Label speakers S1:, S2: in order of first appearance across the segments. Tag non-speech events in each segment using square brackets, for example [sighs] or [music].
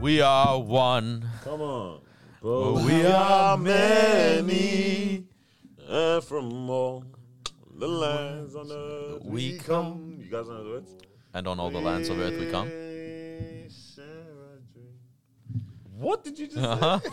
S1: we are one.
S2: Come on.
S1: But
S2: But
S1: we are many.
S2: And uh, from all the lands on earth
S1: We
S2: we come. You guys know the words?
S1: And on all the lands of earth we come.
S2: We share a dream. What did you just
S1: [laughs]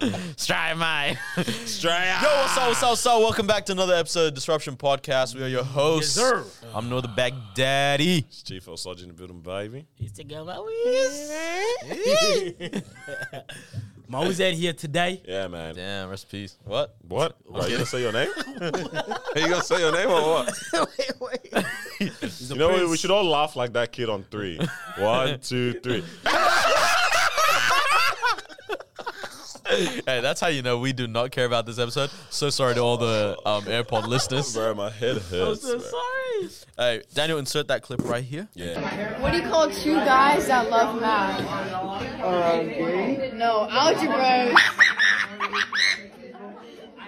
S2: say?
S1: Stray,
S3: [laughs]
S1: mate. Yo, what's up, what's up, what's up? Welcome back to another episode of Disruption Podcast. We are your hosts.
S3: sir.
S1: I'm Northern Baghdadi.
S2: It's Chief El Sodge in the building, baby.
S3: It's the girl [laughs] Mo's out here [laughs] today.
S2: Yeah, man.
S1: Damn, rest in peace. What?
S2: What? Bro, you gonna say
S1: [laughs]
S2: your name? Are you gonna say your name or what?
S3: He's a
S2: You know what?
S3: prince.
S2: We should all laugh like that kid on
S1: [laughs]
S2: three. One, two, three.
S1: Hey, that's how you know we do not care about this episode. So sorry to all the um, AirPod listeners.
S2: [laughs] Bro, my head hurts.
S3: I'm [laughs] so
S2: bro.
S3: sorry.
S1: Hey, Daniel, insert that clip right here.
S2: Yeah.
S4: What do you call two guys that love math? No, algebra.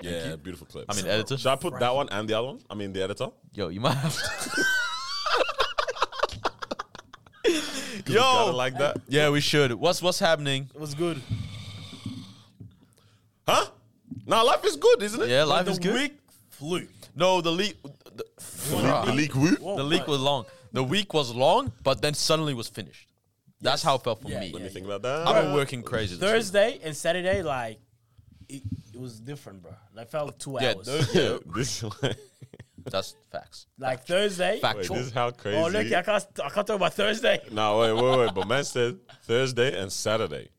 S2: Yeah, beautiful clip.
S1: I mean, editor.
S2: Should I put that one and the other one? I mean, the editor.
S1: Yo, you might have to.
S2: [laughs] Gotta
S1: Yo.
S2: like that.
S1: Yeah, we should. What's what's happening?
S3: It was good.
S2: Huh? Nah, life is good, isn't it?
S1: Yeah, life
S3: the
S1: is good.
S3: week flew.
S1: No, the leak, the,
S2: The leak whoop.
S3: Oh,
S1: the leak was long. The week was long, but then suddenly was finished. That's how it felt for
S3: Yeah,
S1: me.
S3: yeah.
S2: Let me think about that.
S1: I've been working crazy. this week.
S3: Thursday and Saturday, like it, it was different, bro. Like felt two
S1: Yeah,
S3: hours.
S1: those-
S2: Yeah, [laughs] this, wait,
S1: That's facts.
S3: like Thursday.
S1: Factual.
S2: this is how crazy.
S3: Oh, look, I can't, I can't talk about Thursday.
S2: Nah, wait, wait, wait. But man said Thursday and Saturday.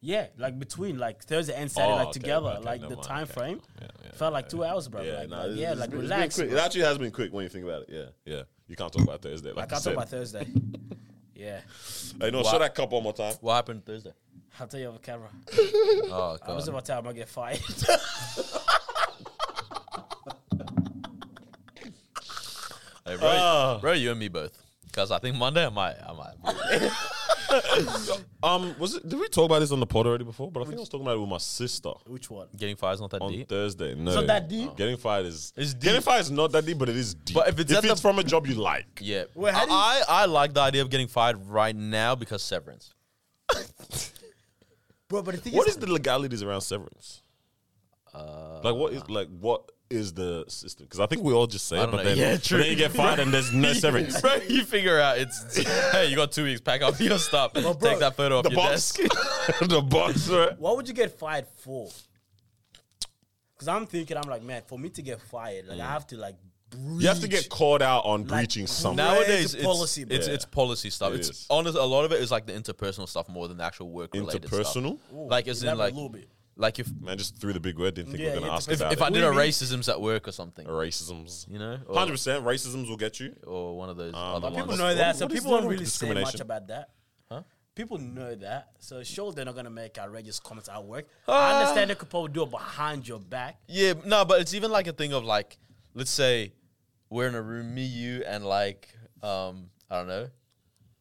S3: Yeah, like between like Thursday and Saturday,
S2: Oh,
S3: like
S2: okay,
S3: together,
S2: okay,
S3: like
S2: never
S3: the
S2: mind,
S3: time
S2: okay.
S3: frame.
S2: Yeah, yeah,
S3: felt like two hours, bro. like,
S2: nah,
S3: like,
S2: it's-
S3: yeah,
S2: it's
S3: like
S2: been- it's been
S3: relax.
S2: quick. It actually has been quick when you think about it. Yeah, yeah. You can't talk about Thursday. Like
S3: I can't
S2: you
S3: talk about
S2: said.
S3: Thursday. [laughs] yeah,
S2: Hey, no, show that cup one more time.
S1: What happened Thursday?
S3: I'll tell you off camera.
S1: Oh
S3: I was
S1: god.
S3: about to tell him I get fired. [laughs]
S1: Hey, bro,
S2: Ah.
S1: bro, you and me both. Because I think Monday I might, I might.
S2: Um, was it? Did we talk about this on the pod already before? But I think I was talking about it with my sister
S3: Which one?
S1: Getting fired is not that
S2: on
S1: deep.
S2: Thursday. No,
S3: not that deep?
S2: Getting fired is
S1: It's
S2: getting
S1: deep.
S2: fired is not that deep, but it is deep.
S1: But if it's at the-
S2: from a job you like,
S1: yeah.
S3: Wait, how do you-
S1: I, I like the idea of getting fired right now because severance. [laughs]
S3: Bro, but the thing
S2: what is the legalities around severance? like what is like what is the system? Because I think we all just say it,
S1: Uh, don't
S2: but
S1: know.
S2: then,
S1: Yeah,
S2: but
S1: true.
S2: then you get fired and
S1: [laughs]
S2: there's no severance.
S1: bro, you figure out it's [laughs] hey, you got two weeks, pack up your stuff.
S3: bro,
S1: Take that photo off
S2: The
S1: your
S2: box,
S1: desk.
S2: [laughs]
S1: [laughs]
S2: the box. Right?
S3: What would you get fired for? Because I'm thinking, I'm like, man, for me to get fired, like I have to like breach.
S2: Mm. You have to get called out on breaching something.
S3: Now-
S1: Nowadays,
S3: It's
S1: it's
S3: policy,
S1: policy,
S3: bro.
S1: it's,
S2: Yeah.
S1: it's policy stuff.
S2: It
S1: it's
S2: is.
S1: honest. A lot of it is like the interpersonal stuff more than the actual work related
S2: Interpersonal?
S3: Ooh,
S1: Like as in
S3: elaborate
S1: like
S3: a little bit.
S1: like if
S2: Man, just threw the big word. Didn't think we
S3: Yeah,
S2: were gonna
S3: yeah,
S2: ask
S3: if-
S2: about
S1: if I
S2: it.
S1: did Oh.
S3: do
S1: a
S3: you mean?
S1: racisms at work or something,
S2: racisms,
S1: you know, or,
S2: hundred percent racisms will get you.
S1: or one of those other
S2: people
S1: ones.
S3: People know that,
S2: What-
S3: so
S2: what is
S3: people
S2: that
S3: don't
S2: with
S3: really say much
S2: discrimination?
S3: about that.
S1: Huh?
S3: People know that, so sure they're not gonna make outrageous comments at work.
S1: Ah.
S3: I understand they could probably do it behind your back.
S1: Yeah, no, but it's even like a thing of like, let's say we're in a room, me, you, and like, um, I don't know.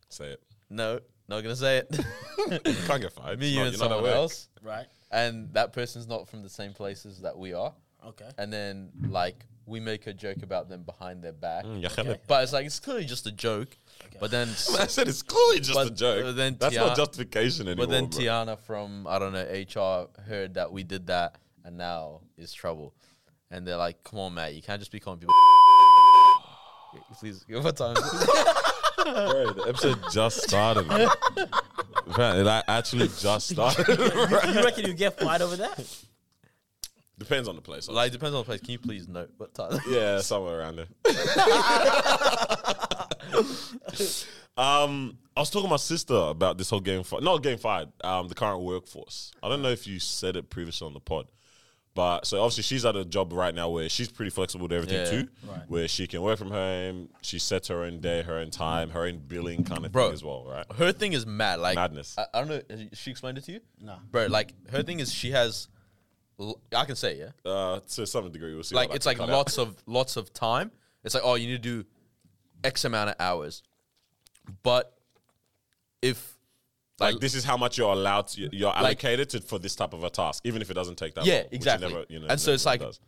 S2: Say it.
S1: No, not gonna say it. [laughs]
S2: You can't get fired.
S1: me,
S2: It's
S1: you, and
S2: not- you're not at
S1: someone
S2: work.
S1: else,
S3: Right?
S1: and that person's not from the same places that we are,
S2: [laughs]
S3: Okay.
S1: and then like we make a joke about them behind their back,
S2: Mm, yeah,
S3: Okay.
S1: but it's like it's clearly just a joke. But then,
S2: [laughs] I said it's clearly just
S1: But-
S2: a joke.
S1: but then
S2: That's not
S1: Tiana-
S2: justification anymore.
S1: but then
S2: bro.
S1: Tiana from I don't know HR heard that we did that, and now is trouble, and they're like, "Come on, Matt, you can't just be calling
S2: [gasps]
S1: people." [laughs] Please, what time? [laughs] Is it?
S2: Bro, the episode just started. Man. Man, it a- actually just started. [laughs]
S3: you reckon you get fired over that?
S2: Depends on the place.
S1: Like, it depends on the place. Can you please note what time?
S2: [laughs] yeah, somewhere around there. [laughs] um, I was talking to my sister about this whole game. Fi- not game fired. Um, the current workforce. I don't know if you said it previously on the pod, but so obviously she's at a job right now where she's pretty flexible to everything
S1: Yeah.
S2: too,
S3: Right.
S2: where she can work from home. She sets her own day, her own time, her own billing kind of
S1: Bro.
S2: thing as well, right?
S1: Her thing is mad. Like
S2: Madness.
S1: I, I don't know. Has she explained it to you?
S3: Nah.
S1: Bro, like her thing is she has. l- I can say yeah.
S2: Uh, to some degree, we'll see.
S1: Like it's like lots of lots of time. It's like oh you need to do, X amount of hours, but if
S2: like this is how much you're allowed to, you're allocated to for this type of a task even if it doesn't take that long,
S1: yeah
S2: which it
S1: exactly.
S2: never, you know,
S1: and so
S2: never
S1: it's like
S2: does.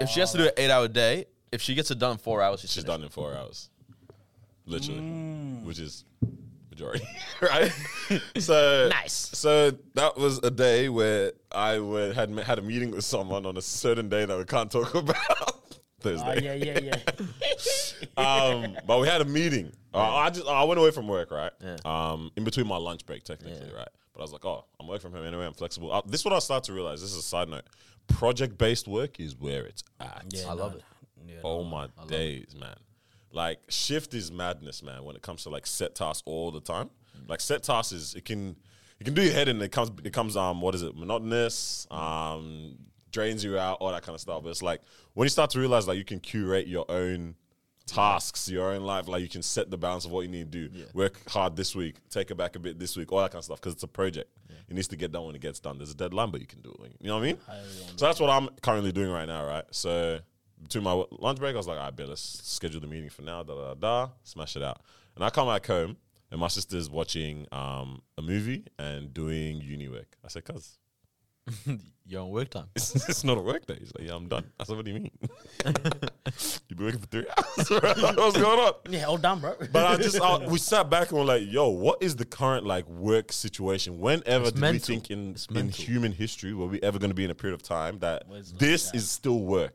S1: if she has to do an eight hour day, if she gets it done in four hours, she's,
S2: she's
S1: done. Mm.
S2: done in four hours literally which is majority, [laughs]
S1: [laughs]
S2: right? so
S3: Nice.
S2: So that was a day where I would, had had a meeting with someone on a certain day that we can't talk [laughs] about. Thursday.
S3: Ah, yeah, yeah, yeah.
S2: um, but we had a meeting. Uh, I just I went away from work, right? Um, in between my lunch break, technically, right? But I was like, oh, I'm working from home anyway. I'm flexible. Uh, this is what I start to realize. This is a side note. Project based work is where it's at.
S1: I love it.
S2: Oh my days, man. Like shift is madness, man, when it comes to like set tasks all the time. Like set tasks is it can it can do your head in it comes it comes um what is it, monotonous, um, drains you out, all that kind of stuff. But it's like when you start to realize like you can curate your own tasks, your own life, like you can set the balance of what you need to do. Work hard this week, take it back a bit this week, all that kind of stuff. Because it's a project. It needs to get done when it gets done. There's a deadline, but you can do it. when- You know what I mean? So that's what I'm currently doing right now, right? So to my w- lunch break, I was like, I bet let's schedule the meeting for now, da da da, da, smash it out. And I come back home, and my sister's watching um, a movie and doing uni work. I
S1: [laughs]
S2: said, cuz
S1: You're on work time.
S2: it's, [laughs] it's not a work day. He's like, yeah, I'm done. I said, what do you mean? You've been working for three [laughs] hours, bro. What's going on?
S3: Yeah, all done, bro. [laughs]
S2: But I just I, we sat back and were like, "Yo, what is the current like work situation? Whenever did we
S1: mental.
S2: think in
S1: It's
S2: in
S1: mental.
S2: human history were we ever going to be in a period of time that
S3: Where's the-
S2: this is still work?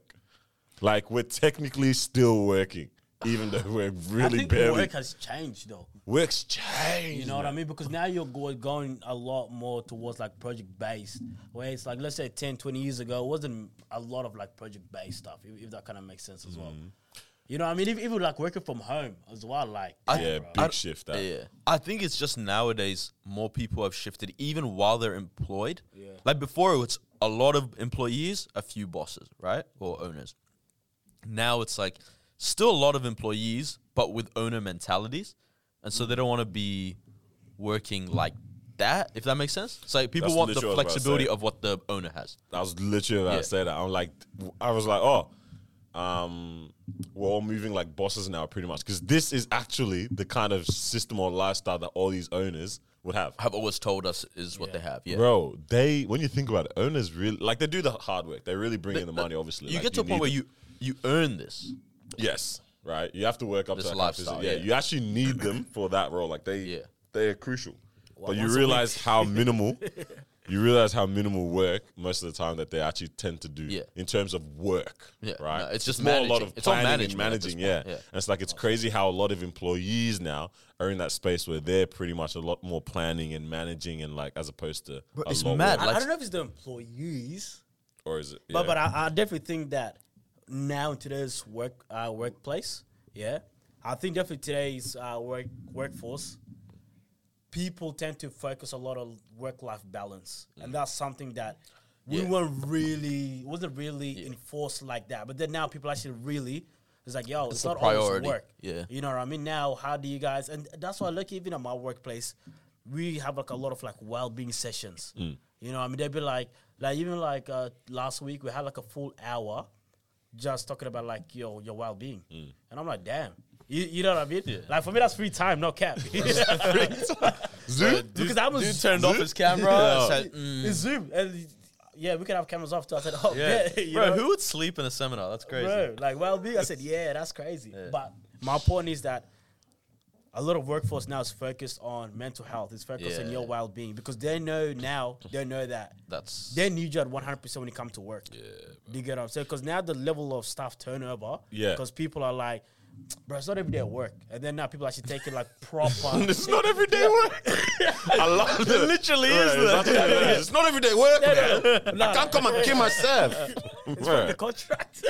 S2: Like we're technically still working, even though we're
S3: I
S2: really
S3: think
S2: barely
S3: work has changed though.
S2: works change.
S3: You know what I mean? Because now you're go- going a lot more towards like project based, where it's like, let's say 10, 20 years ago, it wasn't a lot of like project based stuff, if, if that kind of makes sense as well. You know what I mean? Even, even like working from home as well, like,
S1: Mm-hmm. I-
S2: Yeah,
S1: I-
S2: big shift. That.
S1: Yeah. I think it's just nowadays more people have shifted even while they're employed.
S3: Yeah.
S1: Like before it was a lot of employees, a few bosses, right? Or owners. Now it's like still a lot of employees, but with owner mentalities. And so they don't want to be working like that, if that makes sense. It's like people
S2: That's
S1: want the
S2: literally what I was about to
S1: flexibility
S2: say.
S1: of what the owner has.
S2: I was literally about
S1: Yeah.
S2: to say that. I'm like, I was like, oh, um, we're all moving like bosses now, pretty much, because this is actually the kind of system or lifestyle that all these owners would have.
S1: Have always told us is what they have. Yeah.
S2: Bro, they when you think about it, owners really like they do the hard work. They really bring in the
S1: Th-
S2: money. Obviously,
S1: You
S2: Like,
S1: get to a point
S2: need
S1: where you you earn this.
S2: Yes, right. You have to work up
S1: This
S2: to that kind of
S1: lifestyle,
S2: physique. yeah,
S1: yeah.
S2: you
S1: [clears throat]
S2: actually need them for that role. Like they,
S1: Yeah.
S2: they are crucial. but you
S3: once a
S2: realize
S1: [laughs]
S2: how minimal, you realize how minimal work most of the time that they actually tend to do
S1: Yeah.
S2: in terms of work.
S1: Yeah,
S2: right.
S1: no, it's just
S2: more a lot
S1: managing.
S2: of
S1: It's all
S2: planning and
S1: management at this
S2: managing. Yeah.
S1: point, yeah.
S2: and it's like it's crazy how a lot of employees now are in that space where they're pretty much a lot more planning and managing and like as opposed to a
S1: it's
S2: lot
S1: mad.
S2: work.
S3: I, I
S1: like-
S3: don't know if it's the employees,
S2: or is it?
S3: but
S2: yeah.
S3: but I, I definitely think that now in today's work uh, workplace, yeah, I think definitely today's uh, work workforce, people tend to focus a lot on work life balance, and that's something that we
S1: Mm. Yeah.
S3: weren't really wasn't really enforced like that. But then now people actually really. It's like yo, it's,
S1: a
S3: not always
S1: priority,
S3: work.
S1: yeah.
S3: you know what I mean. Now, how do you guys? And that's why, look, even at my workplace, we have like a lot of like well-being sessions.
S1: Mm.
S3: You know, what I mean, they'd be like, like even like uh, last week, we had like a full hour just talking about like your your well-being,
S1: Mm.
S3: and I'm like, damn, you, you know what I mean? Like for me, that's free time,
S1: [laughs]
S3: no cap.
S2: Zoo?
S3: because I was
S1: Dude turned off his [laughs] camera.
S2: Yeah.
S1: said, mm.
S3: It's Zoom, and yeah, we could have cameras off too. I said, oh yeah, [laughs] you
S1: bro,
S3: know?
S1: who would sleep in a seminar? That's crazy.
S3: Bro, like well being. I said, yeah, that's crazy. But my point is that a lot of workforce now is focused on mental health. It's focused on
S1: Yeah.
S3: your well being because they know now they know that
S1: That's
S3: they need you at one hundred percent when you come to work. Yeah, you get what I'm saying? Because now the level of staff turnover.
S2: Yeah.
S3: because people are like. Bro, it's not every day at work, and then now people actually taking like proper.
S2: It's not everyday work. [laughs] I
S3: [laughs]
S2: love that. It
S1: literally is that.
S2: It's not everyday work, man.
S3: no.
S2: I can't come and kill myself.
S3: [laughs] the
S2: Bruh.
S3: contract.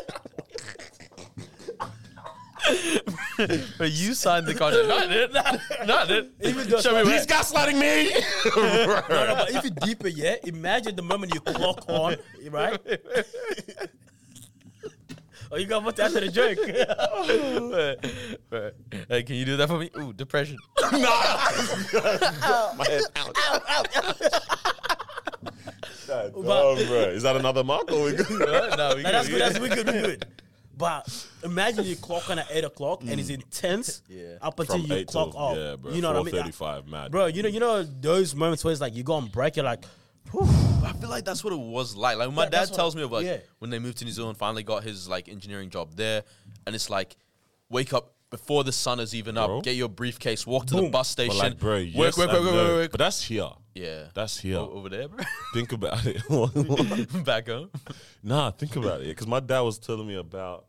S1: But you signed the contract. not it. Not, not it.
S3: Even though-
S1: Show me where.
S2: He's gaslighting me.
S3: No, no, but even deeper, yeah. Imagine the moment you clock on, right? [laughs] oh, you got what to answer the joke?
S1: Bro, Hey, can you do that for me? Ooh, [laughs] depression.
S2: My head
S3: [laughs]
S2: out. That
S3: But-
S2: dumb, bro. Is that another mark or we
S3: [laughs]
S2: good?
S1: no, no, we
S3: Nah, that's good.
S1: good.
S3: That's we good. We good. But imagine you clock on at eight o'clock and
S2: Mm.
S3: it's intense
S1: Yeah.
S3: up until you clock off.
S2: yeah, bro.
S3: You know what I mean,
S2: Thirty-five, mad.
S3: bro? You know, you know those moments where it's like you go on break, you're like, "Whew."
S1: I feel like that's what it was like. Like when my
S3: Yeah, that's
S1: dad
S3: what-
S1: tells me about like,
S3: yeah.
S1: when they moved to New Zealand, finally got his like engineering job there, and it's like wake up before the sun is even up.
S2: Bro.
S1: Get your briefcase, walk to the
S2: Boom.
S1: bus
S2: But
S1: station.
S2: like, bro,
S1: work,
S2: yes
S1: work, work,
S2: and
S1: work, work,
S2: no.
S1: work.
S2: But that's here.
S1: yeah,
S2: That's here.
S1: O- over there, bro.
S2: Oh,
S1: [laughs]
S2: Think about it. [laughs]
S1: Back home.
S2: nah, think about it. Because my dad was telling me about.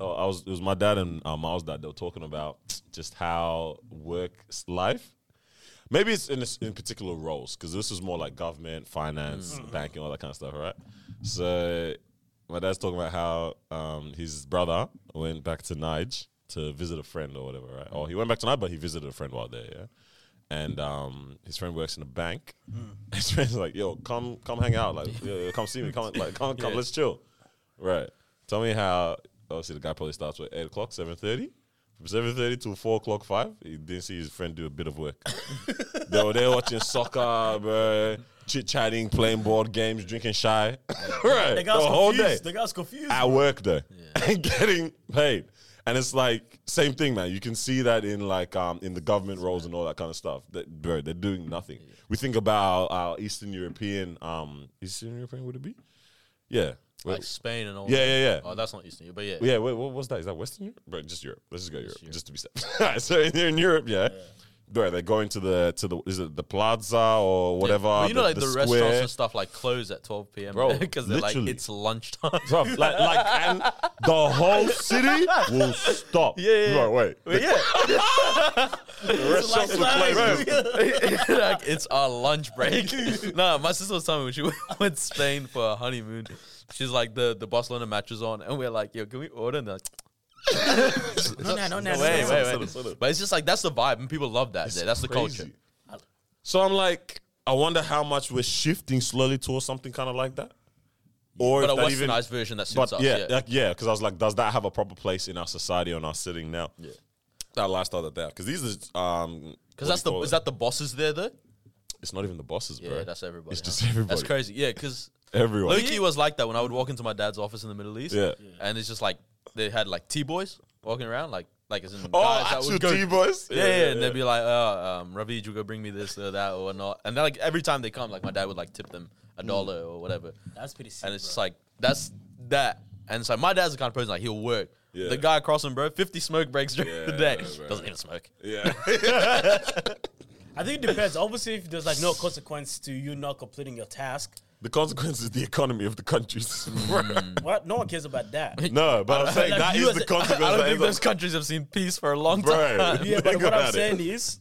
S2: Oh, I was. It was my dad and uh, Miles' dad. They were talking about just how work s- life. Maybe it's in this, in particular roles because this is more like government, finance, banking, all that kind of stuff, right? So my dad's talking about how um, his brother went back to Nige to visit a friend or whatever, right? Or he went back to Nige, but he visited a friend while there, yeah. And um, his friend works in a bank. [laughs] His friend's like, "Yo, come, come hang out, like, yo, yo, come see me, come, like, come, come,
S1: Yeah.
S2: let's chill." Right. Tell me how. Obviously, the guy probably starts with eight o'clock, seven thirty. From seven thirty to four o'clock, five. He didn't see his friend do a bit of work. they were there watching soccer, bro, chit chatting, playing board games, drinking shy. [laughs] right.
S3: The
S2: The,
S3: guy's
S2: whole day Ah,
S3: confused. The guy's confused.
S2: at work though [laughs] and getting paid and it's like same thing man you can see that in like um in the government roles and all that kind of stuff that bro they're doing nothing we think about our, our eastern european um eastern european would it be yeah Wait,
S1: Like Spain and all.
S2: Yeah,
S1: that.
S2: yeah, yeah.
S1: Oh, that's not Eastern Europe, but yeah.
S2: yeah, wait, what was that? Is that Western Europe? Bro, just Europe. Let's just go Europe, just to be safe. [laughs] Alright, so in, in Europe, yeah, bro, they're going to the to the is it the plaza or
S1: Yeah.
S2: whatever?
S1: Well, you know, like the, restaurants
S2: uh, square.
S1: and stuff like close at 12 p.m. [laughs]
S2: Bro,
S1: because they're like
S2: literally.
S1: it's lunchtime.
S2: [laughs] Bro, like, like, and the whole city will stop.
S1: Yeah, yeah,
S2: Bro, wait.
S1: But yeah,
S2: The restaurants will close.
S1: [laughs] like it's our lunch break.
S2: [laughs]
S1: no, my sister was telling me when she [laughs] went- went to Spain for her honeymoon. She's like the the Barcelona match was on, and we're like, yo, can we order? And they're like,
S3: no, no, no, no,
S1: wait,
S3: no.
S1: wait, wait. But it's just like that's the vibe, and people love that. there. That's the culture.
S2: Crazy. So I'm like, I wonder how much we're shifting slowly towards something kind of like that. Or
S1: But a
S2: if that even,
S1: westernized version that suits
S2: but
S1: us.
S2: yeah,
S1: Yeah,
S2: like, yeah, because I was like, does that have a proper place in our society on our sitting now? Yeah, that lifestyle that they have. Because these are um,
S1: because that's the is that the bosses there though.
S2: it's not even the bosses,
S1: Yeah,
S2: bro.
S1: that's everybody.
S2: It's
S1: huh?
S2: just [laughs] everybody.
S1: That's crazy. Yeah, because
S2: Everyone.
S1: Loki was like that when I would walk into my dad's office in the Middle East.
S2: Yeah. Yeah.
S1: and it's just like they had like T boys walking around, like like as in
S2: Oh,
S1: guys that
S2: actual
S1: would go
S2: T boys.
S1: Yeah, yeah, and they'd be like, "Oh, um, Ravid, you go bring me this or that or not." And then, like every time they come, like my dad would like tip them a
S2: Mm.
S1: dollar or whatever,
S3: That's pretty sick.
S1: and it's just
S3: bro.
S1: like that's that. And it's like my dad's the kind of person like he'll work.
S2: Yeah.
S1: The guy across him, bro, fifty smoke breaks during the
S2: Yeah,
S1: day.
S2: bro.
S1: Doesn't even smoke.
S2: yeah.
S3: I think it depends. Obviously, if there's like no consequence to you not completing your task,
S2: the consequence is the economy of the countries. [laughs] bro.
S3: what? No one cares about that.
S2: No, but
S1: [laughs]
S2: I'm saying
S3: Like
S2: that is
S3: you as
S2: the
S3: a- I
S2: consequence.
S1: I don't
S2: that
S1: think
S2: is
S1: those
S2: a-
S1: countries have seen peace for a long [laughs]
S2: [laughs] Bro. [laughs]
S1: time.
S3: [laughs] Yeah, but
S2: Think
S3: what
S2: about
S3: I'm
S2: it.
S3: saying is,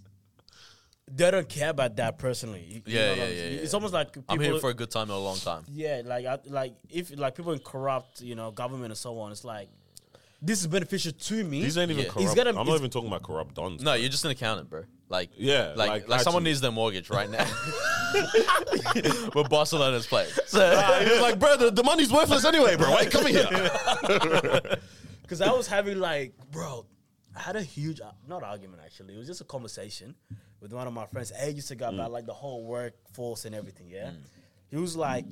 S3: they don't care about that personally. You- you
S1: Yeah,
S3: know what
S1: yeah,
S3: I'm-
S1: yeah,
S3: It's
S1: yeah.
S3: almost like people,
S1: I'm here for a good time or a long time.
S3: yeah, like I, like if like people in corrupt, you know, government and so on. It's like this is beneficial to me.
S2: These ain't even
S1: Yeah. He's
S2: corrupt.
S3: gonna-
S2: I'm not
S3: he's-
S2: even talking about corrupt dons. [laughs]
S1: No, you're just an accountant, bro. Like
S2: Yeah,
S1: like like, someone
S2: like, actually.
S1: needs their mortgage right
S2: [laughs]
S1: now. [laughs] but Barcelona's playing. So,
S2: [laughs] He was like, bro, the, the money's worthless anyway, bro. Why come here?
S3: Because I was having like, bro, I had a huge ar- not argument actually. It was just a conversation with one of my friends ages ago about like the whole workforce and everything. Yeah, he was like,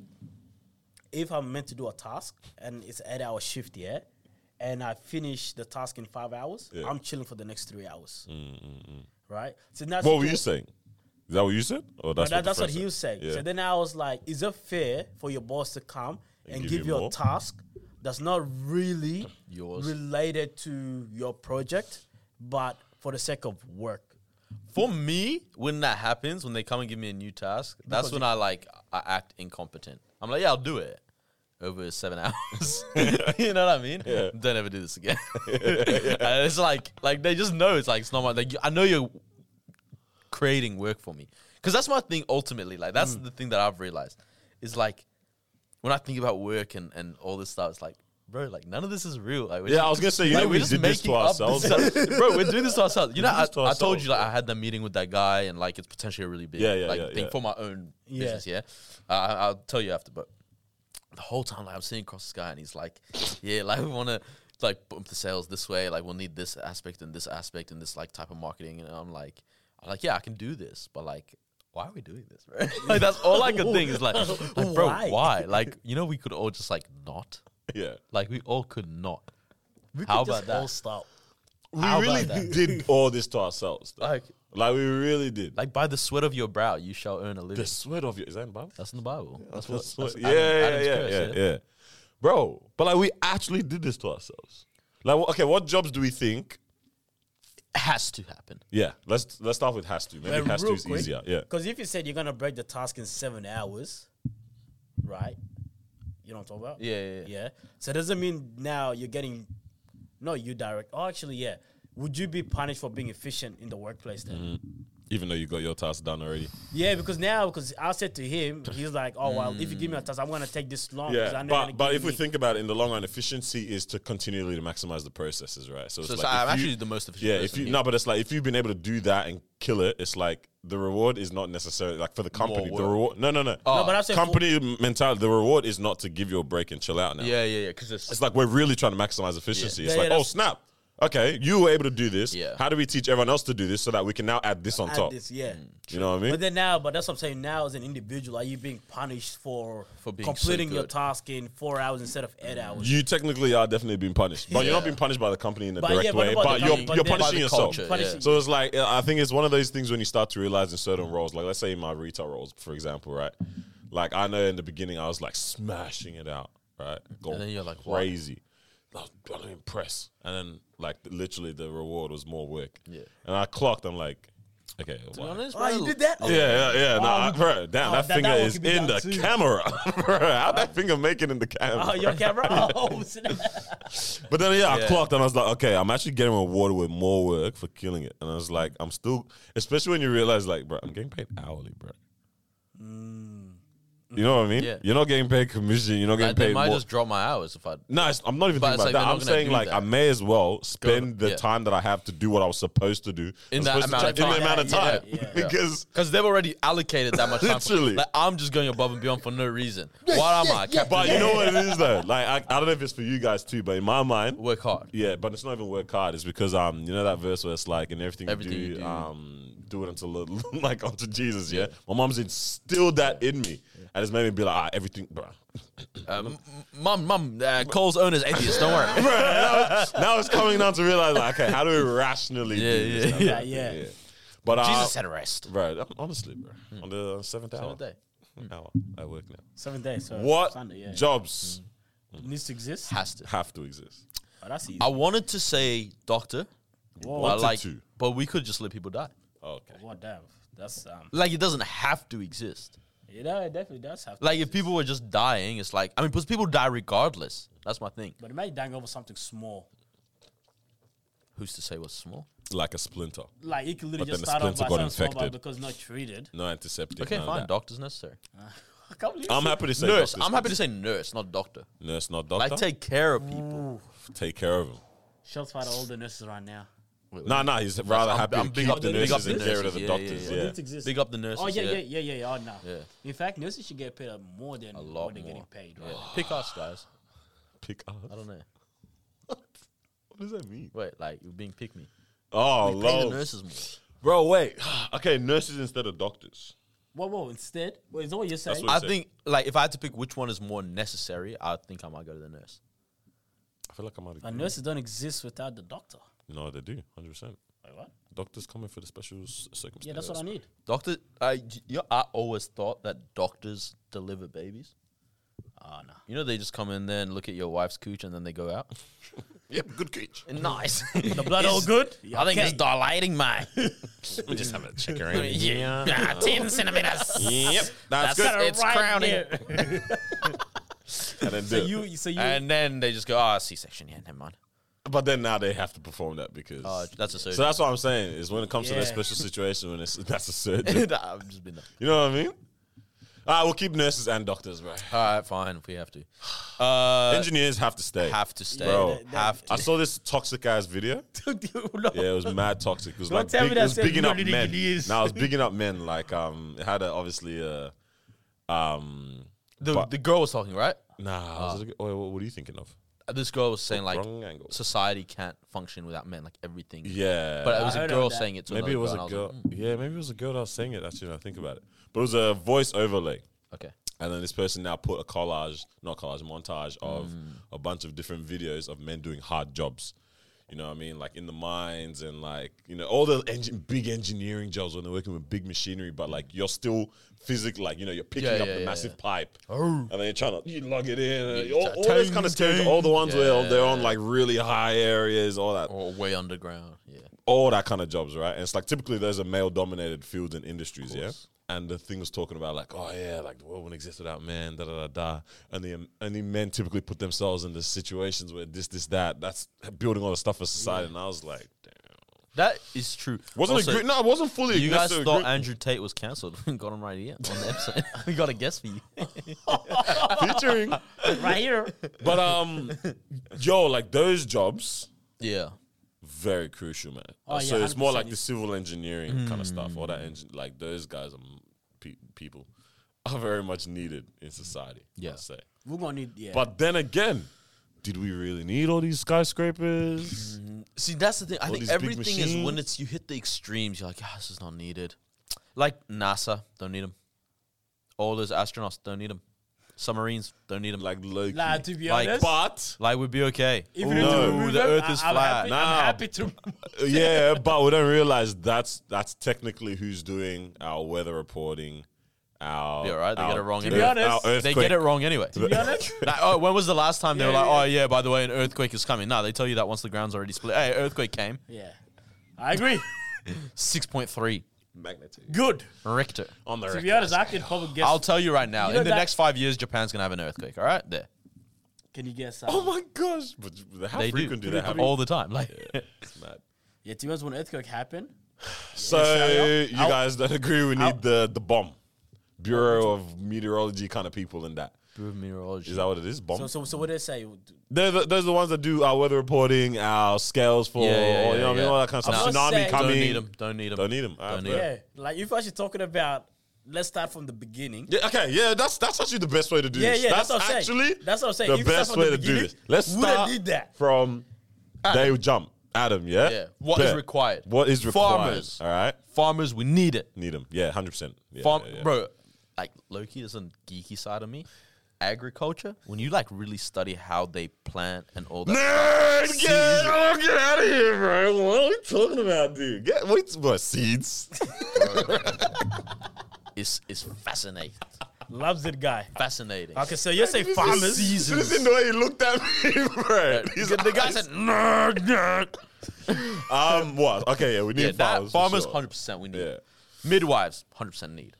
S3: if I'm meant to do a task and it's an eight hour shift, yeah, and I finish the task in five hours,
S2: Yeah.
S3: I'm chilling for the next three hours. Right. So that's
S2: what were you saying? Is that what you said? Or that's
S3: But that,
S2: what, the
S3: that's what
S2: friend
S3: he was
S2: said?
S3: saying. So then I was like, is it fair for your boss to come and, give, you a
S2: more?
S3: task that's not really
S1: Yours.
S3: related to your project, but for the sake of work?
S1: For me, when that happens, when they come and give me a new task, that's when I like I act incompetent. I'm like, yeah, I'll do it over seven [laughs] hours. you know what I mean?
S2: Yeah.
S1: Don't ever do this
S2: [laughs]
S1: again. [laughs] And it's like like they just know it's like it's not my like you- I know you're creating work for me because that's my thing ultimately. Like that's
S2: Mm.
S1: the thing that I've realized is like when I think about work and and all this stuff, it's like. Bro, like none of this is real. Like, we're
S2: Yeah,
S1: just-
S2: I was gonna say, you know, we did this to
S1: up
S2: ourselves.
S1: stuff. bro. We're doing this to
S2: [laughs]
S1: ourselves. You know,
S2: did
S1: I,
S2: this to
S1: I told
S2: ourselves,
S1: you like
S2: bro.
S1: I had the meeting with that guy, and like it's potentially a really big
S2: Yeah, yeah,
S1: like
S2: yeah,
S1: thing
S2: yeah.
S1: for my own
S3: Yeah.
S1: business. Yeah, uh, I- I'll tell you after. But the whole time, like I'm sitting across this guy, and he's like, "Yeah, like [laughs] we want to like bump the sales this way. Like we'll need this aspect and this aspect and this like type of marketing." And I'm like, "I'm like, yeah, I can do this, but like." Why are we doing this, bro? [laughs] like that's all I could think is
S3: [laughs]
S1: like, like, bro,
S3: Why?
S1: why? Like, you know, we could all just like not,
S2: Yeah.
S1: like we all could not.
S3: We
S1: How
S3: could just
S1: about that?
S3: all stop.
S2: We
S1: How about
S2: really
S1: that?
S2: did all this to ourselves. though.
S1: Like-
S2: like we really did.
S1: Like by the sweat of your brow, you shall earn a living.
S2: the sweat of your is that in the Bible?
S1: That's in the Bible. that's what.
S2: That's what-
S1: that's
S2: yeah,
S1: Adam-
S2: yeah,
S1: Adam's
S2: yeah,
S1: curse,
S2: yeah, yeah. Bro, but like we actually did this to ourselves. Like, wh- okay, what jobs do we think
S1: has to happen.
S2: Yeah, let's let's start with has to. Maybe
S3: But
S2: has to
S3: real
S2: is
S3: quick,
S2: easier. Yeah,
S3: Because if you said you're gonna break the task in seven hours, right? You know what I'm talking about?
S1: Yeah, yeah, yeah.
S3: So it doesn't mean now you're getting no you direct. Oh, actually, yeah. Would you be punished for being efficient in the workplace then?
S2: even though you got your task done already.
S3: Yeah, because now because I said to him, he's like, "Oh well, if you give me a task, I'm gonna take this long." 'cause
S2: Mm. Yeah,
S3: I know you're
S2: but
S3: gonna
S2: but
S3: give
S2: if we
S3: me-
S2: think about it in the long run, efficiency is to continually to maximize the processes, right? So it's
S1: So,
S2: like
S1: so
S2: if
S1: I'm
S2: you-
S1: actually the most efficient.
S2: Yeah, if
S1: person
S2: you
S1: here.
S2: no, but it's like if you've been able to do that and kill it, it's like the reward is not necessarily like for the company. The
S1: work.
S2: reward, no, no, no,
S3: no, but I said
S2: company mentality. The reward is not to give you a break and chill out now.
S1: yeah, yeah, yeah, because
S2: it's like we're really trying to maximize efficiency.
S3: Yeah.
S2: It's
S3: Yeah,
S2: like
S3: yeah,
S2: oh snap, okay, you were able to do this.
S1: Yeah.
S2: How do we teach everyone else to do this so that we can now add this on
S3: add
S2: top?
S3: this, yeah.
S2: You know what I mean?
S3: But then now, but that's what I'm saying. Now, as an individual, are you being punished for
S1: For being so
S3: completing your
S1: good.
S3: task in four hours instead of eight hours?
S2: You technically are definitely being punished, but you're not
S1: Yeah.
S2: being punished by the company in a
S3: But
S2: direct
S3: yeah, but
S2: way.
S3: about the
S2: But you're,
S3: company, but
S2: you're
S3: then-
S2: punishing
S1: By the
S2: yourself.
S1: culture,
S3: Punishing- yeah.
S2: So it's like uh, I think it's one of those things when you start to realize in certain roles, like let's say in my retail roles, for example, right? Like I know in the beginning I was like smashing it out, right? Going
S1: then you're like, what?
S2: crazy. I was trying to impress, and then like literally the reward was more work.
S1: Yeah.
S2: and I clocked. I'm like, okay, why?
S3: oh, you did that?
S2: Yeah, yeah, yeah. Nah, I- bro, damn,
S3: oh,
S2: that,
S3: that-
S2: finger
S3: that one
S2: is
S3: could be
S2: in
S3: done
S2: the
S3: too.
S2: camera. [laughs] bro, how that finger make it in the camera?
S3: Oh,
S2: [laughs]
S3: your camera. [laughs] Oh, snap.
S2: But then yeah, I
S1: Yeah.
S2: clocked and I was like, okay, I'm actually getting rewarded with more work for killing it. And I was like, I'm still, especially when you realize, like, bro, I'm getting paid hourly, bro. You know what I mean?
S1: Mm. Yeah.
S2: You're not getting paid commission. You're not
S1: I,
S2: getting
S1: they
S2: paid
S1: might
S2: more.
S1: just drop my hours if I.
S2: No, it's, I'm not even
S1: But
S2: thinking
S1: it's
S2: about
S1: like
S2: that.
S1: they're not
S2: I'm
S1: gonna
S2: saying
S1: do
S2: like
S1: that.
S2: I may as well spend the
S1: yeah.
S2: time that I have to do what I was supposed to do
S1: In
S2: I'm
S1: that
S2: supposed to
S1: amount of
S2: try- in the
S1: time.
S2: amount of
S3: Yeah,
S2: time
S3: yeah,
S2: [laughs]
S3: yeah.
S2: because
S1: Because they've already allocated that much time. for-
S2: Literally.
S1: like, I'm just going above and beyond for no reason. What am I? Captain
S2: But you know what it is though. Like I, I don't know if it's for you guys too, but in my mind,
S1: work hard.
S2: Yeah, but it's not even work hard. It's because um, you know that verse where it's like, and everything,
S1: Everything
S2: you, do,
S1: you do.
S2: um, do it until [laughs] like unto Jesus. Yeah, my mom's instilled that in me, and it's made me be like, ah, everything, bro.
S1: Um, mum, mum, uh, Cole's owner's atheist. Don't
S2: [laughs]
S1: worry.
S2: [laughs] now it's coming down to realize, like, okay, how do we rationally
S1: Yeah,
S2: do
S1: yeah, [laughs]
S2: this?
S1: yeah.
S3: Yeah, yeah.
S2: But uh,
S1: Jesus had a rest.
S2: right, honestly, bro,
S1: Hmm.
S2: on the seventh hour,
S1: Seventh day. Hmm.
S2: hour, I work now.
S3: Seven days. So
S2: What
S3: Sunday, yeah.
S2: jobs
S3: needs to exist?
S1: Has to.
S2: have to exist?
S3: Oh, that's easy.
S1: I wanted to say doctor,
S3: Whoa,
S1: but
S2: Wanted
S1: like,
S2: to.
S1: but we could just let people die.
S2: Okay,
S3: what damn? That's um.
S1: Like it doesn't have to exist.
S3: You know, it definitely does have. To
S1: Like if
S3: exist.
S1: people were just dying, it's like I mean, because people die regardless. That's my thing.
S3: but it might dang over something small.
S1: Who's to say what's small?
S2: like a splinter,
S3: Like it could literally
S2: But
S3: just
S2: then the
S3: start off by
S2: splinter got
S3: something small, but
S2: infected.
S3: because not treated.
S2: no antiseptic.
S1: Okay,
S2: none of
S1: fine.
S2: that.
S1: Doctor's necessary.
S3: I can't believe
S2: I'm
S3: you-
S2: happy to say
S1: nurse.
S2: doctors
S1: I'm happy
S2: can-
S1: to say nurse, not doctor.
S2: nurse, not doctor.
S1: Like take care of people.
S2: take care of him.
S3: Shots fired all the nurses right now.
S2: No, no, he's rather
S1: I'm-
S2: happy
S1: I'm
S2: to
S1: big
S2: keep
S1: up-
S2: the
S1: big up
S2: nurses
S1: the
S2: and get rid of the
S1: nurses, yeah, yeah,
S2: doctors.
S1: yeah.
S2: Yeah,
S3: Needs to exist.
S1: Big up the nurses.
S3: Oh yeah,
S1: yeah,
S3: yeah, yeah, yeah, yeah. Oh no.
S1: Yeah.
S3: In fact, nurses should get paid uh, more than
S1: A
S3: what
S1: lot
S3: they're getting
S1: more.
S3: paid, right?
S1: Yeah. Pick us, guys.
S2: Pick up.
S1: I don't know.
S2: [laughs] What does that mean?
S1: Wait, like you're being pick me.
S2: Oh,
S1: Pay the
S2: lol.
S1: nurses more.
S2: Bro, wait. [sighs] okay, nurses instead of doctors.
S3: Whoa, whoa! Instead, wait, is that what you're saying?
S2: what-
S1: I
S2: Sick.
S1: think like if I had to pick which one is more necessary, I think I might go to the nurse.
S2: I feel like I'm out of
S3: And nurses don't exist without the doctor.
S2: No, they do, 100%.
S3: Wait, what?
S2: Doctors coming for the special s- circumstances.
S3: Yeah, that's what I need.
S1: Doctor, I you know, I always thought that doctors deliver babies.
S3: Oh no.
S1: You know, they just come in there and look at your wife's cooch and then they go out.
S2: Yep, good [laughs] catch.
S3: [laughs]
S1: nice. the
S3: blood all good?
S1: I think it's dilating,
S3: [laughs]
S1: mate.
S2: We just have a check
S1: yeah.
S2: around.
S1: Ah, ten centimeters.
S2: Yep,
S1: That's
S2: that's, good.
S1: It's crowning.
S2: And then
S3: So
S2: do it.
S3: you, so you, [laughs]
S1: And then they just go, ah, C-section. Yeah, never [laughs] mind.
S2: but then now they have to perform that because.
S1: Oh, that's a surgery.
S2: so that's what I'm saying is when it comes to
S3: Yeah.
S2: that
S3: [laughs]
S2: special situation when it's [laughs] that's a surgery.
S1: I've just been there.
S2: You know what I mean? Ah, we'll keep nurses and doctors, bro.
S1: All right, fine. If we have to, uh,
S2: Engineers have to stay.
S1: have to stay.
S2: Bro.
S3: that-
S1: have to.
S2: I saw this toxic ass video.
S3: [laughs] no.
S2: Yeah, it was mad toxic. It was
S3: Don't
S2: like
S3: tell
S2: big,
S3: me
S2: it
S3: that
S2: was
S3: said
S2: bigging up
S3: really
S2: men.
S3: is.
S2: Now it
S3: [laughs]
S2: was bigging up men. Like um, it had a, obviously uh, a um.
S1: The,
S2: But-
S1: the girl was talking right.
S2: Nah, was it- oh, what, what are you thinking of?
S1: This girl was saying like
S2: wrong angle.
S1: society can't function without men. Like everything.
S2: Yeah,
S1: But it was a
S3: heard
S1: girl
S3: of that.
S1: saying it to another
S2: maybe it was hmm.
S1: girl,
S2: a
S1: and I
S2: girl.
S1: like,
S2: Yeah, maybe it was a girl that was saying it. Actually, when I think about it, but it was a voice overlay.
S1: "Mm, okay.
S2: And then this person now put a collage, not collage, montage of
S1: Mm.
S2: a bunch of different videos of men doing hard jobs. You know what I mean? Like in the mines and like, you know, all the engine, big engineering jobs when they're working with big machinery, but like you're still physically, like, you know, you're picking
S1: Yeah,
S2: up
S1: yeah,
S2: the
S1: yeah,
S2: massive
S1: yeah. Oh.
S2: pipe. And then you're trying to you lug it in. and
S1: Yeah,
S2: all
S1: ta-
S2: all those kind of
S1: tang,
S2: scary,
S1: tang.
S2: all the ones where
S1: Yeah.
S2: they're on like really high areas, all that.
S1: Or way underground. Yeah.
S2: all that kind of jobs, right? And it's like typically there's a male dominated field and industries, yeah. And the thing was talking about like, oh yeah, like the world wouldn't exist without men, da da da da. And the and the men typically put themselves in the situations where this, this, that. That's building all the stuff for society. And I was like, damn.
S1: That is true.
S2: Wasn't
S1: Also,
S2: agree. No, it wasn't fully.
S1: You guys
S2: necessarily
S1: thought
S2: agree-
S1: Andrew Tate was cancelled. [laughs] got him right here on the episode. [laughs] we got a guess
S2: [laughs]
S1: for you.
S2: featuring,
S3: right here.
S2: but um,
S1: [laughs]
S2: yo, like those jobs.
S1: yeah.
S2: very crucial, man.
S3: Oh,
S2: so
S3: yeah,
S2: it's more
S3: 100%
S2: like the civil engineering kind
S1: Hmm.
S2: of stuff, all that engine, like those guys are m- pe- people are very much needed in society.
S1: Yeah.
S2: I'd say.
S3: We're gonna need yeah.
S2: But then again, did we really need all these
S3: [laughs]
S2: skyscrapers?
S1: See, that's the thing. I think
S2: these big
S1: everything is when
S2: machines.
S1: it's you hit the extremes. You're like, ah, this is not needed. Like NASA, don't need them. All those astronauts don't need them. Submarines don't need them. Like,
S2: like low key.
S3: Nah, to be
S1: Like,
S3: honest,
S2: but
S1: like we'd be okay.
S3: if
S2: Ooh,
S3: you need
S2: no.
S3: to remove
S1: the
S3: them,
S1: earth
S3: I-
S1: is
S3: I'm
S1: flat.
S3: Happy,
S2: Nah.
S3: I'm happy to.
S2: yeah, but we don't realize that's that's technically who's doing our weather reporting. Our,
S1: Yeah, right, they get
S2: our
S1: it wrong
S2: earth-
S1: anyway.
S3: To be honest,
S2: our
S1: They get it
S2: earthquake.
S1: wrong anyway.
S3: To be honest,
S1: [laughs] Like, oh, when was the last time they
S3: Yeah,
S1: were like,
S3: yeah,
S1: oh yeah, by the way, an earthquake is coming? Nah, they tell you that once the ground's already split. Hey, earthquake came,
S3: yeah, I agree.
S1: six point three
S2: magnitude
S3: Good.
S1: Richter.
S2: on the
S3: To
S2: record.
S3: be honest, I could probably guess.
S1: I'll tell you right now,
S3: You know
S1: in the
S3: that-
S1: next five years, Japan's gonna have an earthquake. All right, there.
S3: Can you guess? Uh,
S2: Oh my gosh! But how
S1: They do,
S2: frequent do, that happen?
S1: all the time. Like, [laughs]
S2: It's mad.
S3: yeah, to be honest, when earthquake happened,
S2: So you
S3: I'll-
S2: guys don't agree we need the the bomb. Bureau of Meteorology kind of people in that. Is that what it is? Bomb?
S3: so so so what did they say?
S2: they're, the, they're the ones that do our weather reporting, our scales for,
S1: Yeah, yeah,
S2: you
S1: yeah,
S2: know what I mean?
S1: yeah.
S2: All that kind of
S3: I'm
S2: stuff.
S3: not
S2: Tsunami
S3: saying-
S1: Don't
S2: coming.
S1: need them. Don't need them.
S2: Don't need 'em. Ah,
S1: Don't need
S2: fair.
S1: them.
S3: Yeah, like if actually talking about, let's start from the beginning.
S2: Yeah, okay, yeah, that's that's actually the best way to do
S3: Yeah,
S2: this.
S3: yeah, that's what I'm
S2: actually
S3: saying. That's what I'm saying.
S2: the
S3: If you start
S2: best
S3: from
S2: way
S3: the
S2: to do
S3: beginning,
S2: this. Let's
S3: we would've
S2: start
S3: did that.
S2: from they jump. Adam, yeah?
S1: Yeah. What is
S2: Bet.
S1: required?
S2: What is required?
S1: Farmers.
S2: All right.
S1: Farmers, we need it.
S2: Need them. Yeah, 100%. Yeah,
S1: Farm,
S2: yeah, yeah.
S1: bro. Like Loki is a geeky side of me. Agriculture, when you like really study how they plant and all that.
S2: Nerd, get, oh, get out of here, bro. What are we talking about, dude? Get, wait, what, seeds?
S1: It's it's fascinating,
S3: Loves it, guy.
S1: fascinating.
S3: Okay, so
S2: [laughs]
S3: you say farmers.
S2: Listen to the way he looked at me, [laughs] bro. He's
S1: the guy said,
S2: nerd, nerd. [laughs] Um, what? Okay, yeah, we need
S1: Yeah, that
S2: farmers. for
S1: farmers,
S2: sure.
S1: hundred percent, we need.
S2: Yeah.
S1: Midwives, hundred percent need.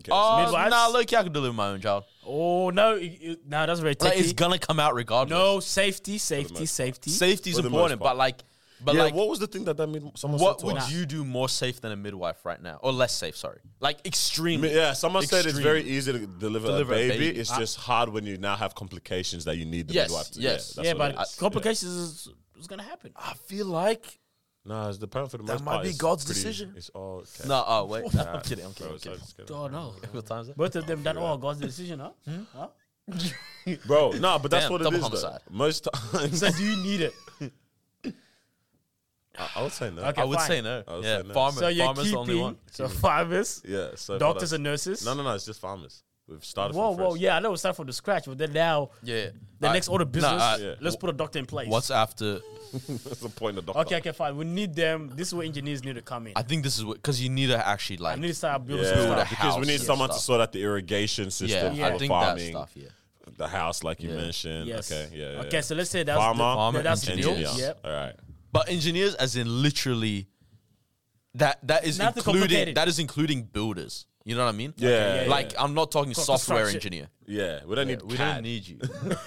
S2: Okay, so
S1: Oh,
S3: Midwives?
S1: nah, Loki, I can deliver my own child.
S3: [laughs] Oh no, you- you- no, that's very
S1: Like, it's
S3: techy.
S1: gonna come out regardless.
S3: no safety, safety, safety.
S1: safety's
S2: For the most
S1: important,
S2: part.
S1: but like, but
S2: yeah,
S1: like,
S2: what was the thing that that made someone
S1: what
S2: said to
S1: would
S2: us?
S1: you do more safe than a midwife right now, or less safe? Sorry, like
S2: I
S1: extreme.
S2: mean, yeah, someone said it's
S1: Extreme.
S2: very easy to deliver,
S1: Deliver
S2: a,
S1: a
S2: baby.
S1: baby.
S2: It's just hard when you now have complications that you need the
S1: Yes,
S2: midwife to.
S1: yes.
S2: Yeah, that's
S3: yeah,
S2: what it
S3: but
S2: is.
S3: complications is, is gonna happen.
S1: I feel like
S2: Yeah. Nah, it's the parent for the most
S1: might
S2: part,
S1: be
S2: it's
S1: God's
S2: pretty-
S1: decision.
S2: It's all okay.
S1: no. Oh wait, no, [laughs] I'm kidding. I'm
S2: Bro,
S1: kidding. I'm
S2: it's
S1: kidding.
S2: all- it's okay.
S3: Oh no,
S1: [laughs] What time is it?
S3: both of them done all God's decision, huh? huh?
S2: Bro, no, but that's
S1: Damn,
S2: what it
S1: double
S2: is. Though.
S1: homicide.
S2: Most
S3: [laughs]
S2: times,
S3: So do you need it?
S2: [laughs] I, I would say no.
S3: Okay.
S1: I would
S3: fine.
S1: say no.
S2: I would
S1: Yeah,
S2: say no.
S1: farmers.
S3: So you're
S1: farmers the
S3: keeping
S1: only one.
S3: so farmers,
S2: Yeah, so for
S3: doctors
S2: that-
S3: and nurses.
S2: No, no, no. It's just farmers. We've started.
S3: Whoa,
S2: from
S3: whow,
S2: fresh.
S3: yeah, I know we start from the scratch, but then now
S1: Yeah.
S3: the
S1: Uh,
S3: next order of business,
S1: uh,
S2: Yeah.
S3: let's put a doctor in place.
S1: What's after?
S2: [laughs] That's the point of doctor.
S3: okay? Okay, fine. We need them. This is where engineers need to come in.
S1: I
S3: I,
S1: think this is what because you need to actually like.
S3: need to start building
S2: Yeah,
S3: some
S1: build a
S3: stuff.
S2: because we
S1: house
S2: need
S1: and
S2: someone to
S1: stuff.
S2: sort out the irrigation system
S1: yeah,
S2: for
S1: I
S2: the
S1: think that
S2: farming,
S1: stuff. Yeah.
S2: the house, like you
S1: Yeah.
S2: mentioned.
S3: Yes.
S2: Okay, yeah, yeah.
S3: Okay, so let's say that's
S2: farmer,
S3: the,
S1: Farmer,
S3: yeah, that's the deal.
S1: engineer.
S3: Yep.
S2: All right.
S1: But engineers, as in literally, that that is
S3: Not the
S1: including
S3: complicated.
S1: that is including builders. You know what I mean?
S2: Yeah, yeah, yeah.
S1: Like I'm not talking software
S3: construction.
S1: engineer.
S2: Yeah, we don't need.
S1: We
S2: CAD.
S1: don't
S2: [laughs]
S1: need you.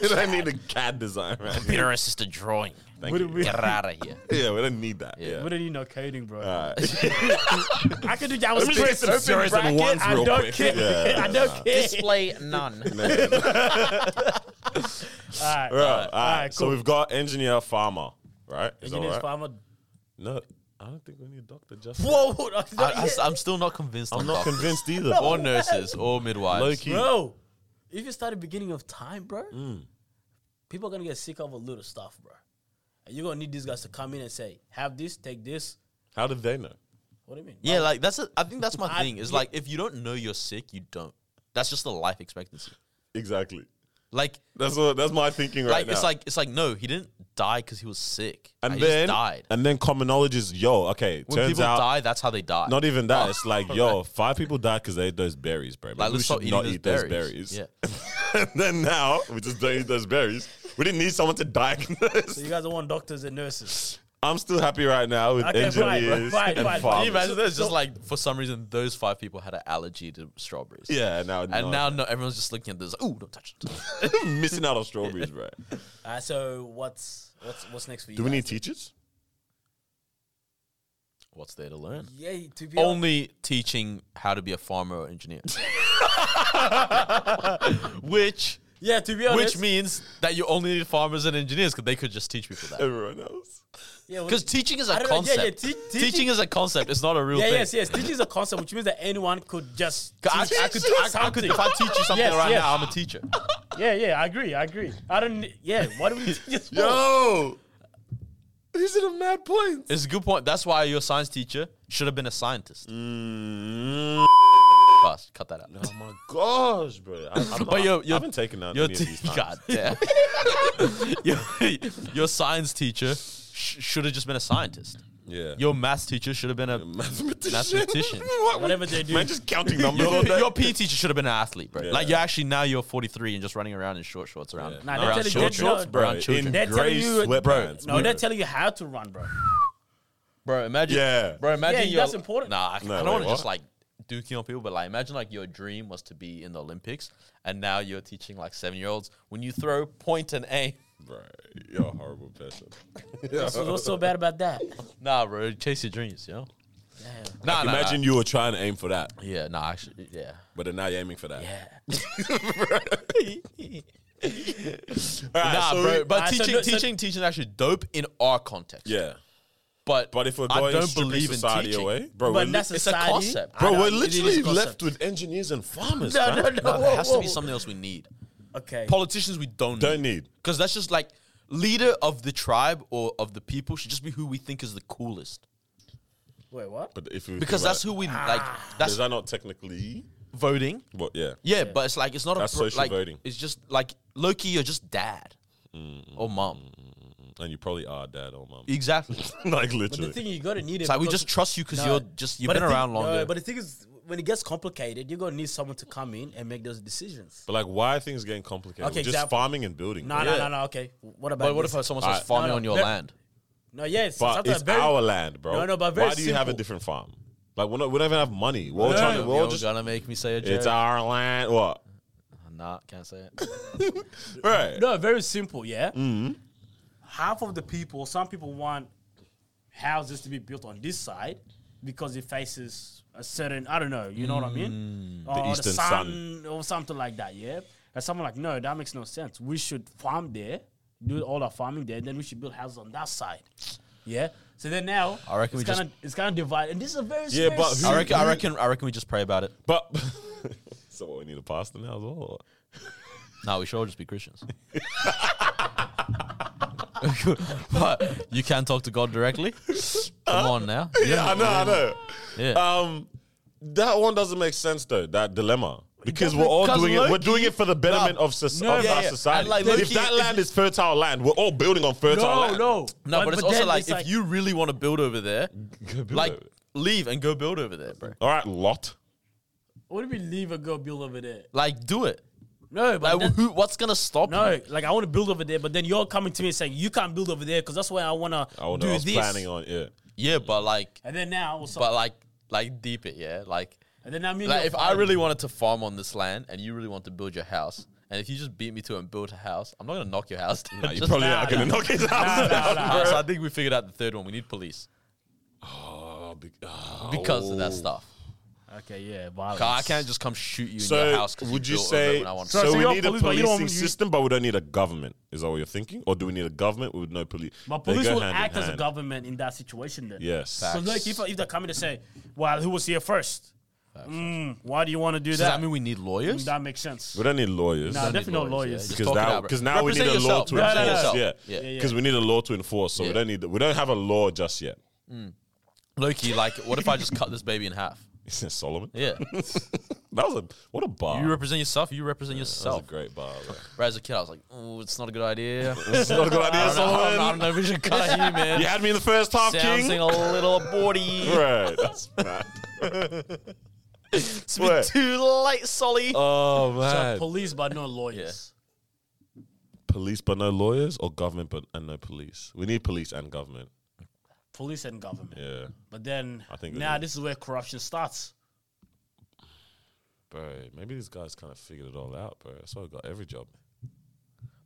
S2: we don't need a CAD design,
S3: [laughs]
S2: right?
S1: Computer assisted drawing.
S2: Thank you.
S1: Get out of here.
S2: Yeah, we don't need that. Yeah.
S3: We don't need no coding, bro.
S2: Alright.
S3: I can do that. I was
S2: Let me just get some zeros and ones
S3: I
S2: real
S3: don't
S2: quick.
S3: care.
S2: Yeah.
S3: [laughs] I don't care.
S1: [laughs] Display
S2: [laughs]
S1: none.
S3: All right.
S2: [laughs] All right. All right.
S3: right,
S2: So
S3: cool.
S2: we've got engineer, farmer, right? Is that
S3: Engineers,
S2: all right?
S3: farmer.
S2: No, I don't think we need doctor. Just
S3: Whoa, [laughs] whoa, no,
S1: I,
S3: yeah.
S1: am still not convinced.
S2: I'm
S1: on
S2: not
S1: doctors.
S2: convinced either.
S1: Or nurses or midwives.
S2: Low key.
S3: bro. If you start the beginning of time, bro,
S2: Mm.
S3: people are gonna get sick of a little stuff, bro. And you're gonna need these guys to come in and say, "Have this, take this."
S2: How did they know?
S3: What do you mean?
S1: Yeah, like that's. A, I think that's my
S3: I-
S1: thing. Is
S3: yeah.
S1: like if you don't know you're sick, you don't. That's just the life expectancy.
S2: Exactly.
S1: Like,
S2: That's what. That's my thinking right
S1: like
S2: now.
S1: it's like it's like no, he didn't die because he was sick.
S2: and
S1: Like, he
S2: then
S1: just died.
S2: and then common knowledge is yo. Okay,
S1: when
S2: turns
S1: people
S2: out
S1: die, that's how they die.
S2: not even
S1: [laughs]
S2: that. It's like yo, five people died because they ate those berries, bro.
S1: like
S2: we
S1: let's stop
S2: should
S1: eating
S2: not
S1: those
S2: eat
S1: berries.
S2: those berries. [laughs]
S1: Yeah,
S2: and then now we just don't eat those berries. We didn't need someone to die. [laughs]
S3: So you guys don't want doctors and nurses.
S2: I'm still happy right now with
S3: Okay, fine,
S2: engineers
S3: fine,
S2: and
S3: fine.
S1: Can
S2: farmers.
S1: you imagine that? It's just like for some reason those five people had an allergy to strawberries.
S2: Yeah, now
S1: And now no, everyone's just looking at this. Like, Ooh, don't touch it.
S2: missing out on
S1: [laughs]
S2: strawberries, right?
S3: Uh, so what's what's what's next for you?
S2: Do we
S3: guys?
S2: need teachers?
S1: What's there to learn?
S3: Yeah, to be honest,
S1: Only teaching how to be a farmer or
S3: [laughs]
S1: engineer, which
S3: yeah, to be honest,
S1: which means that you only need farmers and engineers because they could just teach people that.
S2: Everyone else.
S3: yeah, what-
S1: Because teaching is a
S3: I don't know, yeah,
S1: concept.
S3: yeah, te-
S1: teaching,
S3: teaching-
S1: is a concept. It's not a real
S3: yeah,
S1: thing.
S3: yes, yes. Teaching is a concept, which means that anyone could just.
S1: I,
S3: teach
S1: I could,
S3: you
S1: I, I could, if I teach you something
S3: Yes,
S1: right
S3: yes.
S1: now, I'm a
S3: [laughs]
S1: teacher.
S3: Yeah, yeah, I agree, I agree. I don't. ne- Yeah, why do
S1: [laughs]
S3: we teach this for?
S2: Yo, these are the mad points.
S1: It's a good point. That's why your science teacher should have been a scientist.
S3: Mm.
S1: Mm-hmm. Pass. Cut that out.
S2: Oh my gosh, bro! I, I'm
S1: [laughs] But
S2: not-
S1: yo, yo,
S2: I haven't taken out
S1: your
S2: any of
S1: te-
S2: these
S1: [laughs]
S2: times.
S1: God damn.
S3: [laughs]
S1: your, [laughs] your science teacher sh- should have just been a scientist.
S2: Yeah,
S1: Your maths teacher should have been a.
S2: [laughs] mathematician.
S1: mathematician.
S2: [laughs] What-
S3: Whatever they do.
S2: man,
S1: [laughs]
S2: just counting numbers. all
S1: Your,
S2: day. [laughs]
S1: your PE teacher should have been an athlete, bro.
S2: Yeah.
S1: Like you're actually now you're 43 and just running around in short shorts around.
S2: Yeah.
S3: Nah,
S1: around
S3: they're
S1: children.
S3: telling- they're telling-
S2: bro,
S1: around children.
S2: in
S3: They're telling
S2: grey
S3: you-
S2: sweatpants.
S3: No,
S2: bro.
S3: they're telling you how to run, bro.
S1: Bro, imagine.
S2: Yeah.
S1: Bro, imagine.
S3: Yeah,
S1: your-
S3: that's important.
S1: Nah, I,
S2: No,
S1: I don't
S2: wait,
S1: want to
S2: what?
S1: just like dookie on people, but like imagine like your dream was to be in the Olympics, and now you're teaching like seven year olds when you throw, point and aim.
S2: Bro, you're a horrible person.
S3: So what's so bad about that?
S1: Nah, bro, chase your dreams, yo.
S3: Damn.
S1: Nah, nah,
S2: Imagine you were trying to aim for that,
S1: nah. Yeah, nah, actually, yeah.
S2: but then now you're aiming for that. All right,
S1: Nah,
S2: so
S1: bro.
S2: we-
S1: But
S3: Alright, so
S1: teaching,
S3: no- so-
S1: teaching, teaching is actually dope in our context.
S2: yeah.
S1: But
S2: But if we're
S1: I
S2: going
S1: don't
S2: stripping
S1: believe in
S2: society
S1: teaching.
S2: away, bro, we're,
S3: But
S2: li-
S3: that's
S1: it's a
S3: society.
S1: concept.
S2: bro,
S3: I
S2: we're
S3: know, it is a
S2: literally
S3: concept.
S2: left with engineers and farmers.
S3: No,
S2: man.
S3: no, no.
S1: Nah, there has to be
S3: whoa.
S1: something else we need.
S3: Okay.
S1: Politicians we don't
S2: Don't need.
S1: because that's just like leader of the tribe or of the people should just be who we think is the coolest
S3: Wait, what?
S2: But if you
S1: because
S2: think
S1: that's
S2: about
S1: who we like.
S2: it, is
S1: That's
S2: that not technically?
S1: voting.
S2: But Ah. yeah,
S1: Yeah, but it's like it's not
S2: That's
S1: a pro-
S2: social
S1: like,
S2: voting. Mm.
S1: It's just like Loki, you're just dad or mom.
S2: and you probably are dad or mom.
S1: Exactly.
S2: [laughs] like
S3: But the
S2: literally.
S3: thing you gotta need it.
S1: It's like we
S3: because-
S1: just trust you because
S3: No,
S1: you're just you've
S3: but
S1: been
S3: the thing-
S1: around longer.
S3: no, but the thing is, when it gets complicated, you're gonna need someone to come in and make those decisions.
S2: But like, why are things getting complicated?
S3: Okay,
S2: We're just
S3: example.
S2: farming and building.
S3: No,
S2: bro.
S3: no,
S1: Yeah.
S3: no, no. Okay, what about?
S1: But what
S3: this?
S1: if someone starts
S2: Alright.
S1: farming
S3: No, no,
S1: on your
S3: no.
S1: land?
S3: No, yes,
S2: But it's our land, bro.
S3: No, no, but very
S2: why do you have a
S3: simple.
S2: different farm? Like we're not, we don't even have money. We're all trying to. We're all
S1: You're
S2: just.
S1: gonna make me say a joke.
S2: It's our land. What?
S1: Nah, can't say it.
S2: Right.
S3: No, very simple. Yeah.
S1: Mm-hmm.
S3: Half of the people, some people want houses to be built on this side because it faces a certain. I don't know. You know what I mean?
S1: Mm.
S3: Or
S2: eastern sun.
S3: or something like that. Yeah. And someone like, no, that makes no sense. We should farm there, do all our farming there, then we should build houses on that side. Yeah. So then now,
S1: I reckon
S3: it's
S1: we
S3: kind of it's kind of divided, and this is a very
S2: Yeah,
S3: very
S2: but who-
S1: I [laughs]
S3: simple-
S1: reckon. I reckon. I reckon we just pray about it.
S2: But [laughs] so what, we need a pastor now as well.
S1: No, we should all just be Christians. [laughs] but you can talk to God directly. Come on now.
S2: [laughs] Yeah, I know, I know.
S1: Yeah.
S2: Um, that one doesn't make sense though. That dilemma. Because we're all
S1: Because
S2: doing it. We're
S1: Loki-
S2: doing it for the betterment of, soc-
S1: no,
S2: of
S1: yeah,
S2: our
S1: yeah.
S2: society.
S1: And, like,
S2: if
S1: Loki-
S2: that
S1: if
S2: land
S1: you-
S2: is fertile land, we're all building on fertile land.
S3: no.
S1: no, but, it's also
S3: then
S1: like
S3: it's
S1: if you really want to build over there,
S2: build
S1: like
S2: over.
S1: leave and go build over there, bro.
S2: All right, lot.
S3: what do we leave a girl build over there?
S1: Like do it.
S3: No, but
S1: Like
S3: then-
S1: who? What's gonna stop?
S3: No,
S1: you?
S3: like I want to build over there, but then you're coming to me and saying you can't build over there because that's where I want to
S2: I wonder
S3: do
S2: I was
S3: this.
S2: planning on yeah.
S1: Yeah, but like,
S3: and then now, what's up?
S1: but like, like deep it. Yeah, like,
S3: and then now me and
S1: like
S3: you um,
S1: if
S3: are
S1: I
S3: fighting.
S1: really wanted to farm on this land and you really want to build your house, and if you just beat me to it and build a house, I'm not gonna knock your house down.
S2: Nah,
S1: [laughs]
S2: you
S1: Just-
S2: probably
S3: nah,
S2: are gonna
S3: nah.
S2: knock his
S3: Nah, nah,
S2: house down.
S3: nah.
S1: Nah, so I think we figured out the third one. We need police Ah,
S2: Oh, big- oh.
S1: because of that stuff.
S3: okay, yeah, violence.
S1: Ca- I can't just come shoot you in your
S2: So
S1: house. 'cause
S2: would you
S1: built over it
S2: say
S1: when I want
S2: so,
S1: to.
S3: so
S2: we
S3: you're
S2: need a
S3: police, but you
S2: policing
S3: don't- you-
S2: system, but we don't need a government? Is that what you're thinking, or do we need a government with no police?
S3: But
S2: They
S3: police
S2: go
S3: will
S2: hand in
S3: act as a
S2: hand.
S3: government in that situation then.
S2: Yes.
S3: So like if if they're coming to say, well, who was here first? Mm, why do you want to do
S1: Does that
S3: that?
S1: mean we need lawyers?
S3: that makes sense.
S2: We don't need lawyers.
S3: Nah,
S1: Need
S3: definitely not lawyers.
S1: yeah. Just
S2: because
S1: talk it
S2: now,
S1: out, bro.
S2: because now we need
S1: Represent
S2: a law
S1: yourself.
S2: to
S1: Represent
S2: enforce.
S1: yourself.
S2: Yeah,
S1: Yeah. Yeah, yeah.
S2: Because we need a law to enforce, so
S1: Yeah.
S2: we don't need. We don't have a law just yet. [laughs]
S1: Loki, like, what if I just cut this baby in half?
S2: Isn't it Solomon?
S1: Yeah.
S2: [laughs] That was a what a bar.
S1: You represent yourself, you represent
S2: that was a
S1: yourself.
S2: great bar. [laughs] bro.
S1: Right, as a kid, I was like, oh, it's not a good
S2: [laughs]
S1: idea.
S2: It's not a good idea,
S1: I don't know, I don't know, I
S2: Solomon.
S1: don't know if we should cut you, man.
S2: [laughs] You had me in the first half,
S1: Sounds
S2: King.
S1: a little aborty.
S2: [laughs] Right. [laughs] That's mad.
S1: It's
S2: Wait.
S1: been too late, Solly.
S2: Oh
S3: So
S2: man.
S3: police, but no lawyers.
S2: police but no lawyers, or government but and no police. We need police and government.
S3: police and government.
S2: Yeah,
S3: But then
S2: I think they
S3: now
S2: do.
S3: this is where corruption starts.
S2: bro. Maybe these guys kind of figured it all out, bro. That's why I got every job.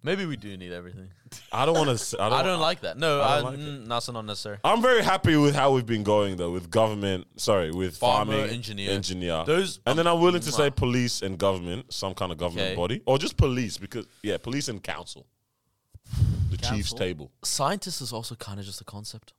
S1: Maybe we do need everything.
S2: I don't want to. I don't.
S1: I don't like that. No,
S2: I
S1: I
S2: don't like it.
S1: mm, that's not necessary.
S2: I'm very happy with how we've been going though, with government. Sorry, with
S1: Farmer,
S2: farming,
S1: engineer.
S2: engineer.
S1: Those-
S2: and then I'm willing to say
S1: Mwah.
S2: police and government, some kind of government
S1: Okay.
S2: body, or just police because yeah, police and council. The chief's
S3: Council.
S2: table,
S1: Scientist is also kind of just a concept.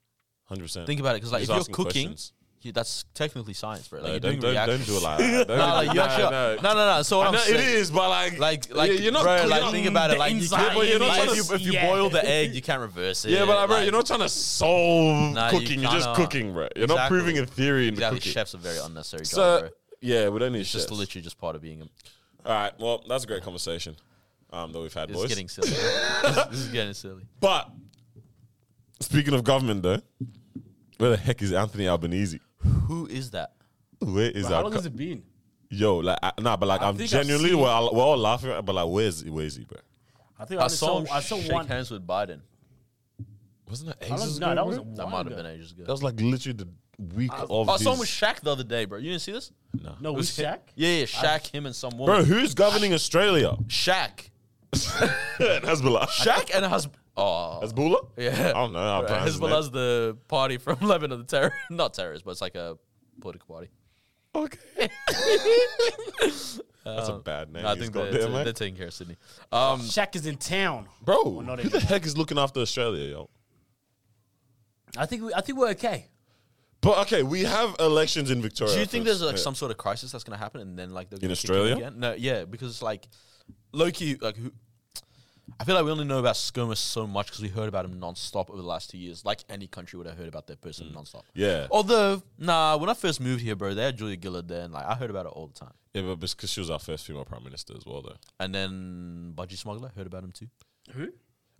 S2: hundred percent.
S1: Think about it, because like
S2: Just
S1: if
S2: asking
S1: you're cooking,
S2: questions.
S1: you, that's technically science, bro. Like
S2: No,
S1: you're
S2: don't,
S1: doing
S2: don't,
S1: reactions.
S2: don't do
S1: [laughs]
S2: it like that. Don't
S1: no,
S2: do-
S1: like you actually no, no, no, So what
S2: I
S1: I'm
S2: know it
S1: saying,
S2: is, but like,
S1: like, like,
S2: yeah, you're not
S1: bro,
S2: cooking
S1: like
S2: on
S1: think about it,
S3: Mm, the
S1: like you
S3: inside.
S1: can't,
S2: Yeah, but you're not
S1: like,
S2: trying
S1: if
S2: to
S1: you, if you
S3: yeah.
S1: boil the egg, you can't reverse it.
S2: Yeah, but like, bro,
S1: like,
S2: you're not trying to solve
S1: Nah, you
S2: cooking. You are just
S1: kinda-
S2: cooking, bro. You're not
S1: Exactly.
S2: proving a theory in
S1: exactly.
S2: the cooking.
S1: Chefs are very unnecessary. job,
S2: So
S1: bro.
S2: yeah, we don't need
S1: It's just
S2: chefs.
S1: literally just part of being. A,
S2: All right, well, that's a great conversation um, that we've had,
S1: it's
S2: boys.
S1: getting
S2: [laughs]
S1: silly. this, this is getting silly.
S2: But speaking of government, though, where the heck is Anthony Albanese?
S1: Who is that?
S2: Where is
S3: But
S2: that?
S3: how long has it been?
S2: Yo, like, I, nah, but like, I am
S3: think I've
S2: genuinely,
S3: seen-
S2: we're, all- we're all laughing, but like, where's he? Where's he, bro?
S3: I think I,
S1: I
S3: only
S1: saw
S3: saw,
S1: him
S3: I saw
S1: shake
S3: one.
S1: hands with Biden.
S2: Wasn't that
S3: I don't-
S2: ages
S3: no,
S2: ago,
S3: that
S2: bro?
S3: was a
S1: That
S3: while
S1: might have
S3: ago.
S1: been ages ago.
S2: That was like literally the week of.
S1: I saw him
S2: his-
S1: with Shaq the other day, bro. You didn't see this?
S2: Nah.
S3: No, with Shaq.
S1: Yeah, yeah. Shaq, him, and some woman.
S2: Bro, who's
S1: [laughs]
S2: governing Australia? [laughs]
S1: Shaq,
S2: Hezbollah.
S1: Shaq, and husband. Oh,
S2: Hezbollah?
S1: Yeah.
S2: I don't know. I'm
S1: Right, Hezbollah's the party from [laughs] Lebanon, the terror, not terrorist, but it's like a political [laughs] party.
S2: Okay. That's a bad name.
S1: Um, No, I
S2: he's
S1: think
S2: got
S1: they're,
S2: there,
S1: they're-
S2: mate.
S1: they're taking care of Sydney. Um,
S3: Shaq is in town.
S2: Bro,
S3: Well, not
S2: who the
S3: anymore.
S2: heck is looking after Australia, yo?
S3: I think we, I think we're okay.
S2: But okay, we have elections in Victoria.
S1: do you think
S2: first.
S1: there's like
S2: Yeah.
S1: some sort of crisis that's going to happen, and then like they're
S2: In
S1: gonna kick it
S2: Australia?
S1: Again? No, yeah, because it's like low key, like who. I feel like we only know about ScoMa so much because we heard about him nonstop over the last two years. Like any country would have heard about that person nonstop.
S2: Mm. Yeah.
S1: Although, nah, when I first moved here, bro, they had Julia Gillard there, and like I heard about it all the time.
S2: Yeah, but because she was our first female prime minister as well, though.
S1: And then Budgie Smuggler heard about him too.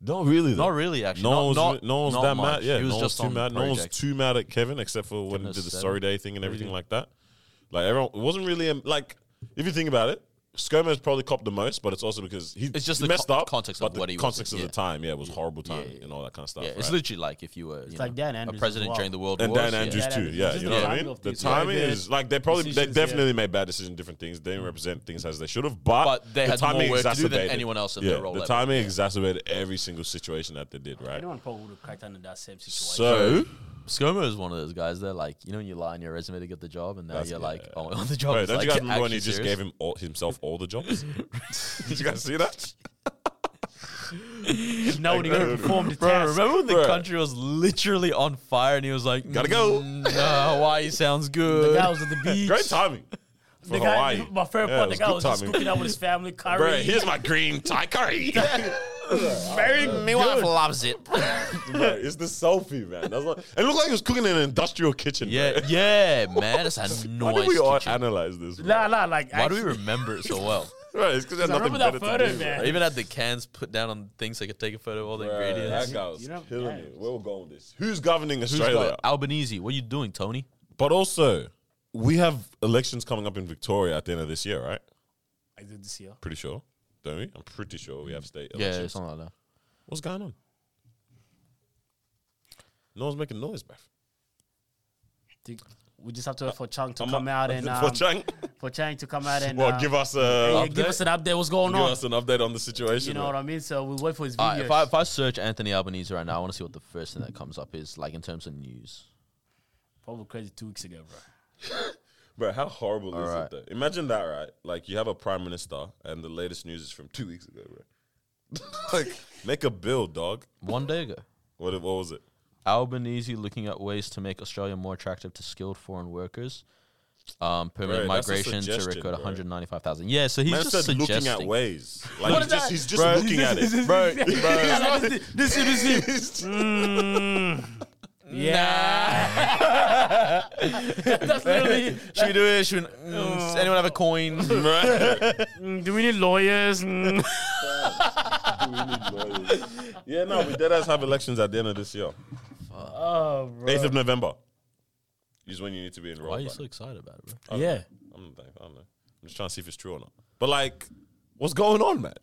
S2: Not really.
S1: Not really, actually.
S2: No
S1: Not-
S2: one was,
S1: not-
S2: no one was
S1: not
S2: that
S1: much.
S2: mad. Yeah,
S1: He was
S2: no one was
S1: just
S2: too
S1: on
S2: mad. No one was
S1: project.
S2: too mad at Kevin except for when he
S1: Goodness
S2: did the
S1: seven.
S2: sorry day thing and everything like that. Like everyone, it wasn't really um, like if you think about it, ScoMo's probably copped the most, but it's also because he
S1: It's just
S2: he
S1: the
S2: messed
S1: co-
S2: up
S1: context
S2: but
S1: of what
S2: the
S1: he was
S2: context
S1: in,
S2: of
S1: yeah.
S2: the time. Yeah, it was horrible time
S1: yeah.
S2: and all that kind of stuff.
S1: Yeah,
S2: right?
S1: it's literally like if you were you know,
S3: like Dan Andrews
S1: a
S3: as
S1: president
S3: well.
S1: during the World
S2: and
S1: War.
S2: Dan Andrews
S3: Dan
S2: too.
S3: Andrews.
S2: Yeah,
S3: Just
S2: you
S3: the
S2: know what I
S3: timing
S2: mean.
S3: of
S2: The
S3: these
S2: timing
S3: COVID
S2: is like they probably they
S3: decisions,
S2: definitely
S3: yeah.
S2: made bad decisions, in different things. They didn't represent things as they should have, but,
S1: But they
S2: the
S1: had more
S2: timing
S1: work to do than
S2: exacerbated-
S1: anyone else at
S2: yeah,
S1: their role
S2: The
S1: level.
S2: timing exacerbated every single situation that they did. Right.
S3: Anyone probably would have cracked under that same situation.
S2: So
S1: ScoMo is one of those guys. They're like, you know, when you lie on your resume to get the job, and now
S2: That's-
S1: you're
S2: yeah.
S1: like, oh, my God, the job.
S2: Bro,
S1: is
S2: don't
S1: like,
S2: you guys remember when he
S1: actually
S2: just
S1: serious?
S2: gave him all, himself all the
S1: [laughs]
S2: jobs? Did you guys see that?
S3: no one even Oh, performed the
S1: Bro,
S3: test.
S1: remember when [laughs] the
S2: Bro.
S1: country was literally on fire, and he was like,
S2: Gotta go.
S1: "Mm, nah, Hawaii sounds
S3: The
S1: good.
S3: guy was at the
S1: [laughs]
S3: beach.
S2: Great timing. [laughs] For
S3: the guy,
S2: Hawaii.
S3: my favorite
S2: Yeah, it
S3: part, the
S2: was
S3: guy
S2: good
S3: was just
S2: timing.
S3: cooking out with his family,
S2: [laughs]
S3: curry.
S2: Bro, here's my green Thai
S3: [laughs]
S2: curry.
S1: Very, my wife loves it.
S2: Bro, it's the selfie, man. That's what, it looked like he was cooking in an industrial
S1: [laughs]
S2: kitchen.
S1: yeah,
S2: bro.
S1: yeah, man, it's a
S2: Why
S1: nice.
S2: do we all [laughs]
S1: kitchen.
S2: analyze this? Bro?
S3: Nah, nah, like
S1: Why do we
S3: actually-
S1: remember it so
S2: [laughs]
S1: well?
S2: Bro, it's because there's
S3: I
S2: nothing
S3: remember
S2: better
S3: that
S2: to do.
S3: photo, man.
S1: I even had the cans put down on things so I could take a photo of all the
S2: Bro. Bro,
S1: ingredients.
S2: that guy was
S3: You know-
S2: killing
S3: yeah.
S2: it. Where we're going with this? Who's governing
S1: Who's got-
S2: Australia?
S1: Albanese, what are you doing, Tony?
S2: But also, we have elections coming up in Victoria at the end of this year, right?
S3: I did this year.
S2: Pretty sure, don't we? I'm pretty sure we have state
S1: Yeah,
S2: elections.
S1: something like that.
S2: What's going on? No one's making noise, bruv.
S3: Think We just have to wait for Chung to come out and um,
S2: [laughs] for Chang,
S3: for Chang to come out and
S2: well,
S3: uh,
S2: give us
S3: yeah,
S2: a
S3: give us an update. What's
S2: give
S3: going on?
S2: us an update on the situation.
S3: You know what I mean? So we wait for his
S1: All
S3: videos.
S1: right, if I if I search Anthony Albanese right now, I want to see what the first thing that comes up is like in terms of news.
S3: Probably crazy two weeks ago, bro.
S2: bro. How horrible is
S1: Alright.
S2: it though? Imagine that, right? Like you have a prime minister, and the latest news is from two weeks ago, bro. [laughs] like, make a bill, dog.
S1: One day ago,
S2: What? What was it?
S1: Albanese looking at ways to make Australia more attractive to skilled foreign workers. Um, permanent
S2: Bro, that's a
S1: migration to
S2: suggestion,
S1: record
S2: bro.
S1: 195,000. Yeah, so he's
S2: Man
S1: just
S2: said
S1: suggesting.
S2: looking at ways. Like
S3: What
S2: he's
S3: is
S2: just,
S3: that?
S2: he's just looking at it.
S1: [laughs] Bro,
S3: this is this is
S2: He's-
S1: [laughs]
S3: yeah. [laughs] That's literally.
S1: [laughs] should we do it? Should we,
S2: Oh.
S1: mm, does anyone have a
S2: [laughs]
S1: coin?
S3: Mm, do we need lawyers? Mm.
S2: yeah, no, we dead ass have elections at the end of this year.
S3: Oh, bro.
S2: Eighth of November is when you need to be enrolled.
S1: Why are you
S2: by.
S1: so excited about it, bro?
S3: yeah.
S2: I'm not thinking- I don't know. I'm just trying to see if it's true or not. But like, what's going on, man?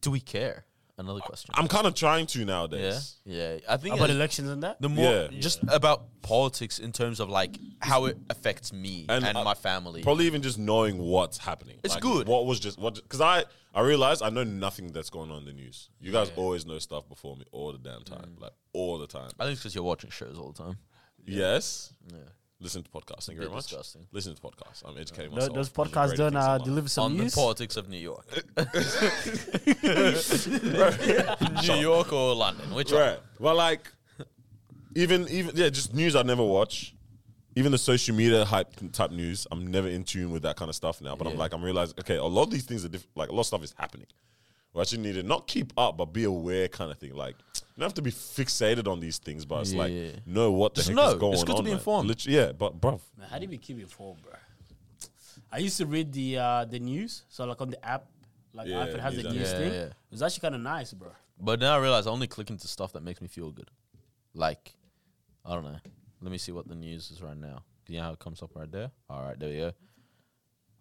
S1: Do we care? another question.
S2: I'm kind of trying to
S1: yeah,
S2: nowadays.
S1: yeah. I think
S3: about
S1: it's-
S3: elections and that.
S1: the more
S2: Yeah.
S1: just about politics in terms of like how it affects me
S2: And
S1: and,
S2: I-
S1: my family.
S2: Probably even just knowing what's happening.
S1: It's good.
S2: What was just what? Because I I realized I know nothing that's going on in the news. You guys always know stuff before me all the damn
S3: Mm.
S2: time, like all the time.
S1: I think it's because you're watching shows all the time.
S2: Yes. Listen to podcasts. Thank you
S1: Bit
S2: very much.
S1: disgusting.
S2: Listen to podcasts. I'm educating
S3: Tho-
S2: myself. There's
S3: Those
S2: a
S3: podcasts
S2: great
S3: don't
S2: things
S3: uh,
S2: about-
S3: deliver some
S1: on
S3: news.
S1: the politics of New
S2: [laughs]
S1: York. [laughs] New York or London, which one?
S2: Right. Well, like even even yeah, just news I never watch. Even the social media hype type news, I'm never in tune with that kind of stuff now. But I'm
S1: Yeah.
S2: like, I'm realizing, okay, a lot of these things are different. Like a lot of stuff is happening. We actually need to not keep up, but be aware, kind of thing. Like you don't have to be fixated on these things, but it's
S1: Yeah.
S2: like know what the
S1: Just
S2: heck
S1: know.
S2: is going on.
S1: It's good to be
S2: man.
S1: informed.
S2: Literally, yeah, but bruv,
S3: Man, how do we keep informed, bro? I used to read the uh, the news, so like on the app, like
S2: Yeah,
S3: iPhone has the
S2: news app.
S3: news
S1: Yeah,
S3: thing.
S1: yeah.
S3: It was actually kind of nice, bro.
S1: But now I realize I only click into stuff that makes me feel good. Like, I don't know. Let me see what the news is right now. You know how it comes up right there? All right, there we go.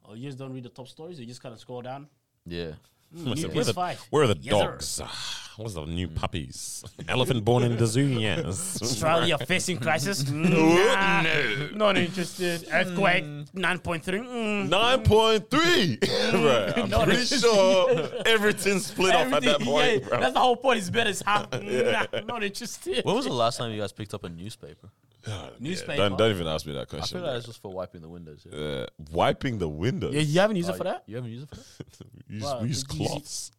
S3: Oh, you just don't read the top stories; you just kind of scroll
S2: [laughs]
S3: down.
S1: Yeah.
S2: What's
S3: new
S2: it- where, the,
S3: PS5.
S2: where are the
S3: Yes, sir.
S2: dogs? Where's the new puppies? Elephant born in the zoo, yes. [laughs]
S3: Australia facing crisis. Mm, nah, Not interested.
S2: Mm.
S3: Earthquake nine point three. Mm.
S2: Nine point three. [laughs] Bruh, I'm
S3: No,
S2: pretty
S3: that's- [laughs]
S2: sure everything split off at that
S3: Everything-
S2: point.
S3: yeah,
S2: bruh.
S3: that's the whole point. It's better. It's
S2: [laughs]
S3: half. Nah, not interested.
S1: When was the last time you guys picked up a newspaper?
S3: newspaper?
S2: Don't don't even ask me that
S1: I
S2: question.
S1: feel like it's just for wiping the windows. Yeah.
S2: bruh. Uh, wiping the window.
S3: yeah, you haven't used
S1: Oh,
S3: it for that.
S1: You haven't used it for that?
S2: We use,
S3: Wow,
S2: we use
S3: did you see- [laughs]
S2: cloths.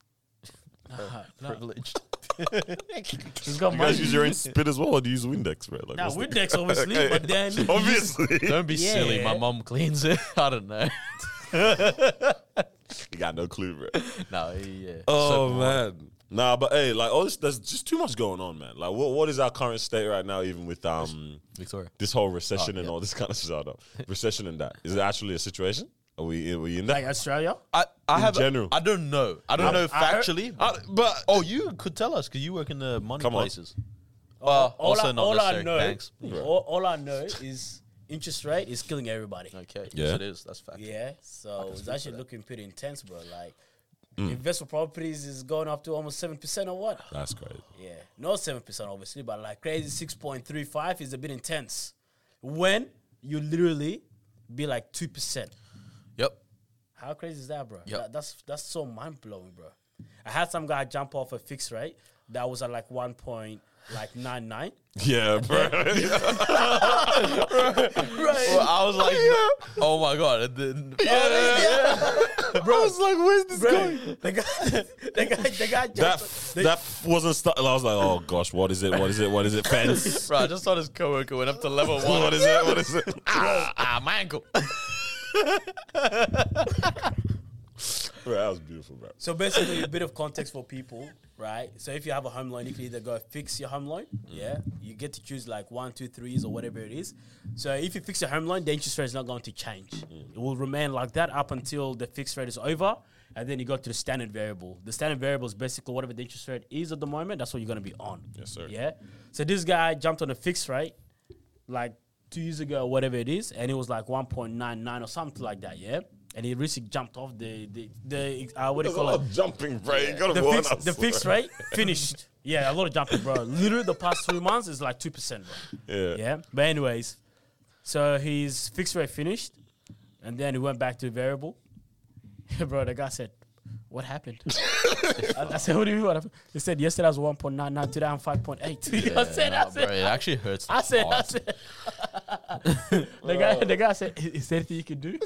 S1: Privileged.
S3: It's got
S2: You guys
S3: money.
S2: use your own spit as well, or do you use Windex, bro? Like,
S3: Now
S2: what's the-
S3: Windex obviously, but then
S2: [laughs] obviously,
S1: Don't be silly. My
S3: Yeah.
S1: mom cleans it. [laughs] I don't
S3: [laughs]
S1: know.
S2: you got no clue, bro.
S1: no, yeah.
S2: Oh man, nah, but hey, like, all this, there's just too much going on, man. Like, what what is our current state right now? Even with um
S1: Victoria.
S2: this whole recession
S1: Oh,
S2: and
S1: yeah.
S2: all this kind of stuff,
S3: [laughs]
S2: recession and that is it actually a situation? Are we are we in that?
S3: like Australia.
S1: I, I
S2: In
S1: have
S2: general.
S1: I don't know. I don't know
S3: I heard-
S1: factually.
S2: Uh, but
S1: oh, you could tell us because you work in the money
S2: Come on.
S1: places. Well,
S3: Oh, all
S1: also
S3: I,
S1: not
S3: all I
S1: necessarily
S3: know,
S1: banks.
S3: all, all I know is interest rate is killing everybody.
S1: Okay,
S2: Yeah.
S1: yes it is. That's fact.
S3: Yeah, so it's actually looking pretty intense, bro. Like, investment properties is going up to almost seven percent or what?
S2: that's great.
S3: Yeah, not seven percent obviously, but like crazy six point three five is a bit intense. When you literally be like two percent,
S1: Yep.
S3: how crazy is that, bro?
S1: Yep.
S3: That, that's that's so mind blowing, bro. I had some guy jump off a fixed rate that was at like one point like nine nine.
S2: [laughs] Yeah, bro.
S3: [laughs]
S1: Well, I was
S2: [laughs]
S1: like, oh my god, it didn't.
S2: I was like, where's this
S3: the guy, [laughs] the guy, the guy jumped.
S2: That f- that f- wasn't stuck. I was like, oh gosh, what is it? What is it? What is it? [laughs] Fence.
S1: Bro, I just saw his coworker went up to level one.
S2: [laughs] what is it? What is it?
S1: [laughs]
S2: [laughs]
S1: ah, ah, my
S3: [laughs]
S1: ankle.
S2: Bro, that was beautiful, bro.
S3: So basically, a bit of context for people, right? So if you have a home loan, you can either go fix your home
S2: Mm.
S3: loan, yeah. You get to choose like one, two, threes, or whatever it is. So if you fix your home loan, the interest rate is not going to change.
S2: Mm.
S3: It will remain like that up until the fixed rate is over, and then you go to the standard variable. The standard variable is basically whatever the interest rate is at the moment. That's what you're going to be on.
S2: Yes, sir.
S3: Yeah. So this guy jumped on a fixed rate, like two years ago or whatever it is, and it was like 1.99 or something like that, yeah? And he recently jumped off the, the, the uh, what do
S2: There's
S3: you
S2: a
S3: call
S2: lot
S3: it?
S2: of jumping, bro. You gotta
S3: The
S2: warn
S3: fix,
S2: us.
S3: the fixed rate finished. Yeah, a lot of jumping, bro. Literally, the past three months is like 2%, bro.
S2: [laughs] Yeah.
S3: Yeah. But, anyways, so his fixed rate finished, and then he went back to variable. [laughs] bro, the guy said, What happened? [laughs] I, I said, What do you mean? What happened? He said, Yesterday I was 1.99, today I'm 5.8. [laughs] I said,
S1: Nah,
S3: I
S1: bro,
S3: said,
S1: it actually hurts.
S3: I said, I
S1: hard.
S3: said. [laughs] the guy, the guy said, "I- "Is there anything you can do?"